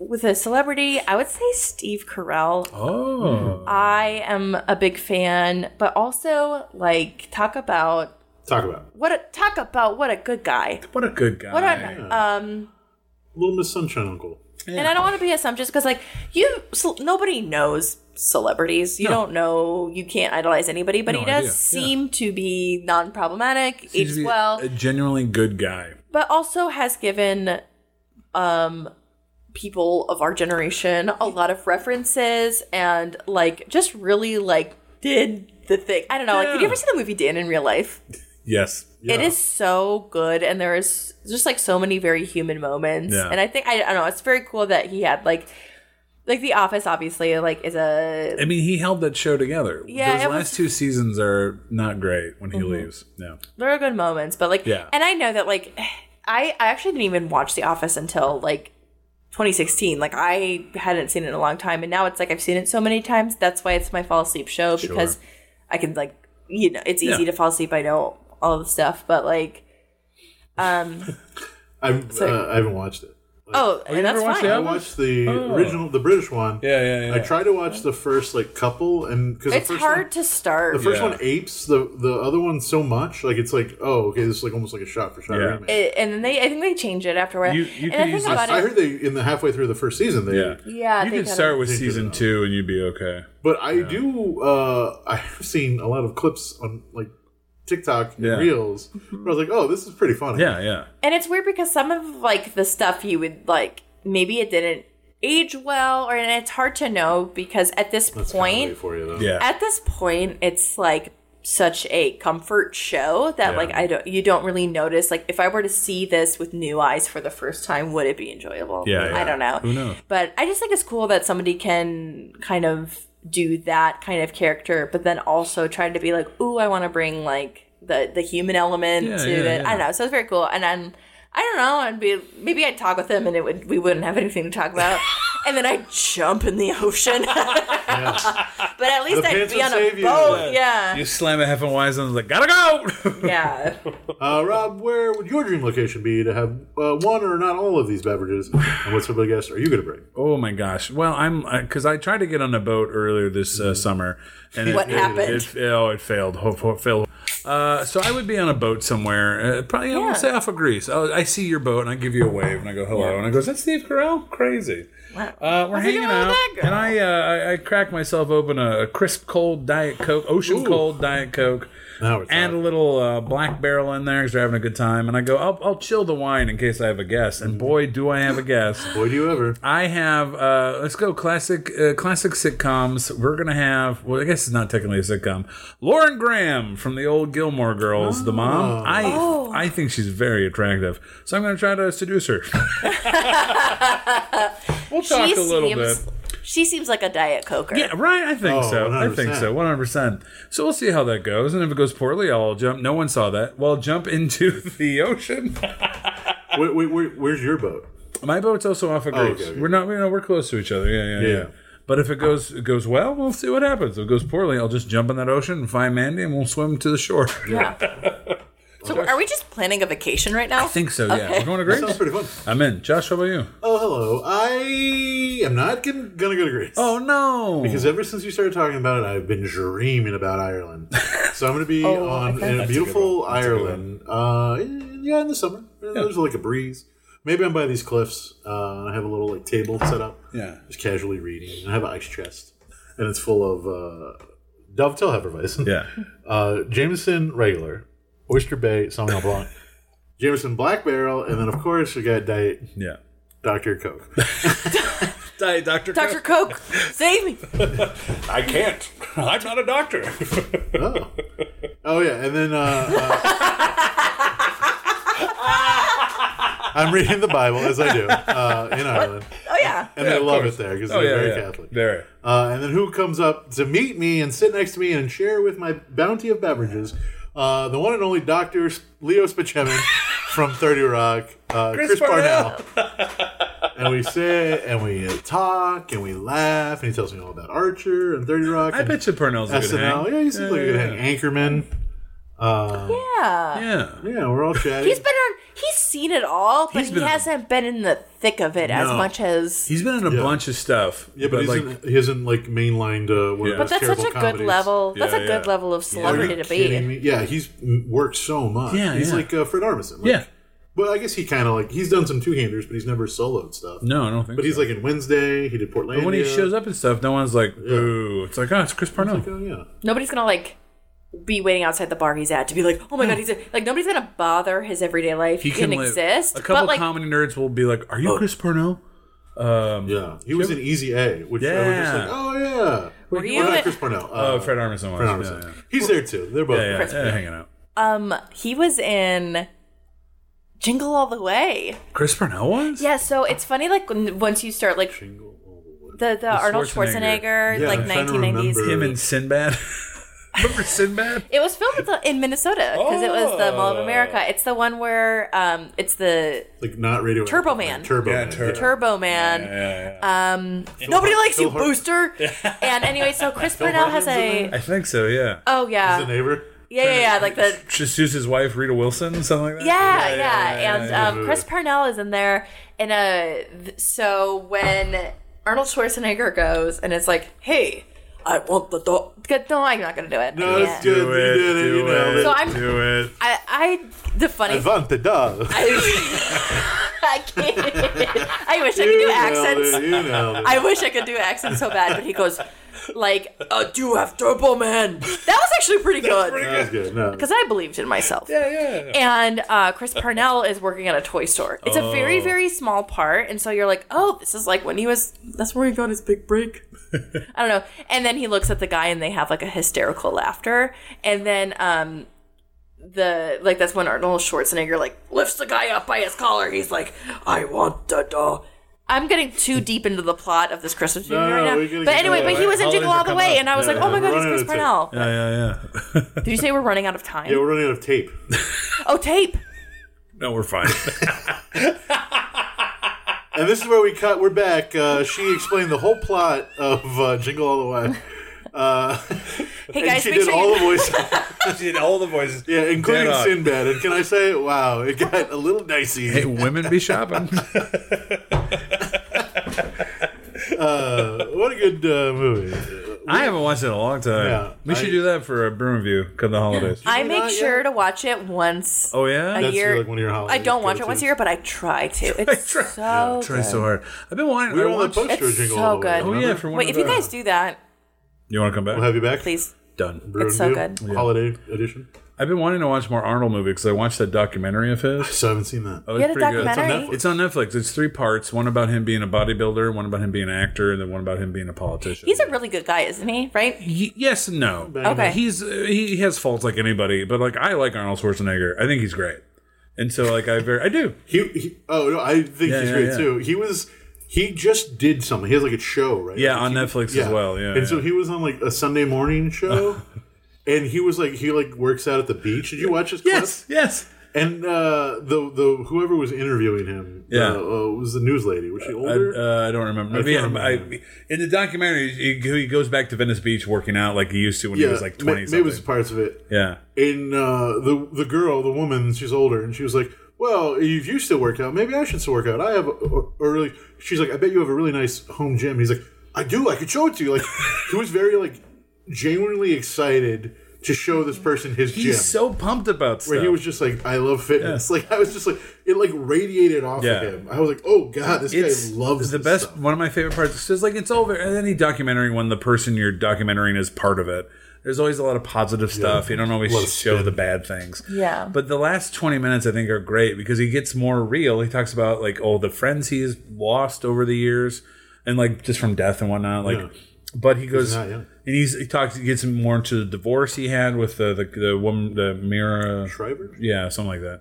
D: with a celebrity, I would say Steve Carell.
B: oh,
D: I am a big fan, but also like talk about
A: Talk about it.
D: what a talk about what a good guy.
B: what a good guy.
D: What a um,
A: Little Miss Sunshine Uncle.
D: and I don't want to be a sum just because like you, so, nobody knows celebrities. You don't know. You can't idolize anybody, but
B: No
D: he does
B: idea, yeah.
D: seem to be non-problematic,
B: Seems
D: ages
B: to be
D: well,
B: a genuinely good guy.
D: but also has given um people of our generation a lot of references and like just really like did the thing. I don't know. Like, did you ever see the movie Dan in real life?
B: Yes.
D: It is so good, and there is just like so many very human moments.
B: Yeah.
D: And I think I, I don't know. It's very cool that he had like, like The Office, obviously, like is a
B: I mean, he held that show together.
D: Yeah,
B: Those
D: it
B: last
D: was- Mm-hmm.
B: two seasons are not great when he leaves. No.
D: there are good moments, but like,
B: Yeah.
D: and I know that like, I I actually didn't even watch The Office until like 2016. Like I hadn't seen it in a long time, and now it's like I've seen it so many times. That's why it's my fall asleep show because
B: Sure.
D: I can like, you know, it's easy
B: Yeah.
D: to fall asleep. I know all the stuff, but like, um,
A: I'm, uh, I haven't watched it.
D: oh, and
B: never
D: that's
B: watched
D: fine.
B: The
A: I watched the original, the British one.
B: Yeah, Oh. yeah, yeah.
A: I tried to watch the first like couple, and because
D: It's
A: the first
D: hard
A: one,
D: to start.
A: The first
B: Yeah.
A: one apes the the other one so much, like it's like oh okay, this is like almost like a shot for shot.
B: Yeah.
A: remake.
D: it, and then they I think they change it after a while.
B: You- you
D: and
B: could
D: I
B: use
D: think
B: the-
D: about
A: I
D: it.
A: heard they in the halfway through the first season they,
B: Yeah.
D: Yeah,
B: You
D: they
B: could
D: kinda-
B: start with
A: They did
B: season
A: that.
B: two and you'd be okay.
A: but I do uh I have seen a lot of clips on like TikTok and
B: Yeah.
A: reels where I was like oh this is pretty funny.
B: Yeah, yeah.
D: and it's weird because some of like the stuff you would like maybe it didn't age well, or and it's hard to know because at this
A: that's comedy
D: point,
A: for you though.
B: Yeah.
D: at this point, it's like such a comfort show that
B: Yeah.
D: like I don't you don't really notice like if I were to see this with new eyes for the first time, would it be enjoyable?
B: Yeah, yeah.
D: I don't know.
B: Who knows?
D: But I just think it's cool that somebody can kind of do that kind of character, but then also try to be like, ooh, I want to bring like the the human element
B: Yeah,
D: to
B: yeah,
D: it. I
B: yeah.
D: don't know. So it's very cool. And then I don't know. I'd be maybe I'd talk with him, and it would we wouldn't have anything to talk about. and then I'd jump in the ocean. but at least
A: The
D: I'd
A: pants
D: be
A: will
D: on a
A: save you.
D: boat. Yeah.
B: You slam a half and wise and like, gotta go!
D: Yeah.
A: Uh, Rob, where would your dream location be to have uh, one or not all of these beverages? and what's the biggest are you going to bring?
B: Oh my gosh! Well, I'm because I tried to get on a boat earlier this uh, summer, and
D: Mm-hmm. What
B: it,
D: happened?
B: It, it, oh, it failed. Hope, hope failed. Uh, so I would be on a boat somewhere, uh, probably I
D: Yeah.
B: want to say off of Greece. Oh, I, I see your boat, and I give you a wave, and I go hello, and I go, "Is that Steve Carell? Crazy." Uh, we're
D: he
B: hanging
D: doing with
B: out,
D: that girl?
B: and I, uh, I I crack myself open a crisp cold diet coke, ocean cold diet coke,
A: Now we're
B: add a
A: talking.
B: little uh, black barrel in there because we're having a good time, and I go, I'll, "I'll chill the wine in case I have a guest,"
D: Mm-hmm.
B: and boy, do I have a guest.
A: Boy, do you ever!
B: I have uh, let's go classic uh, classic sitcoms. We're gonna have well, I guess it's not technically a sitcom. Lauren Graham from the old Gilmore Girls, the mom. I I think she's very attractive, so I'm gonna try to seduce her. we'll talk a little bit.
D: She seems like a diet coker.
B: Yeah, right. I think
A: Oh,
B: so. I think so.
A: 100%.
B: One hundred percent. So we'll see how that goes, and if it goes poorly, I'll jump. No one saw that. Well, jump into the ocean.
A: wait, wait, wait, where's your boat?
B: My boat's also off of
A: Oh,
B: Greece.
A: okay, okay.
B: We're not, you know, we're close to each other. Yeah, yeah, yeah.
A: Yeah.
B: But if it goes it goes well, we'll see what happens. If it goes poorly, I'll just jump in that ocean and find Mandy, and we'll swim to the shore.
D: So are we just planning a vacation right now?
B: I think so. Yeah, we're going to Greece.
A: Sounds pretty fun.
B: I'm in. Josh, how about you?
A: Oh, hello. I am not gon- gonna go to Greece.
B: Oh no!
A: Because ever since you started talking about it, I've been dreaming about Ireland. so I'm going to be on in a beautiful Ireland. uh, in- yeah, in the summer. There's like a breeze. Maybe I'm by these cliffs. Uh, and I have a little like table set up.
B: Yeah.
A: Just casually reading. And I have an ice chest, and it's full of uh, Dovetail Hefeweizen.
B: yeah,
A: Uh, Jameson regular, Oyster Bay Sauvignon Blanc, Jameson Black Barrel, and then of course we got Diet
B: yeah.
A: Dr Coke.
B: Diet doctor.
D: Dr. Coke, save me.
B: I can't. I'm not a doctor.
A: Oh, oh yeah, and then uh, uh, uh, I'm reading the Bible as I do uh, in Ireland,
D: Oh yeah.
A: and they love it there because
B: Oh
A: they're
B: yeah,
A: very
B: yeah.
A: Catholic.
B: Very.
A: Uh, and then who comes up to meet me and sit next to me and share with my bounty of beverages? Uh, uh, the one and only Doctor Leo Spaceman from Thirty Rock, uh, Chris, Parnell. and we sit and we uh, talk and we laugh, and he tells me all about Archer and Thirty Rock.
B: I
A: and
B: bet you Parnell's a good
A: SNL.
B: hang.
A: Yeah, he seems like a good
B: yeah,
A: hang. Anchorman. Um,
D: Yeah.
B: Yeah. Yeah.
A: Yeah, we're all chatting.
D: He's been on. He's seen it all, but
B: He's
D: he
B: been in-
D: hasn't been in the thick of it as
B: No.
D: much as.
B: He's been in a
A: Yeah.
B: bunch of stuff.
A: yeah, but,
B: but,
A: he's
B: like,
A: in, he isn't like mainlined. Uh, one of
B: Yeah.
D: But
A: those
D: that's such
A: terrible
D: a good
A: comedies.
D: level. That's
B: Yeah,
D: a good
B: yeah.
D: level of
A: Are you
D: celebrity to
A: kidding
D: be.
A: me? Yeah, he's m- worked so much.
B: Yeah,
A: he's
B: yeah.
A: like uh, Fred Armisen. Like,
B: yeah.
A: Well, I guess he kind of like he's done some two handers, but he's never soloed stuff.
B: No, I don't think.
A: But he's
B: so.
A: like in Wednesday. He did Portland.
B: But when he shows up and stuff, no one's like, "Boo!" It's like, "Oh, it's Chris Parnell."
A: oh yeah,
D: Nobody's gonna like be waiting outside the bar he's at to be like, oh my god, he's a, like nobody's gonna bother his everyday life. He, can,
B: live-
D: exist.
B: A couple
D: but like,
B: comedy nerds will be like, "Are you Chris Parnell?" Um,
A: yeah. He was in Easy A, which I was just
B: Yeah.
A: like, oh yeah.
D: were
A: Well,
D: you?
A: not Chris Parnell. Uh,
B: Oh, Fred Armisen was.
A: Fred Armisen.
B: Yeah, yeah.
A: He's there too. They're both.
B: Yeah, yeah,
A: there.
B: yeah, hanging out.
D: Um, he was in Jingle All the Way.
B: Chris Parnell was.
D: Yeah, so it's funny, like when, once you start like the the, Arnold Schwarzenegger,
B: Schwarzenegger.
A: Yeah,
D: like
A: I'm trying to
D: nineteen nineties.
A: remember.
B: Him and Sinbad. Remember Sinbad?
D: It was filmed at the, in Minnesota because it was the Mall of America. It's the one where um, it's the
A: Like not radio.
D: Turbo Man.
A: Turbo
B: Yeah,
A: Man.
B: Turbo.
D: Turbo Man. Um, nobody likes
A: Phil
D: you,
A: Hart-
D: Booster. and anyway, so Chris Parnell has
A: Hartman's in
D: a
B: I think so. Yeah.
D: oh
A: Yeah.
D: yeah,
A: He's a neighbor.
D: yeah, yeah, yeah, like the
B: Seuss's wife, Rita Wilson, something like that.
D: yeah, yeah,
B: yeah,
D: and
B: yeah.
D: Um, Chris Parnell is in there, and uh, th- so when Arnold Schwarzenegger goes and it's like, hey, I want the dog. No, I'm not gonna do it.
A: No,
D: I
A: it's
D: can't.
A: good.
B: Do it,
A: you did it.
B: do
A: you nailed
B: it,
A: it.
D: So I'm-
B: do it.
D: I, I the funny.
A: I want the dog.
D: I can't. I wish I could
A: You
D: do
A: nailed
D: accents.
A: it, You nailed it.
D: I wish I could do accents so bad, but he goes like, uh, "Do you have Turbo Man?" That was actually pretty good
A: That's good. No.
D: because I believed in myself.
B: Yeah, yeah.
D: And uh, Chris Parnell is working at a toy store. It's a very,
A: Oh.
D: very small part, and so you're like, "Oh, this is like when he was." That's where he got his big break. I don't know. And then he looks at the guy, and they have like a hysterical laughter, and then um, the like that's when Arnold Schwarzenegger like lifts the guy up by his collar. He's like, "I want the doll." I'm getting too deep into the plot of this Christmas movie
A: No, no, we
D: right
A: gotta
D: now. But
A: get
D: anyway,
A: going.
D: but he was in
B: Holidays
D: Jingle
B: are
D: All the
B: coming
D: Way,
B: up.
D: and I was
A: Yeah,
D: like, "Oh
A: we're
D: my god, it's
A: running
D: Chris
A: out of
D: Parnell."
B: Yeah, yeah, yeah.
D: Did you say we're running out of time?
A: Yeah, we're running out of tape.
D: oh, tape.
B: no, we're fine.
A: And this is where we cut. We're back. Uh, she explained the whole plot of uh, Jingle All the Way. Uh,
D: Hey
A: and
D: guys,
A: she
D: make
A: did
D: sure
A: all
D: you-
A: the voices,
B: she did all the voices.
A: yeah, including
B: Dead on.
A: Sinbad. And can I say, wow, it got a little dicey.
B: Hey, women be shopping.
A: Uh, what a good uh, movie!
B: I haven't watched it in a long time.
A: Yeah,
B: we should
A: I-
B: do that for a broom review come the holidays.
D: I
A: we
D: make
A: not
D: sure
A: yet?
D: to watch it once
B: oh yeah,
D: a
A: That's
D: year.
A: like one of your holiday
D: I don't watch it once
A: go-tos.
D: a year, but I try to. It's
B: try-
D: so
B: try
D: good.
B: so hard. I've been wanting.
A: we
B: I
A: were on the
B: watched-
A: poster of
D: It's
A: Jingle
D: so
A: All the Way.
D: good.
B: Oh
A: remember?
B: yeah, for one.
D: Wait,
B: of
D: if you
B: the-
D: guys do that,
B: you want to come back?
A: we'll have you back.
D: please.
B: Done.
A: Brew
D: It's
A: and
D: so
A: Brew,
D: good.
A: Holiday edition.
B: I've been wanting to watch more Arnold movies because I watched that documentary of his.
A: So I haven't seen that.
B: Oh,
D: You
B: it's
D: had a
B: pretty good.
D: documentary.
A: Netflix.
B: It's on Netflix. It's three parts: one about him being a bodybuilder, one about him being an actor, and then one about him being a politician.
D: He's a really good guy, isn't he? Right?
B: Y- yes and no.
D: Okay.
B: He's he has faults like anybody, but like I like Arnold Schwarzenegger. I think he's great, and so like I very I do.
A: He, he oh no, I think
B: Yeah,
A: he's
B: yeah,
A: great
B: yeah.
A: too. He was he just did something. He has like a show, right?
B: Yeah,
A: Like,
B: on
A: he-
B: Netflix as well, yeah,
A: and so
B: yeah.
A: he was on like a Sunday morning show, and he was like he like works out at the beach. Did you watch his clip?
B: Yes, yes.
A: And uh, the the whoever was interviewing him,
B: Yeah.
A: uh, uh, was the news lady. Was she
B: I,
A: older?
B: uh, I don't remember.
A: I
B: Maybe
A: can't
B: I- I-
A: remember.
B: in the documentary, he, he goes back to Venice Beach working out like he used to when he was like
A: ma-
B: twenty.
A: Maybe it was
B: something.
A: parts of it.
B: yeah.
A: And uh, the the girl, the woman, she's older, and she was like, "Well, if you still work out, maybe I should still work out. I have a, a, a really." She's like, "I bet you have a really nice home gym." And he's like, "I do. I could show it to you." Like, he was very like genuinely excited to show this person his
B: He's
A: gym.
B: so pumped about stuff.
A: where he was just like, "I love fitness." Like I was just like, it like radiated off
B: Yeah.
A: of him. I was like, "Oh God, this
B: it's
A: guy loves
B: the
A: this
B: best.
A: stuff."
B: One of my favorite parts is just, like it's over. And any documentary, when the person you're documenting is part of it, there's always a lot of positive stuff. You don't always
A: Lot of
B: show
A: spin.
B: the bad things.
D: Yeah.
B: But the last 20 minutes, I think, are great because he gets more real. He talks about like all the friends he's lost over the years, and like just from death and whatnot. Like,
A: Yeah.
B: but he goes.
A: not young.
B: And he's, he talks, he gets more into the divorce he had with the the, the woman, the Mira
A: Schreiber?
B: yeah, something like that.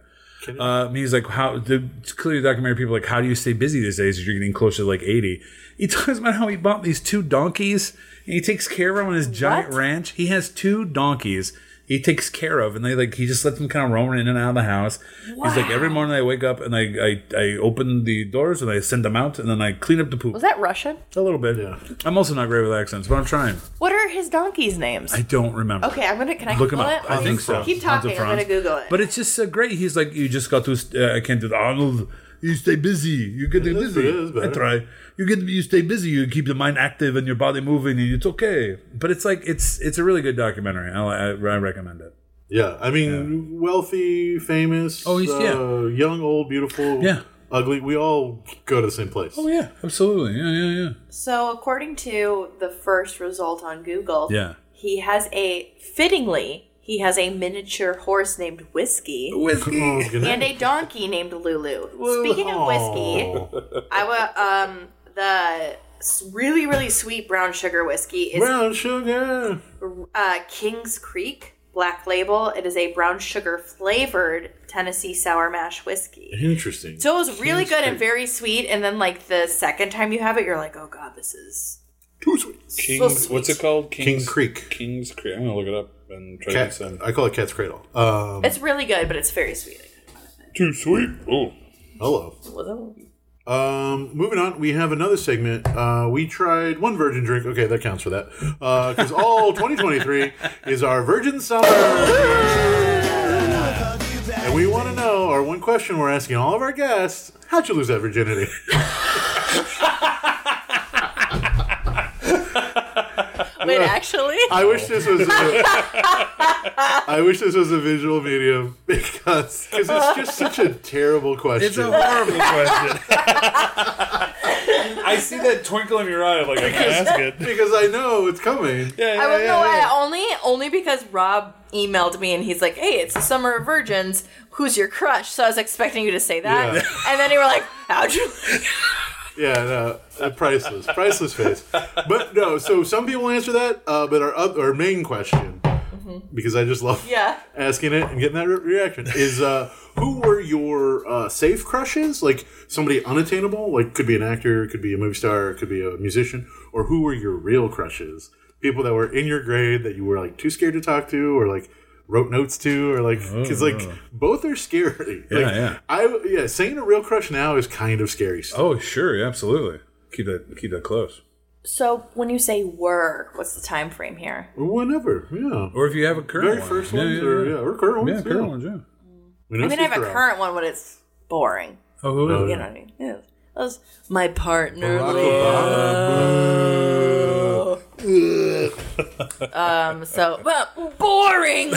B: Uh, and he's like, how the clearly the documentary people are like, how do you stay busy these days as you're getting closer to like 80? He talks about how he bought these two donkeys and he takes care of them on his giant
D: What?
B: ranch. He has two donkeys. he takes care of, and they like he just lets them kind of roam in and out of the house. He's like every morning I wake up and I, I I open the doors and I send them out and then I clean up the poop
D: Was that Russian?
B: a little bit.
A: Yeah.
B: I'm also not great with accents, but I'm trying.
D: What are his donkeys' names?
B: I don't remember.
D: okay, I'm gonna. Can I
B: Look him
D: Google
B: up.
D: it?
B: I think so.
D: Keep
B: Hans of
D: talking. I'm
B: France.
D: gonna Google it.
B: But it's just so great. He's like, you just got to. Uh, I can't do that. Arnold, you stay busy. You get
A: Yeah, that's
B: busy.
A: better, that's
B: I
A: better.
B: try. You get you stay busy. You keep the mind active and your body moving, and it's okay. But it's like it's it's a really good documentary. I, I, I recommend it.
A: Yeah, I mean, wealthy, famous,
B: Oh, he's-
A: uh, young, old, beautiful,
B: Yeah.
A: ugly. We all go to the same place.
B: Oh yeah, absolutely. Yeah, yeah, yeah.
D: so according to the first result on Google,
B: Yeah.
D: he has a fittingly he has a miniature horse named Whiskey.
A: Oh, good
D: and
A: night.
D: a donkey named Lulu. Speaking of whiskey,
A: Aw.
D: I wa- um the s- really really sweet brown sugar whiskey is
A: brown sugar.
D: uh, Kings Creek Black Label. It is a brown sugar flavored Tennessee sour mash whiskey.
A: Interesting.
D: So it was really good and very sweet. And then like the second time you have it, you're like, oh god, this is
A: Too sweet.
B: Kings.
D: sweet.
B: what's it called? Kings,
A: King Creek.
B: Kings Creek. I'm gonna look it up and try
A: Cat,
B: to
A: I call it Cat's Cradle. Um,
D: it's really good, but it's very sweet.
B: Too sweet. Oh,
A: hello.
D: Wasn't-
A: Um, moving on, we have another segment. Uh, we tried one virgin drink. Okay, that counts for that. Because all 2023 is our virgin summer. And we want to know our one question we're asking all of our guests how'd you lose that virginity?
D: Wait, actually,
A: I wish this was. A, I wish this was a visual medium because because it's just such a terrible question.
B: it's a horrible question. I see that twinkle in your eye. Like I can ask it.
A: because I know it's coming.
B: Yeah, yeah,
D: I will
B: yeah,
D: know
B: yeah.
D: I only only because Rob emailed me and he's like, "Hey, it's the summer of virgins. Who's your crush?" So I was expecting you to say that,
A: Yeah.
D: and then you were like, "How'd you?"
A: Yeah, no, uh, priceless, priceless face. But no, so some people answer that, uh, but our oth- our main question, because I just love
D: Yeah.
A: asking it and getting that re- reaction, is uh, who were your uh, safe crushes? Like somebody unattainable, like could be an actor, could be a movie star, could be a musician, or who were your real crushes? People that were in your grade that you were like too scared to talk to, or like wrote notes to, or like because like both are scary.
B: Oh. Yeah,
A: like,
B: yeah.
A: I yeah, saying a real crush now is kind of scary. still.
B: Oh, sure, yeah, absolutely. Keep that keep that close.
D: So when you say "were," what's the time frame here?
A: Whenever, yeah.
B: Or if you have a current
A: Very
B: one.
A: first ones, or yeah, or current
B: yeah,
A: ones.
B: current ones, yeah.
A: We
D: I
A: know
D: mean, I have a
A: Steve Carell.
D: current one, but it's boring.
B: Oh, who
A: Oh,
B: is
D: You
B: it?
D: know what I mean? Yeah. That was my partner.
A: Barack
D: Leo. um. So, but boring.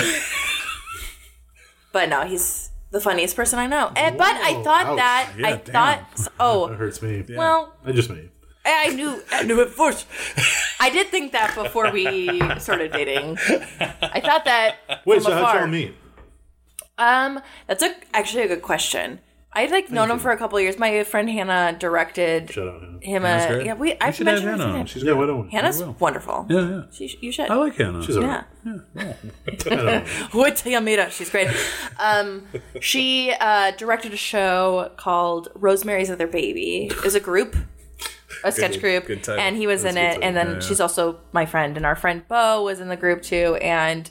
D: but no, he's the funniest person I know. And, but I
A: Whoa,
D: thought
A: ouch.
D: that
B: Yeah,
D: I
B: damn.
D: thought.
A: That
D: Oh
A: hurts me.
D: well,
A: I just me.
D: I I knew. I knew it first. I did think that before we started dating. I thought that.
A: Wait,
D: from
A: so how'd
D: afar.
A: y'all meet?
D: Um, that's a, actually a good question. I'd like known him for a couple of years. My friend Hannah directed
A: Shut up. Hannah.
D: him.
B: That's
D: A,
B: great.
D: yeah, we
B: You
D: I've
B: should have
D: mentioned
B: Hannah.
D: her
B: on.
D: name.
B: She's
A: Yeah,
B: great.
A: why don't we?
D: Hannah's
B: will.
D: wonderful.
B: Yeah, yeah.
D: She sh- you should.
B: I like Hannah.
A: She's all
D: yeah.
A: right.
D: Yeah. Wait till you meet her. She's great. Um, she uh, directed a show called Rosemary's Other Baby. It was a group, a sketch group,
B: good title.
D: and he was in it.
A: title.
D: And then she's also my friend, and our friend Bo was in the group too. And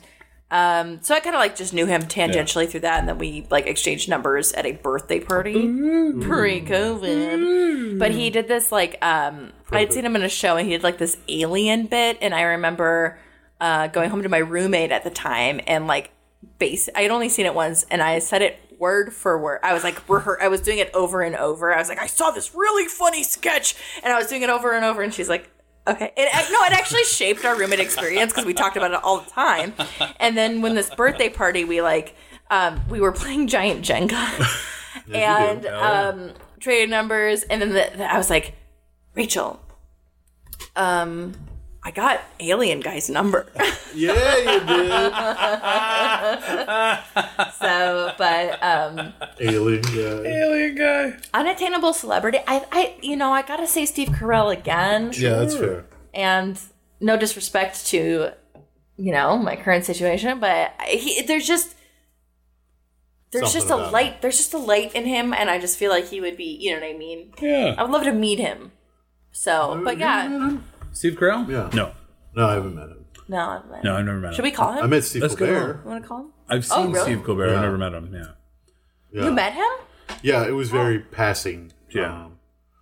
D: um, so I kind of like just knew him tangentially through that, and then we like exchanged numbers at a birthday party pre-COVID. But he did this like um, I had seen him in a show, and he did like this alien bit, and I remember uh, going home to my roommate at the time and like base I had only seen it once and I said it word for word. I was like rehe- I was doing it over and over. I was like I saw this really funny sketch and I was doing it over and over and she's like okay. It ac- no, it actually shaped our roommate experience because we talked about it all the time. And then when this birthday party we like um, we were playing giant Jenga and um traded numbers and then the, the- I was like Rachel um I got alien guy's number.
A: Yeah, you
D: So, but um,
A: did. Alien. Yeah.
B: Alien guy.
D: unattainable celebrity. I, I, you know, I gotta say Steve Carell again.
A: yeah, that's fair.
D: And no disrespect to, you know, my current situation, but I- he, there's just there's
A: Something
D: just a
A: about him.
D: light. There's just a light in him, and I just feel like he would be. You know what I mean? I
B: Yeah.
D: would love to meet him. So, Oh, but yeah,
B: Steve Carell?
A: Yeah.
B: No.
A: No, I haven't met him.
D: No, I've met
B: No,
D: him.
B: I've never met him.
D: Should we call him?
A: I met Steve
B: Let's go.
A: Colbert.
D: You want to call him?
B: I've seen
D: Oh, really?
B: Steve Colbert.
A: Yeah.
B: I've never met him. Yeah.
A: Yeah.
D: You met him? Oh.
A: Yeah, it was very passing.
B: Yeah.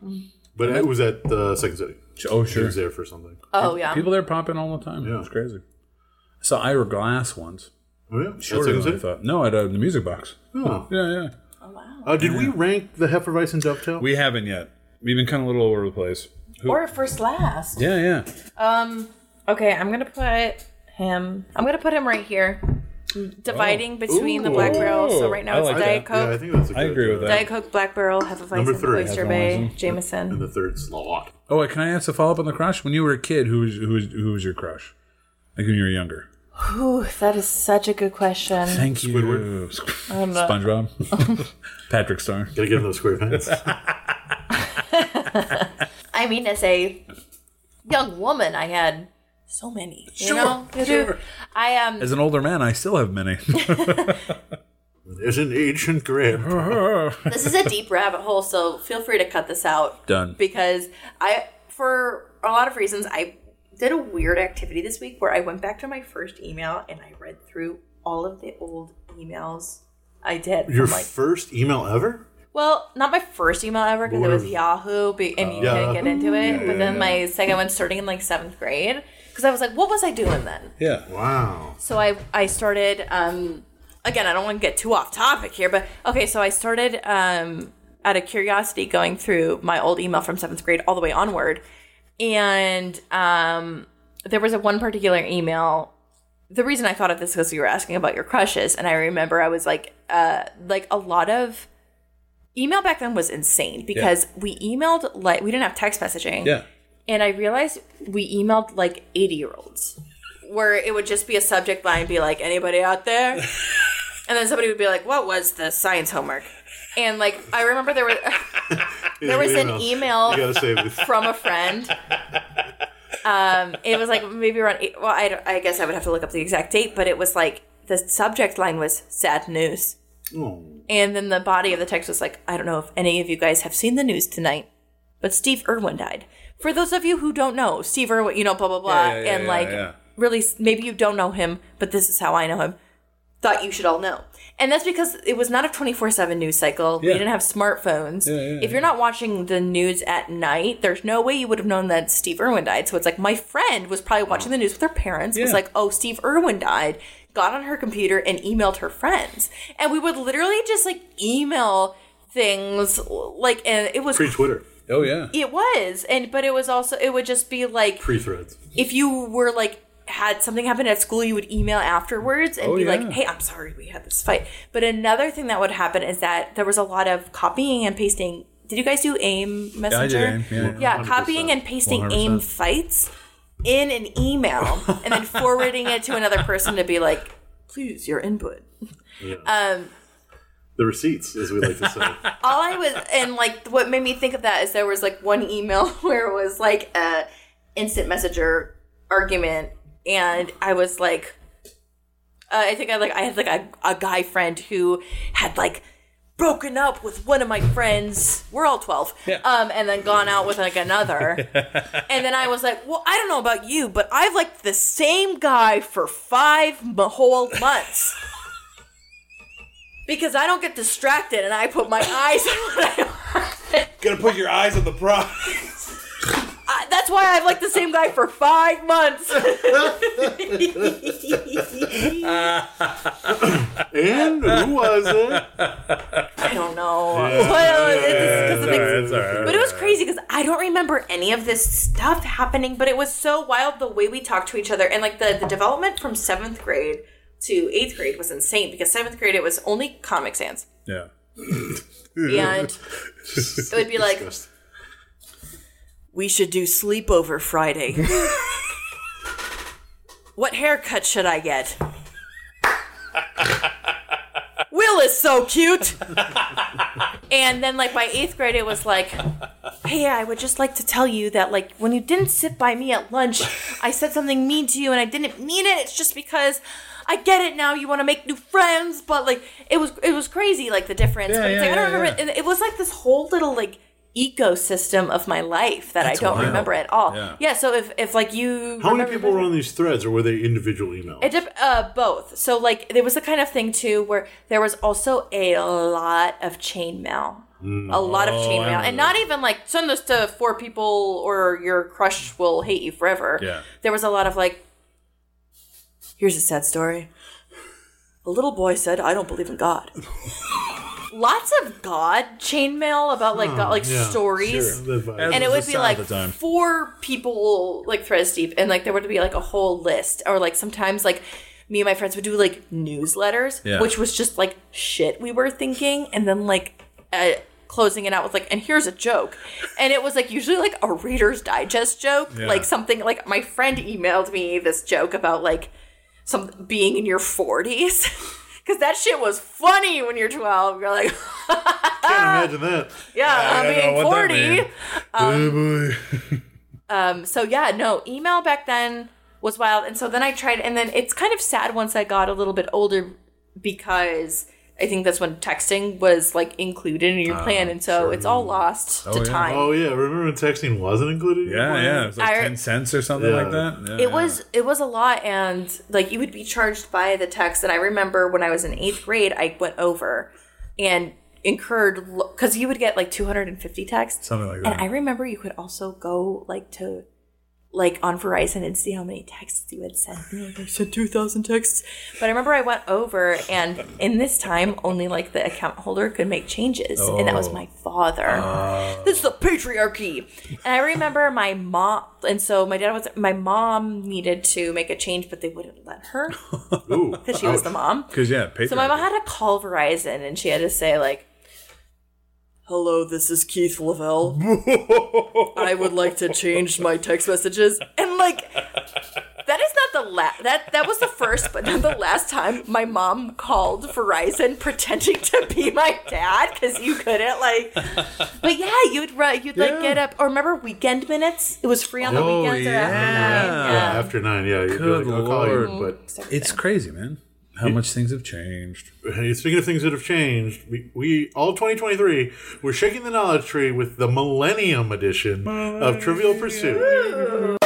A: um, but it was at the Second City.
B: Oh,
A: He
B: sure.
A: was there for something.
D: Oh yeah.
B: People there popping all the time.
A: Yeah.
B: It's crazy. I saw Ira Glass once.
A: Oh, yeah, at
B: Shorter
A: Second
B: than I
A: City.
B: thought. No, at uh, the music box.
A: Oh.
B: Yeah, yeah.
A: Uh, did we rank the Hefeweizen and Dovetail?
B: We haven't yet. We've been kind of a little over the place. Who-
D: or first last.
B: Yeah, yeah.
D: Um. Okay, I'm gonna put him. I'm gonna put him right here, dividing between the black
B: Oh. Ooh.
D: barrel. So right now
B: I
D: it's
B: like
D: Diet
B: that.
A: yeah, I
D: Coke,
A: think that's. A good,
B: I agree with
A: uh,
B: that.
D: Diet Coke, black barrel,
A: Number
D: Hefeweizen,
A: three.
D: Oyster Bay,
B: Hefeweizen.
A: In
D: Jameson.
A: the third slot.
B: Oh, wait, can I ask a follow up on the crush? When you were a kid, who was who was who was your crush? Like when you were younger.
D: Ooh, that is such a good question.
B: Thank you,
A: Squidward.
B: SpongeBob, Patrick Star.
A: Gotta get him those square pants.
D: I mean, as a young woman, I had so many. You
B: Sure,
D: know, You do.
B: sure.
D: I um,
B: As an older man, I still have many.
A: There's an ancient grip.
D: this is a deep rabbit hole, so feel free to cut this out.
B: Done.
D: Because I, for a lot of reasons, I did a weird activity this week where I went back to my first email and I read through all of the old emails I did. from,
A: Your
D: like,
A: first email ever?
D: well, not my first email ever because it was Yahoo, be- and you
A: Yeah.
D: couldn't get into it. but then my second one starting in like seventh grade because I was like, what was I doing then?
B: Yeah.
A: Wow.
D: So I I started um again I don't want to get too off topic here, but okay, so I started um out of curiosity going through my old email from seventh grade all the way onward, and um there was a one particular email. The reason I thought of this was you were asking about your crushes, and I remember I was like uh like a lot of email back then was insane because we emailed like we didn't have text messaging
B: Yeah.
D: and I realized we emailed like 80 year olds where it would just be a subject line be like anybody out there and then somebody would be like what was the science homework and like I remember there was there was an email
A: You gotta save it.
D: from a friend um it was like maybe around eight, well I, don't- I guess I would have to look up the exact date but it was like the subject line was sad news
A: Oh,
D: and then the body of the text was like, I don't know if any of you guys have seen the news tonight, but Steve Irwin died. For those of you who don't know, Steve Irwin, you know, blah, blah, blah.
B: Yeah, yeah, yeah,
D: and
B: yeah,
D: like,
B: yeah.
D: really, maybe you don't know him, but this is how I know him. Thought you should all know. And that's because it was not a 24 7 news cycle. We
B: Yeah.
D: didn't have smartphones.
B: yeah,
D: if you're not watching the news at night, there's no way you would have known that Steve Irwin died. So it's like my friend was probably watching the news with her parents, was
B: Yeah.
D: like, oh, Steve Irwin died, got on her computer and emailed her friends. And we would literally just like email things like, and it was.
A: Pre Twitter,
B: Oh yeah.
D: it was and but it was also it would just be like
A: pre threads.
D: if you were like had something happen at school, you would email afterwards and
B: Oh,
D: be like,
B: yeah.
D: "Hey, I'm sorry we had this fight." But another thing that would happen is that there was a lot of copying and pasting. Did you guys do AIM
B: I
D: Messenger?
B: did. aim. Yeah. yeah.
D: Yeah,
A: 100%.
D: copying and pasting AIM
B: 100%.
D: fights in an email and then forwarding it to another person to be like, "Please, your input." Um,
A: The receipts, as we like to say.
D: all I was and like what made me think of that is there was like one email where it was like a instant messenger argument and I was like uh, I think I like I had like a, a guy friend who had like broken up with one of my friends we're all 12 um and then gone out with like another and then I was like well I don't know about you but I've liked the same guy for five m- whole months because I don't get distracted and I put my eyes on what I
H: Gonna put your eyes on the prize.
D: I, that's why I've liked the same guy for five months.
A: and who was it?
D: I don't know. Well, it's- it's 'cause of the-
B: That's all right.
D: But it was crazy because I don't remember any of this stuff happening, but it was so wild the way we talked to each other. And like the, the development from seventh grade to eighth grade was insane because seventh grade it was only Comic Sans.
B: Yeah.
D: And it would be like,
A: Disgusting.
D: we should do sleepover Friday. what haircut should I get? Will is so cute. and then, like, by eighth grade, it was like, hey, I would just like to tell you that, like, when you didn't sit by me at lunch, I said something mean to you and I didn't mean it. It's just because. I get it now. You want to make new friends, but like it was, it was crazy, like the difference.
B: Yeah,
D: but it's
B: yeah,
D: like I don't
B: yeah,
D: remember.
B: yeah.
D: And it was like this whole little like ecosystem of my life that
B: That's
D: I don't
B: wild.
D: remember at all.
B: Yeah.
D: so if, if like you
A: How many
D: remember-
A: people were on these threads, or were they individual emails?
D: It dep- uh, both. So like there was the kind of thing too where there was also a lot of chainmail. A lot of
B: Oh, I
D: chainmail,
B: remember
D: and not even like send this to four people or your crush will hate you forever.
B: Yeah.
D: there was a lot of like, here's a sad story. A little boy said, "I don't believe in God." Lots of God chainmail about like God, like
A: yeah,
D: stories
A: That's fine.
B: As-
D: and it
B: was
D: would
B: the
D: be
B: sound
D: like
B: at the time.
D: four people like threads deep and like there would be like a whole list or like sometimes like me and my friends would do like newsletters
B: Yeah.
D: which was just like shit we were thinking and then like uh, closing it out with like and here's a joke and it was like usually like a reader's digest joke
B: Yeah.
D: like something like my friend emailed me this joke about like some being in your 40s because that shit was funny when you're 12 you're like
A: can't imagine that.
D: Ah! yeah i'm
B: I don't
D: being
B: know what that
D: 40
B: means.
D: um,
B: Oh, boy.
D: so yeah, no, email back then was wild. And so then I tried, and then it's kind of sad once I got a little bit older because I think that's when texting was like included in your plan. And so it's all lost
B: Ah, Oh,
D: to
B: yeah.
D: time.
A: Oh yeah, remember when texting wasn't included? in your
B: Yeah,
A: plan?
B: yeah. It was like
D: I-
B: 10 cents or something
A: Yeah.
B: like that. Yeah,
D: It was it was a lot, and like you would be charged by the text. And I remember when I was in eighth grade, I went over and incurred because you would get like 250 texts,
B: Something like
D: And
B: that.
D: I remember you could also go like to like on Verizon and see how many texts you had sent. You know, like, I sent 2,000 texts. But I remember I went over, and in this time, only like the account holder could make changes, and that was my father. This is the patriarchy. And I remember my mom, and so my dad was my mom needed to make a change, but they wouldn't let her
A: Ooh.
D: because she was the mom.
B: Because, yeah,
D: So my
B: patriarchy.
D: mom had to call Verizon, and she had to say like, "Hello, this is Keith Lavelle. I would like to change my text messages." And like, that is not the last. That that was the first, but not the last time my mom called Verizon pretending to be my dad because you couldn't like. But yeah, you'd ru- you'd like
B: Yeah.
D: get up. Or remember weekend minutes? It was free on the
B: Oh,
D: weekends. or after
B: yeah.
D: nine,
A: Yeah, after nine, yeah, you'd be
B: Good
A: like, I'll call you,
B: lord.
A: but
B: It's crazy, man. How much things have changed.
A: Hey, speaking of things that have changed, we, we all 2023, we're shaking the knowledge tree with the Millennium Edition of Trivial Pursuit.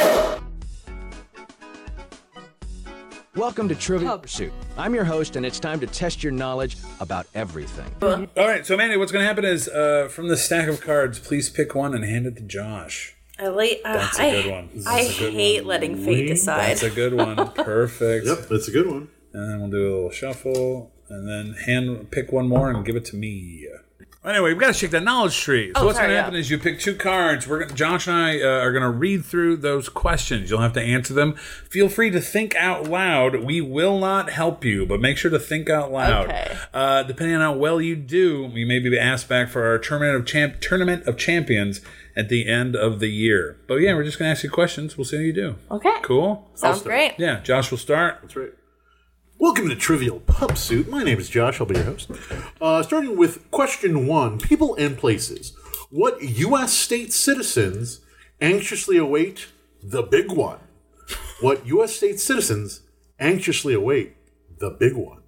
I: Welcome to Trivia Pursuit. I'm your host, and it's time to test your knowledge about everything.
B: All right, so Amanda, what's going to happen is uh, from the stack of cards, please pick one and hand it to Josh.
D: I late. Uh,
B: That's a
D: I-
B: good one.
D: I
B: That's a good
D: hate
B: one.
D: letting fate decide.
B: That's a good one. Perfect.
A: Yep, that's a good one.
B: And then we'll do a little shuffle, and then hand pick one more and give it to me. Anyway, we've got to shake that knowledge tree. So
D: Oh,
B: what's
D: sorry,
B: going to
D: yeah.
B: happen is you pick two cards. We're gonna, Josh and I uh, are going to read through those questions. You'll have to answer them. Feel free to think out loud. We will not help you, but make sure to think out loud.
D: Okay.
B: Uh, depending on how well you do, we may be asked back for our tournament of champ- tournament of champions at the end of the year. But yeah, we're just going to ask you questions. We'll see how you do.
D: okay.
B: Cool.
D: Sounds great.
B: Yeah, Josh will start.
A: That's right. Welcome to Trivial Pup Suit. My name is Josh. I'll be your host. Uh, starting with question one People and places. What U.S. state citizens anxiously await the big one? What U.S. state citizens anxiously await the big one?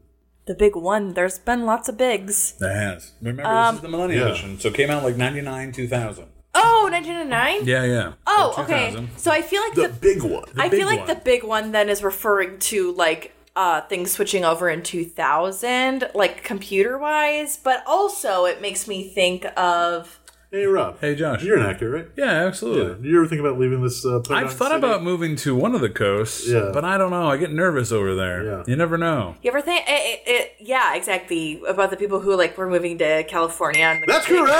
D: The big one. There's been lots of bigs.
B: That has. Remember,
D: Um,
B: this is the Millennium
A: yeah.
B: Edition, so it came out like 99, 2000.
D: Oh, 1999?
B: Yeah, yeah.
D: Oh, okay. So I feel like
A: The
D: the,
A: big one.
D: I
B: big
D: feel like
B: one.
D: the big one then is referring to like uh things switching over in 2000, like computer-wise, but also it makes me think of
A: Hey, Rob.
B: Hey, Josh.
A: You're an actor, right?
B: Yeah, absolutely.
A: You ever think about leaving this? Uh,
B: I've thought about moving to one of the coasts,
A: Yeah.
B: but I don't know. I get nervous over there.
A: Yeah.
B: You never know.
D: you ever think it, it, it, yeah, exactly about the people who like were moving to California and the
A: That's correct.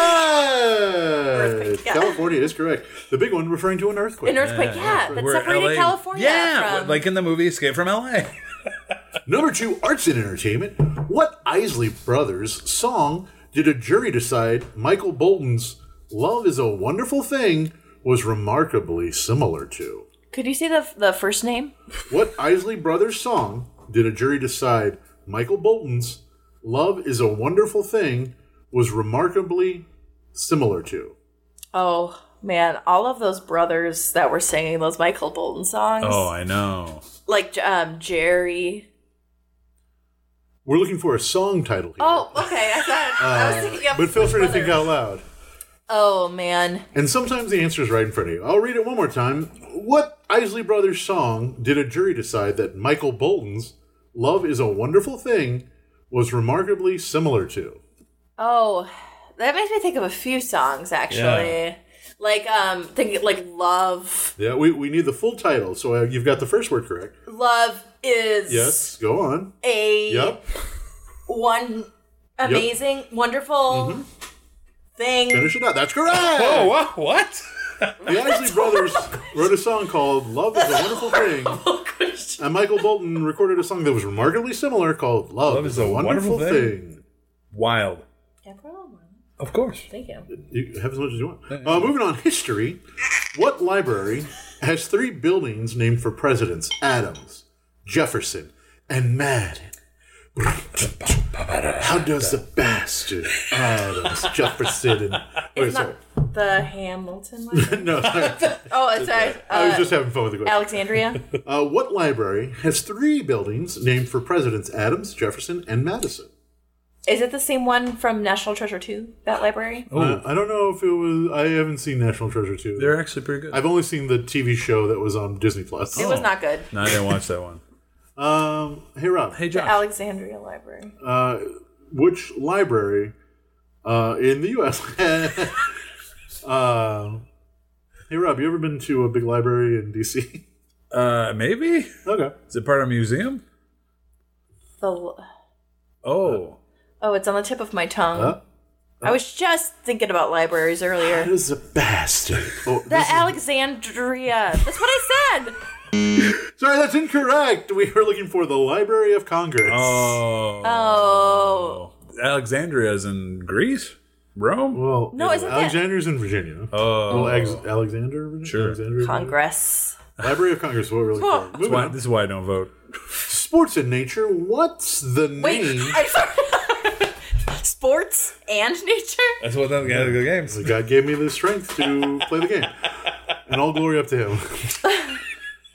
D: yeah.
A: California is correct. The big one referring to an earthquake.
D: An earthquake, yeah, that
B: We're LA.
D: separated California
B: Yeah,
D: from
B: like in the movie Escape from LA.
A: Number two, arts and entertainment. What Isley Brothers song did a jury decide Michael Bolton's "Love Is a Wonderful Thing" was remarkably similar to?
D: Could you say the the first name?
A: What Isley Brothers song did a jury decide Michael Bolton's "Love Is a Wonderful Thing" was remarkably similar to?
D: Oh, man, all of those brothers that were singing those Michael Bolton songs.
B: oh, I know.
D: like um Jerry.
A: We're looking for a song title here.
D: Oh, okay. I thought I was thinking of.
A: but feel free to think
D: Brothers.
A: out loud.
D: Oh man.
A: And sometimes the answer is right in front of you. I'll read it one more time. What Isley Brothers song did a jury decide that Michael Bolton's Love is a Wonderful Thing was remarkably similar to?
D: Oh, that makes me think of a few songs actually.
B: Yeah.
D: Like um, think like love.
A: Yeah, we, we need the full title, so uh, you've got the first word correct.
D: Love is
A: Yes, go on.
D: a
A: Yep,
D: one amazing, wonderful thing.
A: Mm-hmm. finish it out. That's correct!
B: Oh, wha- what?
A: The Isley Brothers wrote a song called Love is a Wonderful Thing. And Michael Bolton recorded a song that was remarkably similar called Love, is, a Wonderful, Thing.
B: Wild.
D: Can't put on one.
B: Of course.
D: Thank you.
A: You have as much as you want. Uh, moving on, history. What library has three buildings named for presidents? Adams, Jefferson, and Madden. How does the bastard Adams, Jefferson, and. Wait,
D: It's
A: Oh, sorry.
D: not the Hamilton. one?
A: No, sorry.
D: oh, it's sorry.
A: I was
D: Uh,
A: just having fun with the question.
D: Alexandria.
A: Uh, what library has three buildings named for presidents Adams, Jefferson, and Madison?
D: Is it the same one from National Treasure 2, that library?
A: Uh, I don't know if it was. I haven't seen National Treasure two.
B: Oh. They're actually Oh, pretty good.
A: I've only seen the TV show that was on Disney Plus.
D: It was not good.
B: no, I didn't watch that one.
A: Um, hey Rob,
B: Hey,
D: The
B: Josh.
D: Alexandria Library.
A: uh, which library uh, in the U.S. uh, hey Rob, you ever been to a big library in D.C.?
B: Uh, maybe?
A: okay.
B: Is it part of a museum?
D: The, l-
B: Oh.
D: oh, it's on the tip of my tongue.
A: Huh?
D: I was just thinking about libraries
A: Uh, That
D: earlier.
A: is a bastard. Oh,
D: The
A: this is-
D: Alexandria. That's what I said.
A: sorry, that's incorrect. We were looking for the Library of Congress.
B: Oh.
D: Oh.
B: Alexandria is in Greece? Rome?
A: Well,
D: No, isn't that-
A: Alexander's in Virginia.
B: Oh.
A: Well, Alex- Alexander, Virginia?
B: Sure.
A: Alexandria,
D: Oh. Congress.
A: Virginia? Library of Congress. What really?
D: Well-
A: cool.
B: That's
A: Moving
B: why,
A: on.
B: this is why I don't vote.
A: Sports in nature. What's the
D: Wait,
A: name?
D: I'm sorry. Sports and nature?
B: That's what that guy the games.
A: The God gave me the strength to play the game, and all glory up to Him.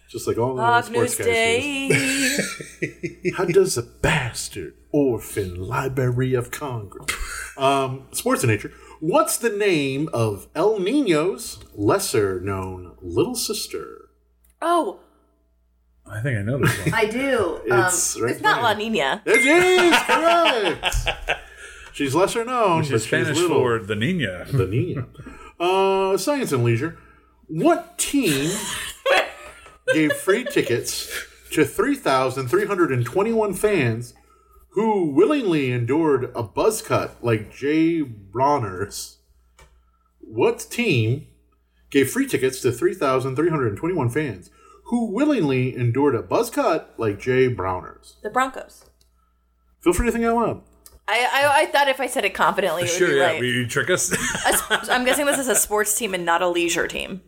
A: Just like all the other sports
D: Agnus
A: guys. do.
D: Dei.
A: How does a bastard orphan Library of Congress? Um, sports in nature. What's the name of El Nino's lesser known little sister?
D: Oh,
B: I think I know this one.
D: I do.
A: It's
D: um,
A: right
D: it's not
A: there.
D: La Nina.
A: It is correct. She's lesser known,
B: Which
A: but
B: is
A: she's
B: Spanish
A: little.
B: for the Nina.
A: the Nina. Uh, science and leisure. What team gave free tickets to three thousand three hundred and twenty-one fans who willingly endured a buzz cut like Jay Bronner's? What team gave free tickets to three thousand three hundred and twenty-one fans? Who willingly endured a buzz cut like Jay Browner's?
D: The Broncos.
A: Feel free to think out loud.
D: I, I, I thought if I said it confidently, it would
B: Sure,
D: be
B: yeah.
D: right.
B: will You trick us?
D: A sp- I'm guessing this is a sports team and not a leisure team.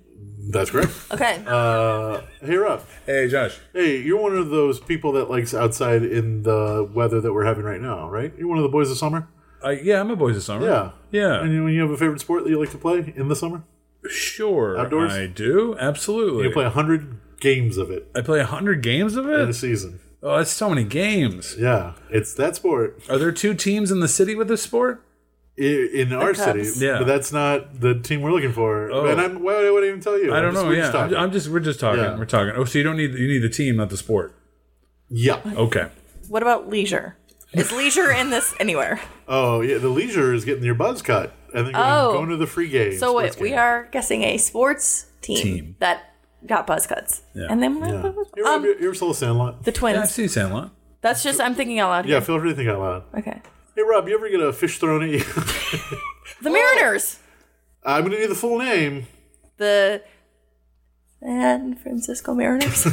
A: That's correct.
D: Okay.
A: Uh, hey, Rob.
B: hey, Josh.
A: Hey, you're one of those people that likes outside in the weather that we're having right now, right? You're one of the boys of summer.
B: I, yeah, I'm a boys of summer.
A: Yeah,
B: Yeah.
A: And you, you have a favorite sport that you like to play in the summer?
B: Sure.
A: Outdoors?
B: I do. Absolutely.
A: You play hundred games of it
B: I play 100 games of
A: in a
B: it?
A: season.
B: Oh, that's so many games.
A: Yeah, it's that sport
B: Are there two teams in the city with this sport?
A: I- in our city.
D: Cubs.
B: Yeah.
A: but that's not the team we're looking for.
B: Oh.
A: And I'm, why would I even tell you?
B: I don't
A: I'm just-
B: know.
A: we're
B: Yeah,
A: just
B: I'm,
A: talking.
B: I'm just we're just talking.
A: Yeah.
B: We're talking. Oh, so you don't need you need the team, not the sport.
A: yeah.
B: Okay.
D: What about leisure? Is leisure in this anywhere?
A: Oh yeah, the leisure is getting your buzz cut, and then going,
D: Oh.
A: going to the free game.
D: So
A: sports
D: wait, we
A: game.
D: are guessing a sports team,
B: Team.
D: that got buzz cuts,
B: Yeah.
D: and then
A: Yeah. You ever,
D: um,
A: you ever saw the Sandlot?
D: the twins.
B: Yeah, I've seen Sandlot.
D: That's just I'm thinking out loud.
A: Yeah, feel free to think out loud.
D: Okay.
A: Hey Rob, you ever get a fish thrown at you?
D: The Mariners.
A: I'm gonna need the full name.
D: The San Francisco Mariners.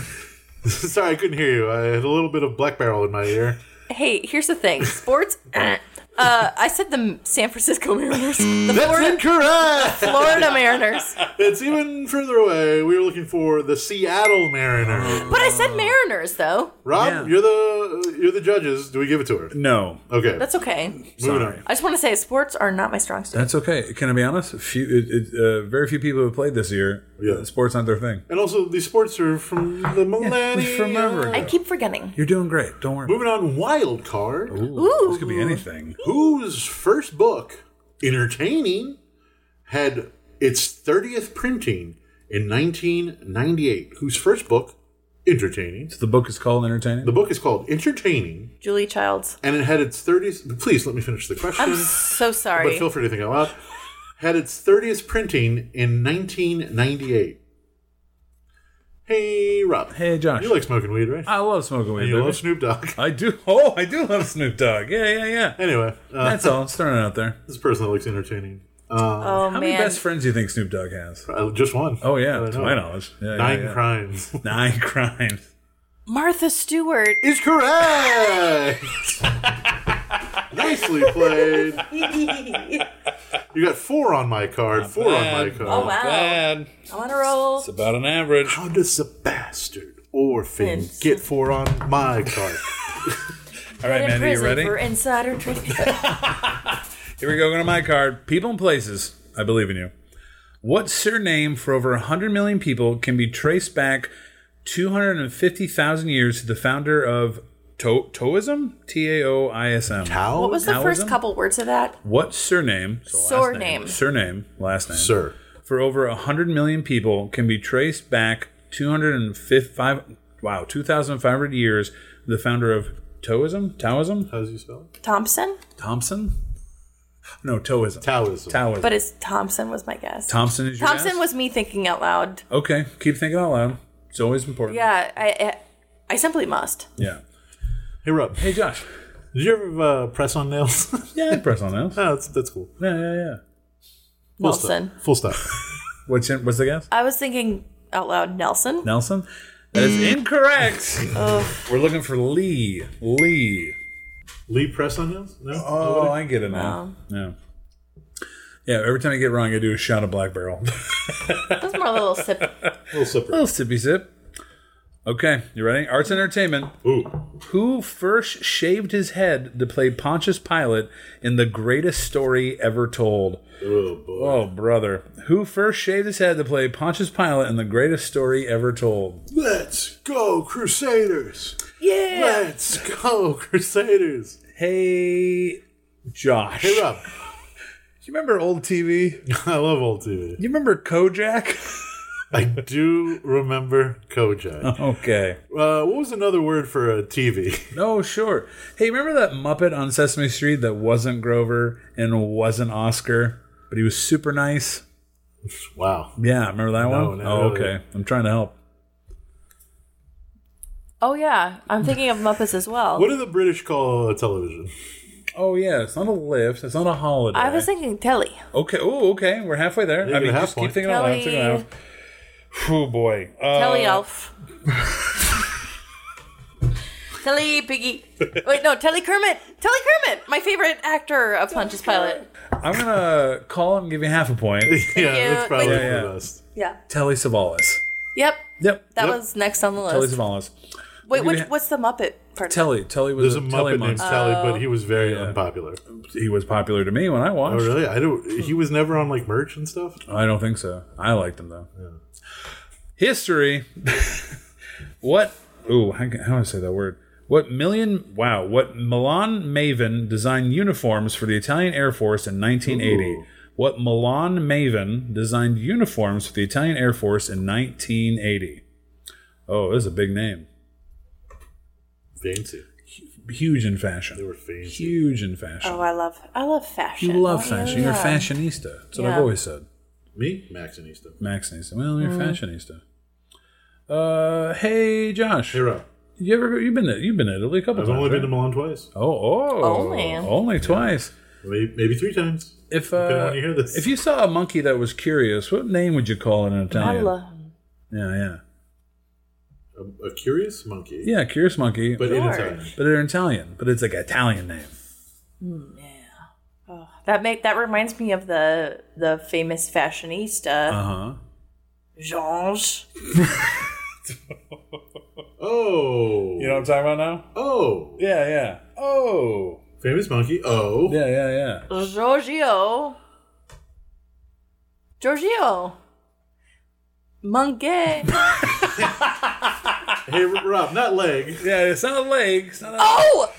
A: Sorry, I couldn't hear you. I had a little bit of black barrel in my ear.
D: hey, here's the thing. Sports. eh. uh, I said the San Francisco Mariners. The
A: That's
D: Florida,
A: incorrect.
D: Florida Mariners.
A: it's even further away. We were looking for the Seattle Mariners.
D: But I said Mariners though.
A: Rob,
B: Yeah.
A: you're the you're the judges. Do we give it to her?
B: No,
A: Okay,
D: That's okay.
A: moving
B: sorry.
A: on.
D: I just want to say sports are not my strong suit.
B: that's okay. Can I be honest? Few, it, it, uh, very few people have played this year.
A: Yeah.
B: sports not their thing.
A: And also, these sports are from the millennium.
B: from ever ago.
D: I keep forgetting.
B: You're doing great. Don't worry.
A: Moving on, wild card.
B: Ooh, This could be anything.
A: Whose first book, entertaining, had its 30th printing in 1998, whose first book, Entertaining,
B: So the book is called Entertaining.
A: the book is called Entertaining,
D: Julie Childs.
A: and it had its 30th. Please let me finish the question.
D: I'm so
A: but
D: sorry.
A: feel free to think out loud. Had its 30th printing in 1998. Hey, Rob.
B: hey, Josh.
A: You like smoking weed, right?
B: I love smoking weed.
A: you
B: baby.
A: love Snoop Dogg.
B: I do. Oh, I do love Snoop Dogg. Yeah, yeah, yeah.
A: Anyway, uh,
B: That's all. It's throwing it out there.
A: this person that looks entertaining. Uh,
D: oh
B: How
D: man.
B: many best friends do you think Snoop Dogg has?
A: I- Just one.
B: Oh yeah,
A: I
B: to
A: know.
B: my knowledge, yeah, yeah,
A: Nine
B: yeah.
A: crimes.
B: Nine crimes.
D: Martha Stewart.
A: is correct. Nicely played. You got four on my card, four on my
B: bad.
A: card.
D: Oh wow.
H: Bad.
D: I'm on a roll.
B: It's about an average.
A: How does a bastard orphan
D: Vince.
A: get four on my card?
B: All right,
D: In
B: Mandy, you
D: prison
B: ready?
D: for insider trading.
B: Here we go. Going to my card. People and places. I believe in you. What surname for over 100 million people can be traced back 250,000 years to the founder of to- Taoism? T A O I S M.
A: How?
D: what was the first
B: Taoism?
D: couple words of that?
B: What surname? so last
D: Surname.
B: name, Surname. Last name.
A: Sir.
B: for over 100 million people can be traced back 255 wow 2500 years to the founder of Taoism Taoism
A: How does you spell it?
D: Thompson?
B: Thompson no Taoism
A: Taoism.
B: Taoism
D: But it's Thompson was my guess.
B: Thompson is your
D: Thompson
B: guess?
D: was me thinking out loud.
B: okay keep thinking out loud it's always important
D: Yeah, I I, I simply must.
B: yeah
A: hey, Rob.
B: hey Josh
A: Did you ever uh, press on nails? no,
B: yeah press on those
A: that's, that's cool.
B: yeah yeah yeah
A: Full
D: Nelson.
A: stop. Full stop.
B: what's your, what's the guess
D: I was thinking out loud Nelson.
B: Nelson that is incorrect we're looking for Lee Lee
A: Lee press on nails? No?
B: Oh, I get it now. Yeah. Yeah, every time I get it wrong, I do a shot of Black Barrel.
D: Those more little sip.
A: Little slippery.
B: little sippy sip. Okay, you ready? Arts and Entertainment.
A: Ooh.
B: Who first shaved his head to play Pontius Pilate in the greatest story ever told?
A: Oh, boy.
B: Oh, brother. Who first shaved his head to play Pontius Pilate in the greatest story ever told?
A: Let's go, Crusaders! Yeah! Let's go, Crusaders!
B: Hey, Josh.
A: Hey, Rob.
B: You remember old TV? You
A: I love old TV.
B: remember Kojak?
A: I do remember Kojak.
B: okay.
A: Uh, what was another word for a TV?
B: No, sure. Hey, remember that Muppet on Sesame Street that wasn't Grover and wasn't Oscar, but he was super nice?
A: Wow.
B: Yeah, remember that
A: No,
B: one?
A: not
B: oh,
A: really.
B: okay. I'm trying to help.
D: Oh yeah, I'm thinking of Muppets as well.
A: What do the British call uh, television?
B: Oh yeah, it's not a lift. It's not a holiday.
D: I was thinking telly.
B: okay. Oh, okay. We're halfway there.
A: Yeah,
B: I mean,
A: half
B: just keep
A: point.
B: thinking out loud.
D: Telly.
B: Thinking out loud. Oh boy. Uh,
D: Telly elf. telly piggy. Wait, no, Telly Kermit. Telly Kermit, my favorite actor of Pontius Pilate.
B: I'm gonna call him. and Give you half a point.
A: yeah,
D: you.
A: that's probably
B: Thank you.
A: the best.
D: Yeah.
B: Telly Savalas.
D: Yep.
B: Yep.
D: That
A: Yep.
D: was next on the
B: Telly
D: list.
B: Savalas.
D: Wait,
B: We're
D: which,
B: gonna-
D: what's the Muppet part?
B: Telly. Telly was
A: There's a
B: a, Telly
A: Muppet named
B: monster.
A: Tally, but he was very
B: Yeah.
A: unpopular.
B: he was popular to me when I
A: Oh,
B: watched.
A: really? I don't. He was never on like merch and stuff.
B: I don't think so. I liked them though. History. what? Ooh, how, can- how do I say that word? What million? Wow. What Milan Maven designed uniforms for the Italian Air Force in 1980?
A: Ooh.
B: What Milan Maven designed uniforms for the Italian Air Force in 1980? Oh, this is a big name.
A: Fancy.
B: Huge in fashion.
A: They were fancy.
B: Huge in fashion.
D: Oh, I love I love fashion.
B: you love
D: Oh,
B: fashion.
D: yeah.
B: You're a fashionista. That's what I've
D: Yeah.
B: always said.
A: Me, Max and Easton.
B: Maxinista. Well,
D: Mm.
B: you're fashionista. Uh, hey Josh,
A: Hey, Rob.
B: you ever you've been to, you've been to Italy a couple
A: I've
B: times?
A: only been to
B: right?
A: Milan twice,
B: oh, oh,
D: Only.
B: twice.
A: maybe, maybe three times.
B: If
A: Depending on
B: uh,
A: when you hear this.
B: if you saw a monkey that was curious, what name would you call it in
D: I
B: Italian?
D: love
B: yeah, yeah,
A: A, a curious monkey.
B: yeah. Curious monkey,
A: But
B: but
A: in
D: Sure.
A: Italian.
B: but they're Italian, but it's like an Italian name.
D: Oh, that. Make that reminds me of the the famous fashionista
B: Uh huh.
D: Georges.
A: Oh.
B: You know what I'm talking about now?
A: Oh.
B: Yeah, yeah. Oh,
A: Famous monkey. Oh.
B: yeah, yeah, yeah.
D: Giorgio. Giorgio. Monkey.
A: Hey, Rob, not leg.
B: Yeah, it's not a leg.
D: Oh,
B: It's not a
D: Oh!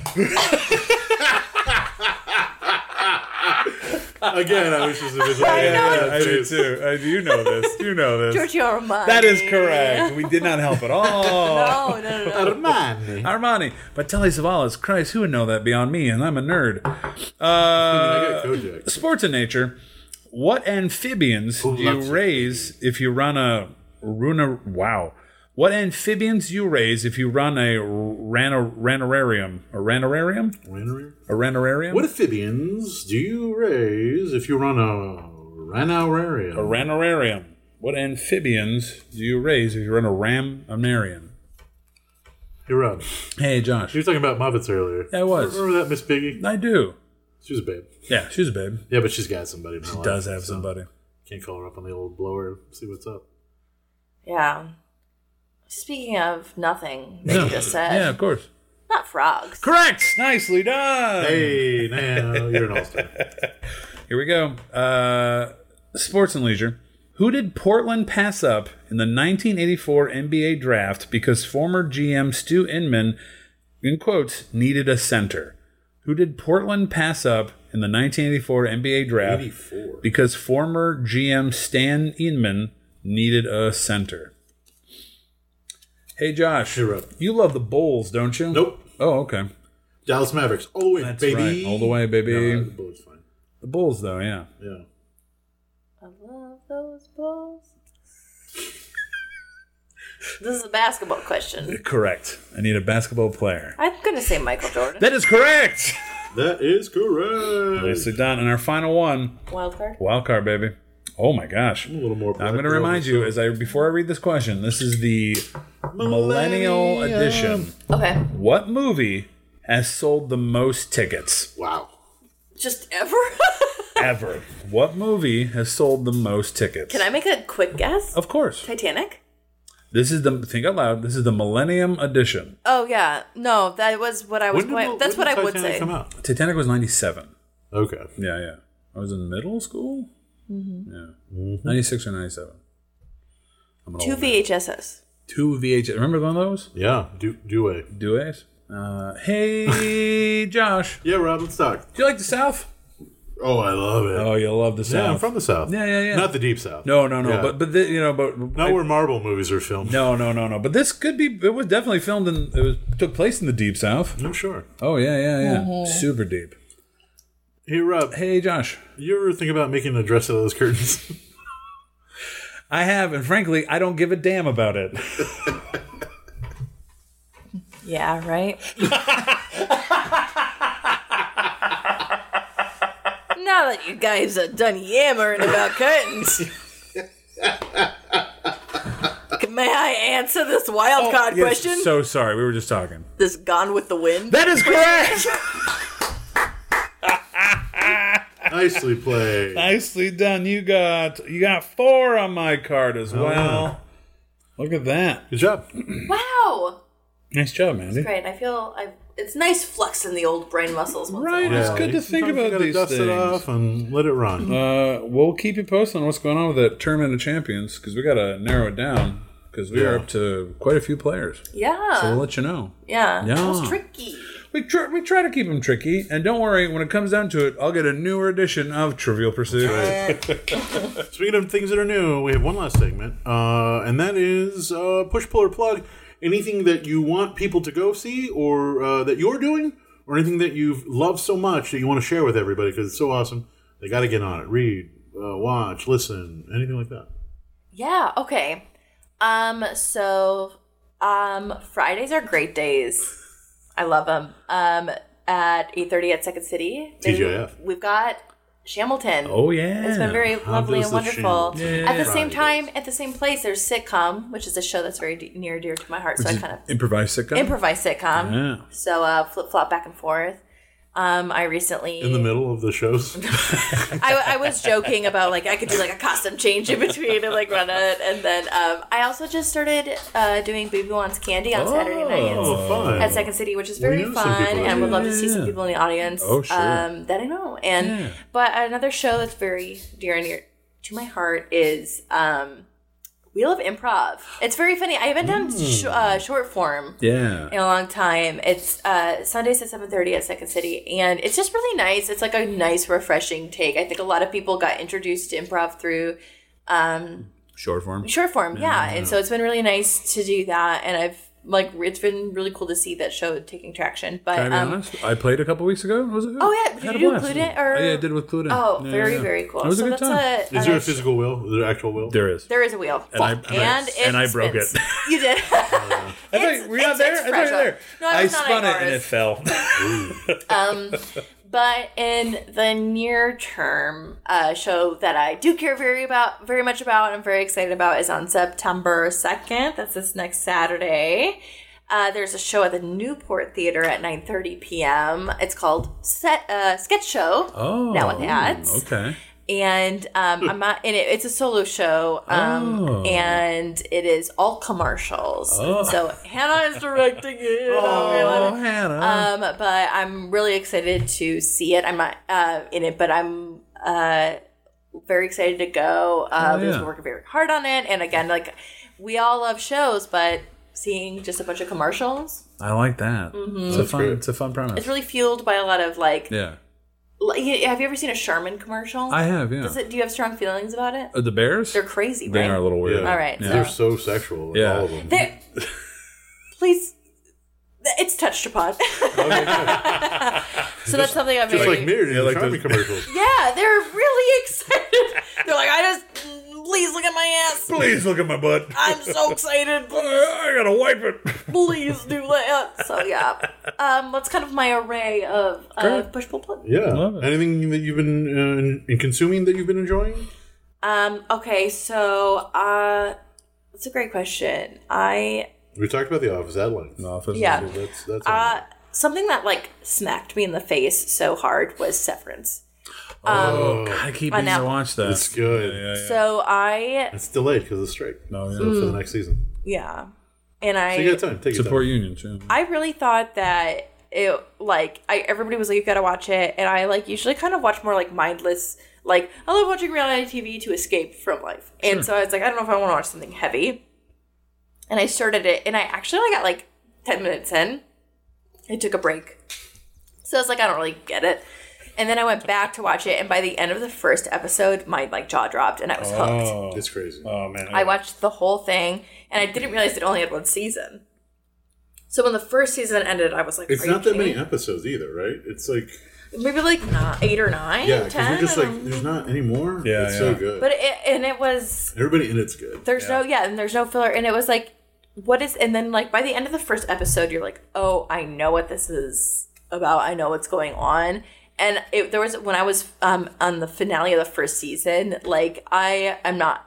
A: Again, I was just a visual.
D: I
A: yeah,
D: know.
A: yeah,
B: I
A: dude.
B: do too. I do know this. You know this.
D: Giorgio Armani.
B: That is correct. We did not help at all.
D: No, no, no, no.
B: Uh,
A: Armani.
B: Armani. But Telly Savalas, Christ, who would know that beyond me? And I'm a nerd.
A: I got
B: Uh,
A: Kojak.
B: sports in nature. What amphibians do
A: loves
B: you raise if you run a run a wow? What amphibians do you raise if you run a ran a ranararium? A ranararium? A ranararium?
A: What amphibians do you raise if you run a ranararium?
B: a ranararium? What amphibians do you raise if you run a ramanarium?
A: Hey, Rob,
B: Hey, Josh.
A: you were talking about Muppets earlier.
B: Yeah, I was.
A: Remember that Miss Piggy?
B: I do.
A: She was a babe.
B: Yeah, she's a babe.
A: Yeah, but she's got somebody. in her life,
B: Does have
A: so
B: somebody.
A: Can't call her up on the old blower. and See what's up.
D: Yeah. Speaking of nothing that
B: Yeah.
D: you just said,
B: Yeah, of course.
D: not frogs.
B: Correct. Nicely done.
A: Hey, now you're an all-star.
B: Here we go. Uh, sports and leisure. Who did Portland pass up in the 1984 NBA draft because former GM Stu Inman, in quotes, needed a center? Who did Portland pass up in the 1984 NBA draft
A: 84.
B: because former GM Stan Inman needed a center? Hey, Josh.
A: Hey, Rob.
B: You love the Bulls, don't you?
A: Nope.
B: Oh, okay.
A: Dallas Mavericks, all the way,
B: That's
A: baby.
B: right. All the way, baby.
A: No, the bullet's fine.
B: The Bulls, though, yeah.
A: Yeah.
D: I love those balls. this is a basketball question.
B: Correct. I need a basketball player.
D: I'm going to say Michael Jordan.
B: That is correct.
A: That is correct.
B: Nicely done. And our final one,
D: Wild card.
B: wild card, baby. Oh my gosh!
A: a little more.
B: I'm going to remind you as I before I read this question. This is the millennial, edition.
D: Okay.
B: What movie has sold the most tickets
A: Wow.
D: Just ever?
B: ever? what movie has sold the most tickets?
D: Can I make a quick guess?
B: Of course.
D: Titanic?
B: This is the think out loud. This is the millennium edition.
D: Oh, yeah. No, that was what I was
A: When did
D: going
A: the-
D: That's
A: when
D: what
A: did
D: I would
A: Titanic
D: say.
A: Come out.
B: Titanic was 97.
A: Okay.
B: Yeah, yeah. I was in middle school.
D: Mm-hmm.
B: Yeah, 96 or 97. I'm an
D: Two
B: old Oh, man.
D: VHSs.
B: Two VHS. Remember one of those
A: Yeah. Do do a.
B: duets? Uh, hey, Josh.
A: Yeah, Rob. Let's talk.
B: Do you like the South?
A: Oh, I love it.
B: Oh, you love the
A: yeah,
B: South.
A: I'm from the south.
B: Yeah, yeah, yeah.
A: Not the deep south.
B: No, no, no.
A: Yeah.
B: But but the, you know, but
A: not where Marvel movies are filmed.
B: no, no, no, no. But this could be. It was definitely filmed in. It was took place in the Deep South.
A: I'm sure.
B: Oh yeah, yeah, yeah.
D: Mm-hmm.
B: Super deep.
A: Hey, Rob.
B: Hey, Josh.
A: You ever think about making a dress out of those curtains?
B: I have, and frankly, I don't give a damn about it.
D: Yeah, right? now that you guys are done yammering about curtains. May I answer this
A: Oh,
D: wild card Oh, question?
B: So sorry. We were just talking.
D: this Gone with the Wind?
B: That is correct.
A: Nicely played.
B: Nicely done. You got you got four on my card as well. Look at that.
A: Good job.
D: wow!
B: Nice job, Mandy.
D: Great. I feel i it's nice flexing the old brain muscles. Once
B: Right.
D: In a while.
B: It's good to think
A: sometimes you
B: about
A: gotta
B: these
A: dust
B: things.
A: it off and let it run.
B: Uh, we'll keep you posted on what's going on with that tournament of champions because we got to narrow it down because we are
A: Yeah.
B: up to quite a few players.
D: Yeah.
B: So we'll let you know.
D: yeah.
B: Yeah.
D: That was tricky.
B: We try, we try to keep them tricky, and don't worry. When it comes down to it, I'll get a newer edition of Trivial Pursuit.
A: Speaking of things that are new, we have one last segment, uh, and that is uh, push, pull, or plug. Anything that you want people to go see, or uh, that you're doing, or anything that you've loved so much that you want to share with everybody because it's so awesome. They got to get on it. Read, uh, watch, listen, anything like that.
D: Yeah, okay. Um, so um Fridays are great days. I love them. Um at 8:30 at Second City. They-
A: TGIF.
D: We've got Shamilton.
B: Oh yeah,
D: It's been very
A: How
D: lovely
A: does
D: and
A: the
D: wonderful.
A: Shamilton
D: At the same
A: Fridays?
D: time, at the same place, there's sitcom, which is a show that's very de- near and dear to my heart. So I kind of
B: improvised sitcom.
D: improvise sitcom.
B: Yeah.
D: So uh, flip flop back and forth. Um, I recently
A: In the middle of the shows,
D: I, I was joking about like I could do like a costume change in between and like run it, and then um, I also just started uh, doing Baby Wants Candy on Saturday nights
A: oh, fun.
D: at Second City, which is
A: know
D: very
A: some people
D: fun,
A: that
D: and I
A: do
D: would love to
B: that.
D: see some people in the audience
B: Oh, sure.
D: um, that I know. And
B: Yeah.
D: but another show that's very dear and near to my heart is um, We love improv. It's very funny. I haven't done
A: Hmm.
D: sh- uh, short form
B: Yeah.
D: in a long time. It's uh, Sundays at seven thirty at Second City, and it's just really nice. It's like a nice, refreshing take. I think a lot of people got introduced to improv through
B: Short form.
D: short form, yeah. And so it's been really nice to do that, and I've like it's been really cool to see that show taking traction. But
B: Can I be
D: um,
B: honest? I played a couple weeks ago. Was it?
D: Oh, yeah.
B: I
D: Did
B: had
D: you
B: a
D: do
B: blast.
D: Cluedo, or-
B: Oh, yeah, I did with Cluedo.
D: oh,
B: Yeah,
D: very
B: yeah.
D: very cool.
B: It was
D: so
B: a good
D: that's
B: time.
D: a
A: Is
D: and
A: there a
D: it's-
A: physical will? Is there actual will?
B: there is.
D: There is a wheel,
B: And I-
D: Fuck.
B: and I-
D: it
B: and I broke
D: spins.
B: it.
D: You did.
B: I thought
D: It's-
B: you- were you not
D: it's-
B: there? I thought you
D: it's
B: were
D: fragile.
B: there.
D: No, I
B: I
D: was not
B: spun
D: at
B: it and it
D: ours.
B: fell.
D: But in the near term, a show that I do care very about, very much about, and I'm very excited about is on September 2nd. That's this next Saturday. Uh, there's a show at the Newport Theater at 9:30 p.m. It's called Set uh, Sketch Show.
B: Oh,
D: now with ads,
B: Okay.
D: and um, I'm not in it. It's a solo show, um,
B: Oh.
D: and it is all commercials.
B: Oh.
D: So Hannah is directing it. Oh,
B: Oh, Hannah.
D: um, but I'm really excited to see it. I'm not uh, in it, but I'm uh, very excited to go. Uh,
B: Oh,
D: We've
B: yeah.
D: been working very hard on it, and again, like we all love shows, but seeing just a bunch of commercials,
B: I like that. It's a fun.
A: great.
B: It's a fun premise.
D: Mm-hmm. it's really fueled by a lot of like.
B: yeah,
D: li- y- have you ever seen a Sherman commercial?
B: I have. Yeah.
D: Does it, do you have strong feelings about it?
B: Uh, the bears.
D: They're crazy,
B: They
D: right?
B: are a little weird.
A: Yeah.
D: All right,
B: Yeah.
A: They're so sexual. like,
B: Yeah.
A: All of them.
D: They're- please. It's touched upon. so that's something I'm
A: Just
D: very-
A: like mirrored in
B: Yeah,
A: the
B: like
A: Charmy
B: those-
A: commercials.
D: Yeah, they're really excited. They're like, I just, please look at my ass.
B: Please look at my butt.
D: I'm so excited.
B: I gotta wipe it.
D: Please do that. So yeah, um, that's kind of my array of uh,
B: Great.
D: push pull plug.
A: Yeah.
B: Love it.
A: Anything that you've been uh, in, in consuming that you've been enjoying?
D: Um, okay, so uh, that's a great question. I
A: We talked about The Office at length.
B: Office.
D: Yeah.
A: That's that's
D: uh, something that like smacked me in the face so hard was Severance. um,
B: Oh, God, I keep
D: I
B: meaning to
D: know.
B: watch that.
A: It's good.
B: Yeah, yeah, yeah.
D: So I
A: it's delayed because of the strike.
B: No, Oh, yeah.
A: So
D: Mm.
A: for the next season.
D: yeah, and Hmm. I
A: So you got time. Take your
B: Support
A: time.
B: unions. Yeah.
D: I really thought that it like I everybody was like you gotta watch it, and I like usually kind of watch more like mindless. Like I love watching reality TV to escape from life, and so I was like, I don't know if I want to watch something heavy. And I started it, and I actually only got like ten minutes in. I took a break, so I was like, I don't really get it. And then I went back to watch it, and by the end of the first episode, my like jaw dropped, and I was hooked.
B: Oh,
A: It's crazy.
B: oh man.
D: I watched the whole thing, and I didn't realize it only had one season. So when the first season ended, I was like,
A: it's
D: "Are
A: not
D: you
A: that many
D: kidding?"
A: episodes either, right? It's like
D: Maybe like nine, eight or nine,
A: yeah, because
D: ten.
A: we're just
D: I
A: like
D: don't-
A: there's not anymore.
B: Yeah,
A: it's
B: yeah.
A: so good.
D: but it, and it was
A: Everybody in it's good.
D: there's no yeah, and there's no filler, and it was like, what is? And then like by the end of the first episode, you're like, oh, I know what this is about. I know what's going on. And it, there was when I was um, on the finale of the first season, like I am not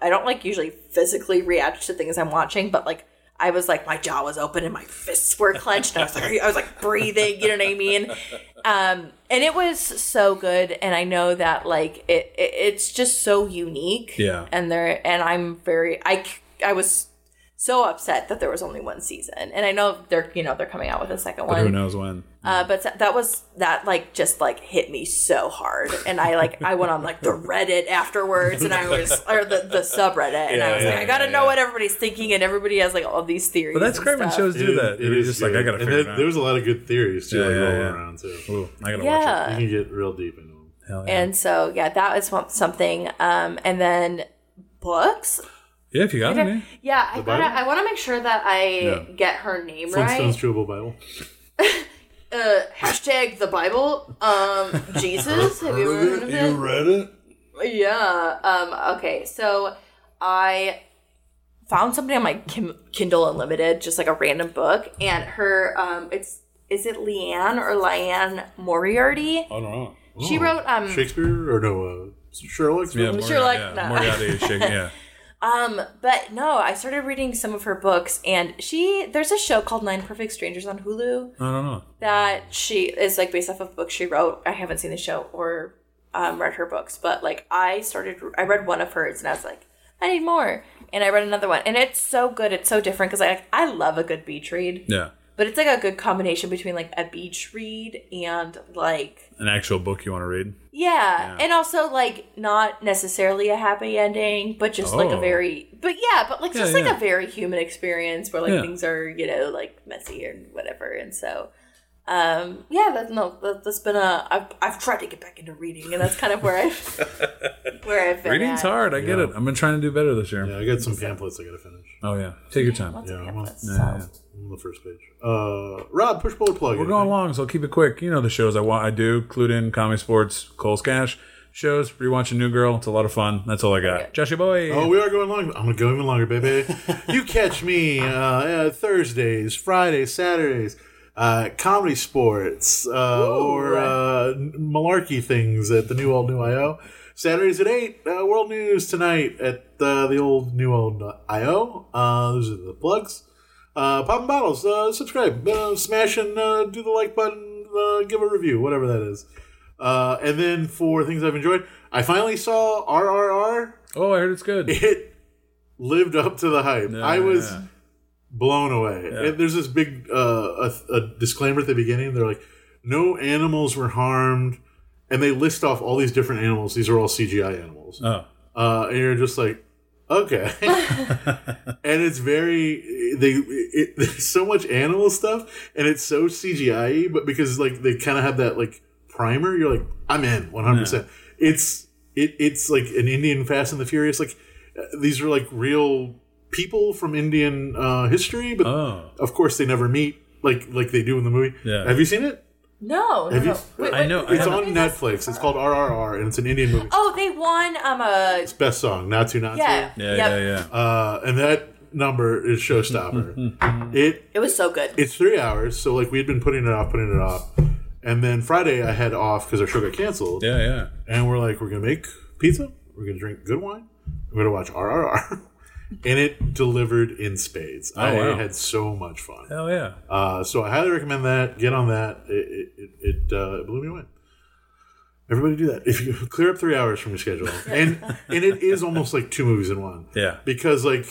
D: I don't like usually physically react to things I'm watching, but like I was like my jaw was open and my fists were clenched, and I was like are you- I was like breathing, you know what I mean? Um, and it was so good, and I know that like it, it it's just so unique,
B: Yeah.
D: And there, and I'm very I c- I was so upset that there was only one season, and I know they're you know they're coming out with a second
B: Who
D: one,
B: knows when?
D: uh, but th- that was that like just like hit me so hard, and I like I went on like the Reddit afterwards, and I was or the, the subreddit, and I
B: Yeah,
D: was
B: yeah,
D: like I gotta
B: yeah,
D: know
B: yeah.
D: what everybody's thinking, and everybody has like all these theories.
B: But that's
D: and
B: great when
D: stuff.
B: shows do
A: It is-
B: that.
A: it
B: They're
A: is
B: just like,
A: good.
B: I gotta
A: And
B: figure
A: there-
B: it out.
A: There's a lot of good theories too,
B: Yeah,
A: like
B: yeah,
A: rolling
B: yeah.
A: around too. You
B: Ooh, I gotta watch
D: Yeah,
A: can get real deep into them.
B: it. Hell yeah.
D: and so yeah, that was one- something. Um, and then books.
B: yeah, if you got any.
D: Yeah, I gotta,
A: Bible?
D: I want to make sure that I
B: Yeah.
D: get her name
A: Flintstones
D: right.
A: Chewable Bible.
D: Uh, hashtag the Bible. Um, Jesus, have you ever heard of it?
H: read it?
D: Yeah. Um, okay. So I found something on my Kim- Kindle Unlimited, just like a random book, and her. Um, it's is it Leanne or Leanne Moriarty?
B: I don't know.
D: She wrote um
A: Shakespeare or no uh, Sherlock's
B: Yeah,
A: Really?
B: Moriarty,
D: sure like
B: yeah.
D: that.
B: Moriarty is shaking. Yeah.
D: But no, I started reading some of her books, and she there's a show called Nine Perfect Strangers on Hulu
B: I don't know.
D: that she is like based off of books she wrote. I haven't seen the show or um, read her books, but like I started, I read one of hers, and I was like, I need more, and I read another one, and it's so good, it's so different because I I love a good beach read.
B: Yeah.
D: But it's like a good combination between like a beach read and like
B: An actual book you want to read?
D: yeah, and also like not necessarily a happy ending, but just like a
B: Oh.
D: very but yeah, but like
B: Yeah,
D: just like
B: yeah.
D: a very human experience where like
B: Yeah.
D: things are you know like messy and whatever, and so. Um. Yeah. That's no. That, that's been a. I've, I've tried to get back into reading, and that's kind of where I, where I've been.
B: Reading's
D: at.
B: hard. I get it. I've been trying to do better this year.
A: Yeah, I got some pamphlets I got to finish.
B: Oh yeah, take your time.
A: Yeah, I'm on,
B: Yeah, yeah.
A: I'm on the first page. Uh, Rob, push pull or plug.
B: We're going long, so I'll keep it quick. You know the shows I want. I do. Clued in, Comedy Sports, Cole's Cash shows. Rewatching New Girl. It's a lot of fun. That's all I got. Joshy boy.
A: Oh, we are going long. I'm gonna go even longer, baby. you catch me uh, uh, Thursdays, Fridays, Saturdays, uh, comedy sports, uh, or uh, malarkey things at the new old new IO. Saturdays at eight, uh, world news tonight at uh, the old new old IO. Uh, those are the plugs. Uh, popping bottles, uh, subscribe, uh, smash and uh, do the like button, uh, give a review, whatever that is. Uh, and then for things I've enjoyed, I finally saw RRR
B: Oh, I heard it's good.
A: it lived up to the hype. I was
B: yeah.
A: blown away. And there's this big uh, a, a disclaimer at the beginning. They're like, no animals were harmed, and they list off all these different animals. These are all CGI animals,
B: Oh,
A: uh, and you're just like, okay. and it's very they it, there's so much animal stuff, and it's so CGI. But because like they kind of have that like primer, you're like, I'm in 100. percent It's it it's like an Indian Fast and the Furious. Like uh, these are like real people from Indian uh, history, but
B: oh.
A: of course they never meet like like they do in the movie.
B: Yeah.
A: Have you seen it?
D: No. no,
A: Have you-
D: no. Wait,
B: I
D: wait,
B: know. I
A: It's
B: haven't-
A: on Netflix. It's called RRR, and it's an Indian movie.
D: Oh, they won. Um. A
A: Best song, Natsu Natsu.
D: yeah.
B: Yeah,
D: yep.
B: yeah, yeah.
A: Uh, and that number is showstopper. it
D: It was so good.
A: it's three hours, so like we had been putting it off, putting it off, and then Friday I had off because our show got canceled,
B: yeah, yeah.
A: and we're like, we're gonna make pizza, we're gonna drink good wine, we're gonna watch RRR, and it delivered in spades. I
B: Oh, wow.
A: had so much fun.
B: Hell yeah.
A: Uh, so I highly recommend that. Get on that. It it, it, it uh, blew me away. Everybody do that. If you clear up three hours from your schedule, and and it is almost like two movies in one.
B: Yeah.
A: because like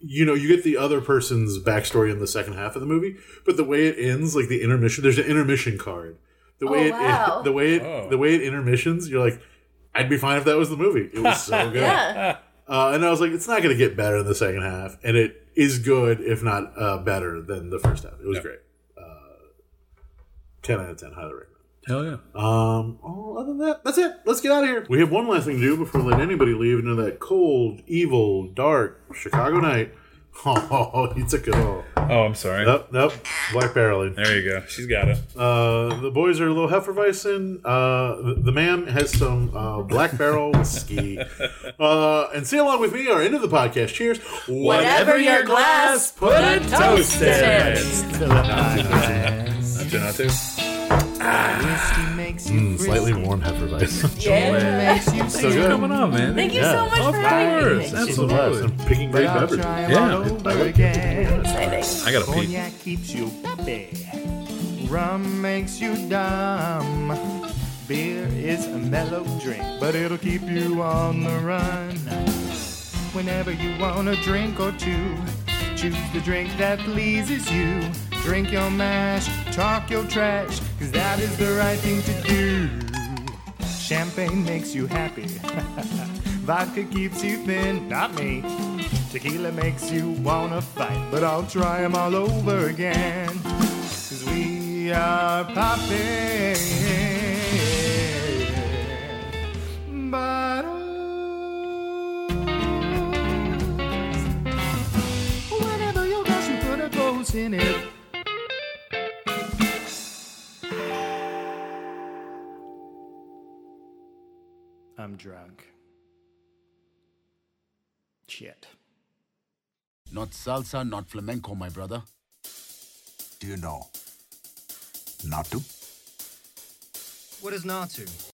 A: you know you get the other person's backstory in the second half of the movie, but the way it ends, like the intermission, there's an intermission card. The way
D: Oh,
A: it,
D: wow.
A: the way it
B: Oh.
A: the way it intermissions, you're like, I'd be fine if that was the movie. It was so good.
D: Yeah.
A: Uh, and I was like, it's not going to get better in the second half, and it is good, if not uh, better than the first half. It was great. Uh, ten out of ten, highly recommend.
B: Hell yeah.
A: Um, oh, other than that, that's it. Let's get out of here. We have one last thing to do before we let anybody leave into that cold, evil, dark Chicago night. Oh, he took it all.
B: Oh, I'm sorry.
A: Nope, nope. Black barreling.
B: There you go. She's got it.
A: Uh, the boys are a little Hefeweizen. Uh, the, the man has some uh, Black Barrel whiskey. Uh, and sing along with me are end of the podcast. Cheers.
D: Whatever your glass, put a toast in it.
B: Do not to.
A: Mm, Slightly warm Hefeweizen.
D: Yeah.
A: so
B: What's
A: good.
B: going on, man?
D: Thank you
A: Yeah.
D: so much
B: Of
D: for having me.
B: course. Absolutely.
A: I'm picking great beverages.
B: Yeah.
D: Exciting.
B: I gotta pee.
C: Cognac keeps you peppy. Rum makes you dumb. Beer is a mellow drink, but it'll keep you on the run. Whenever you want a drink or two, choose the drink that pleases you. Drink your mash, talk your trash, cause that is the right thing to do. Champagne makes you happy. Vodka keeps you thin, not me. Tequila makes you wanna fight, but I'll try 'em all over again. 'Cause we are popping bottles. Whenever you rush, you put a ghost in it. I'm drunk. Shit.
J: Not salsa, not flamenco, my brother. Do you know? Not to?
C: What is not to?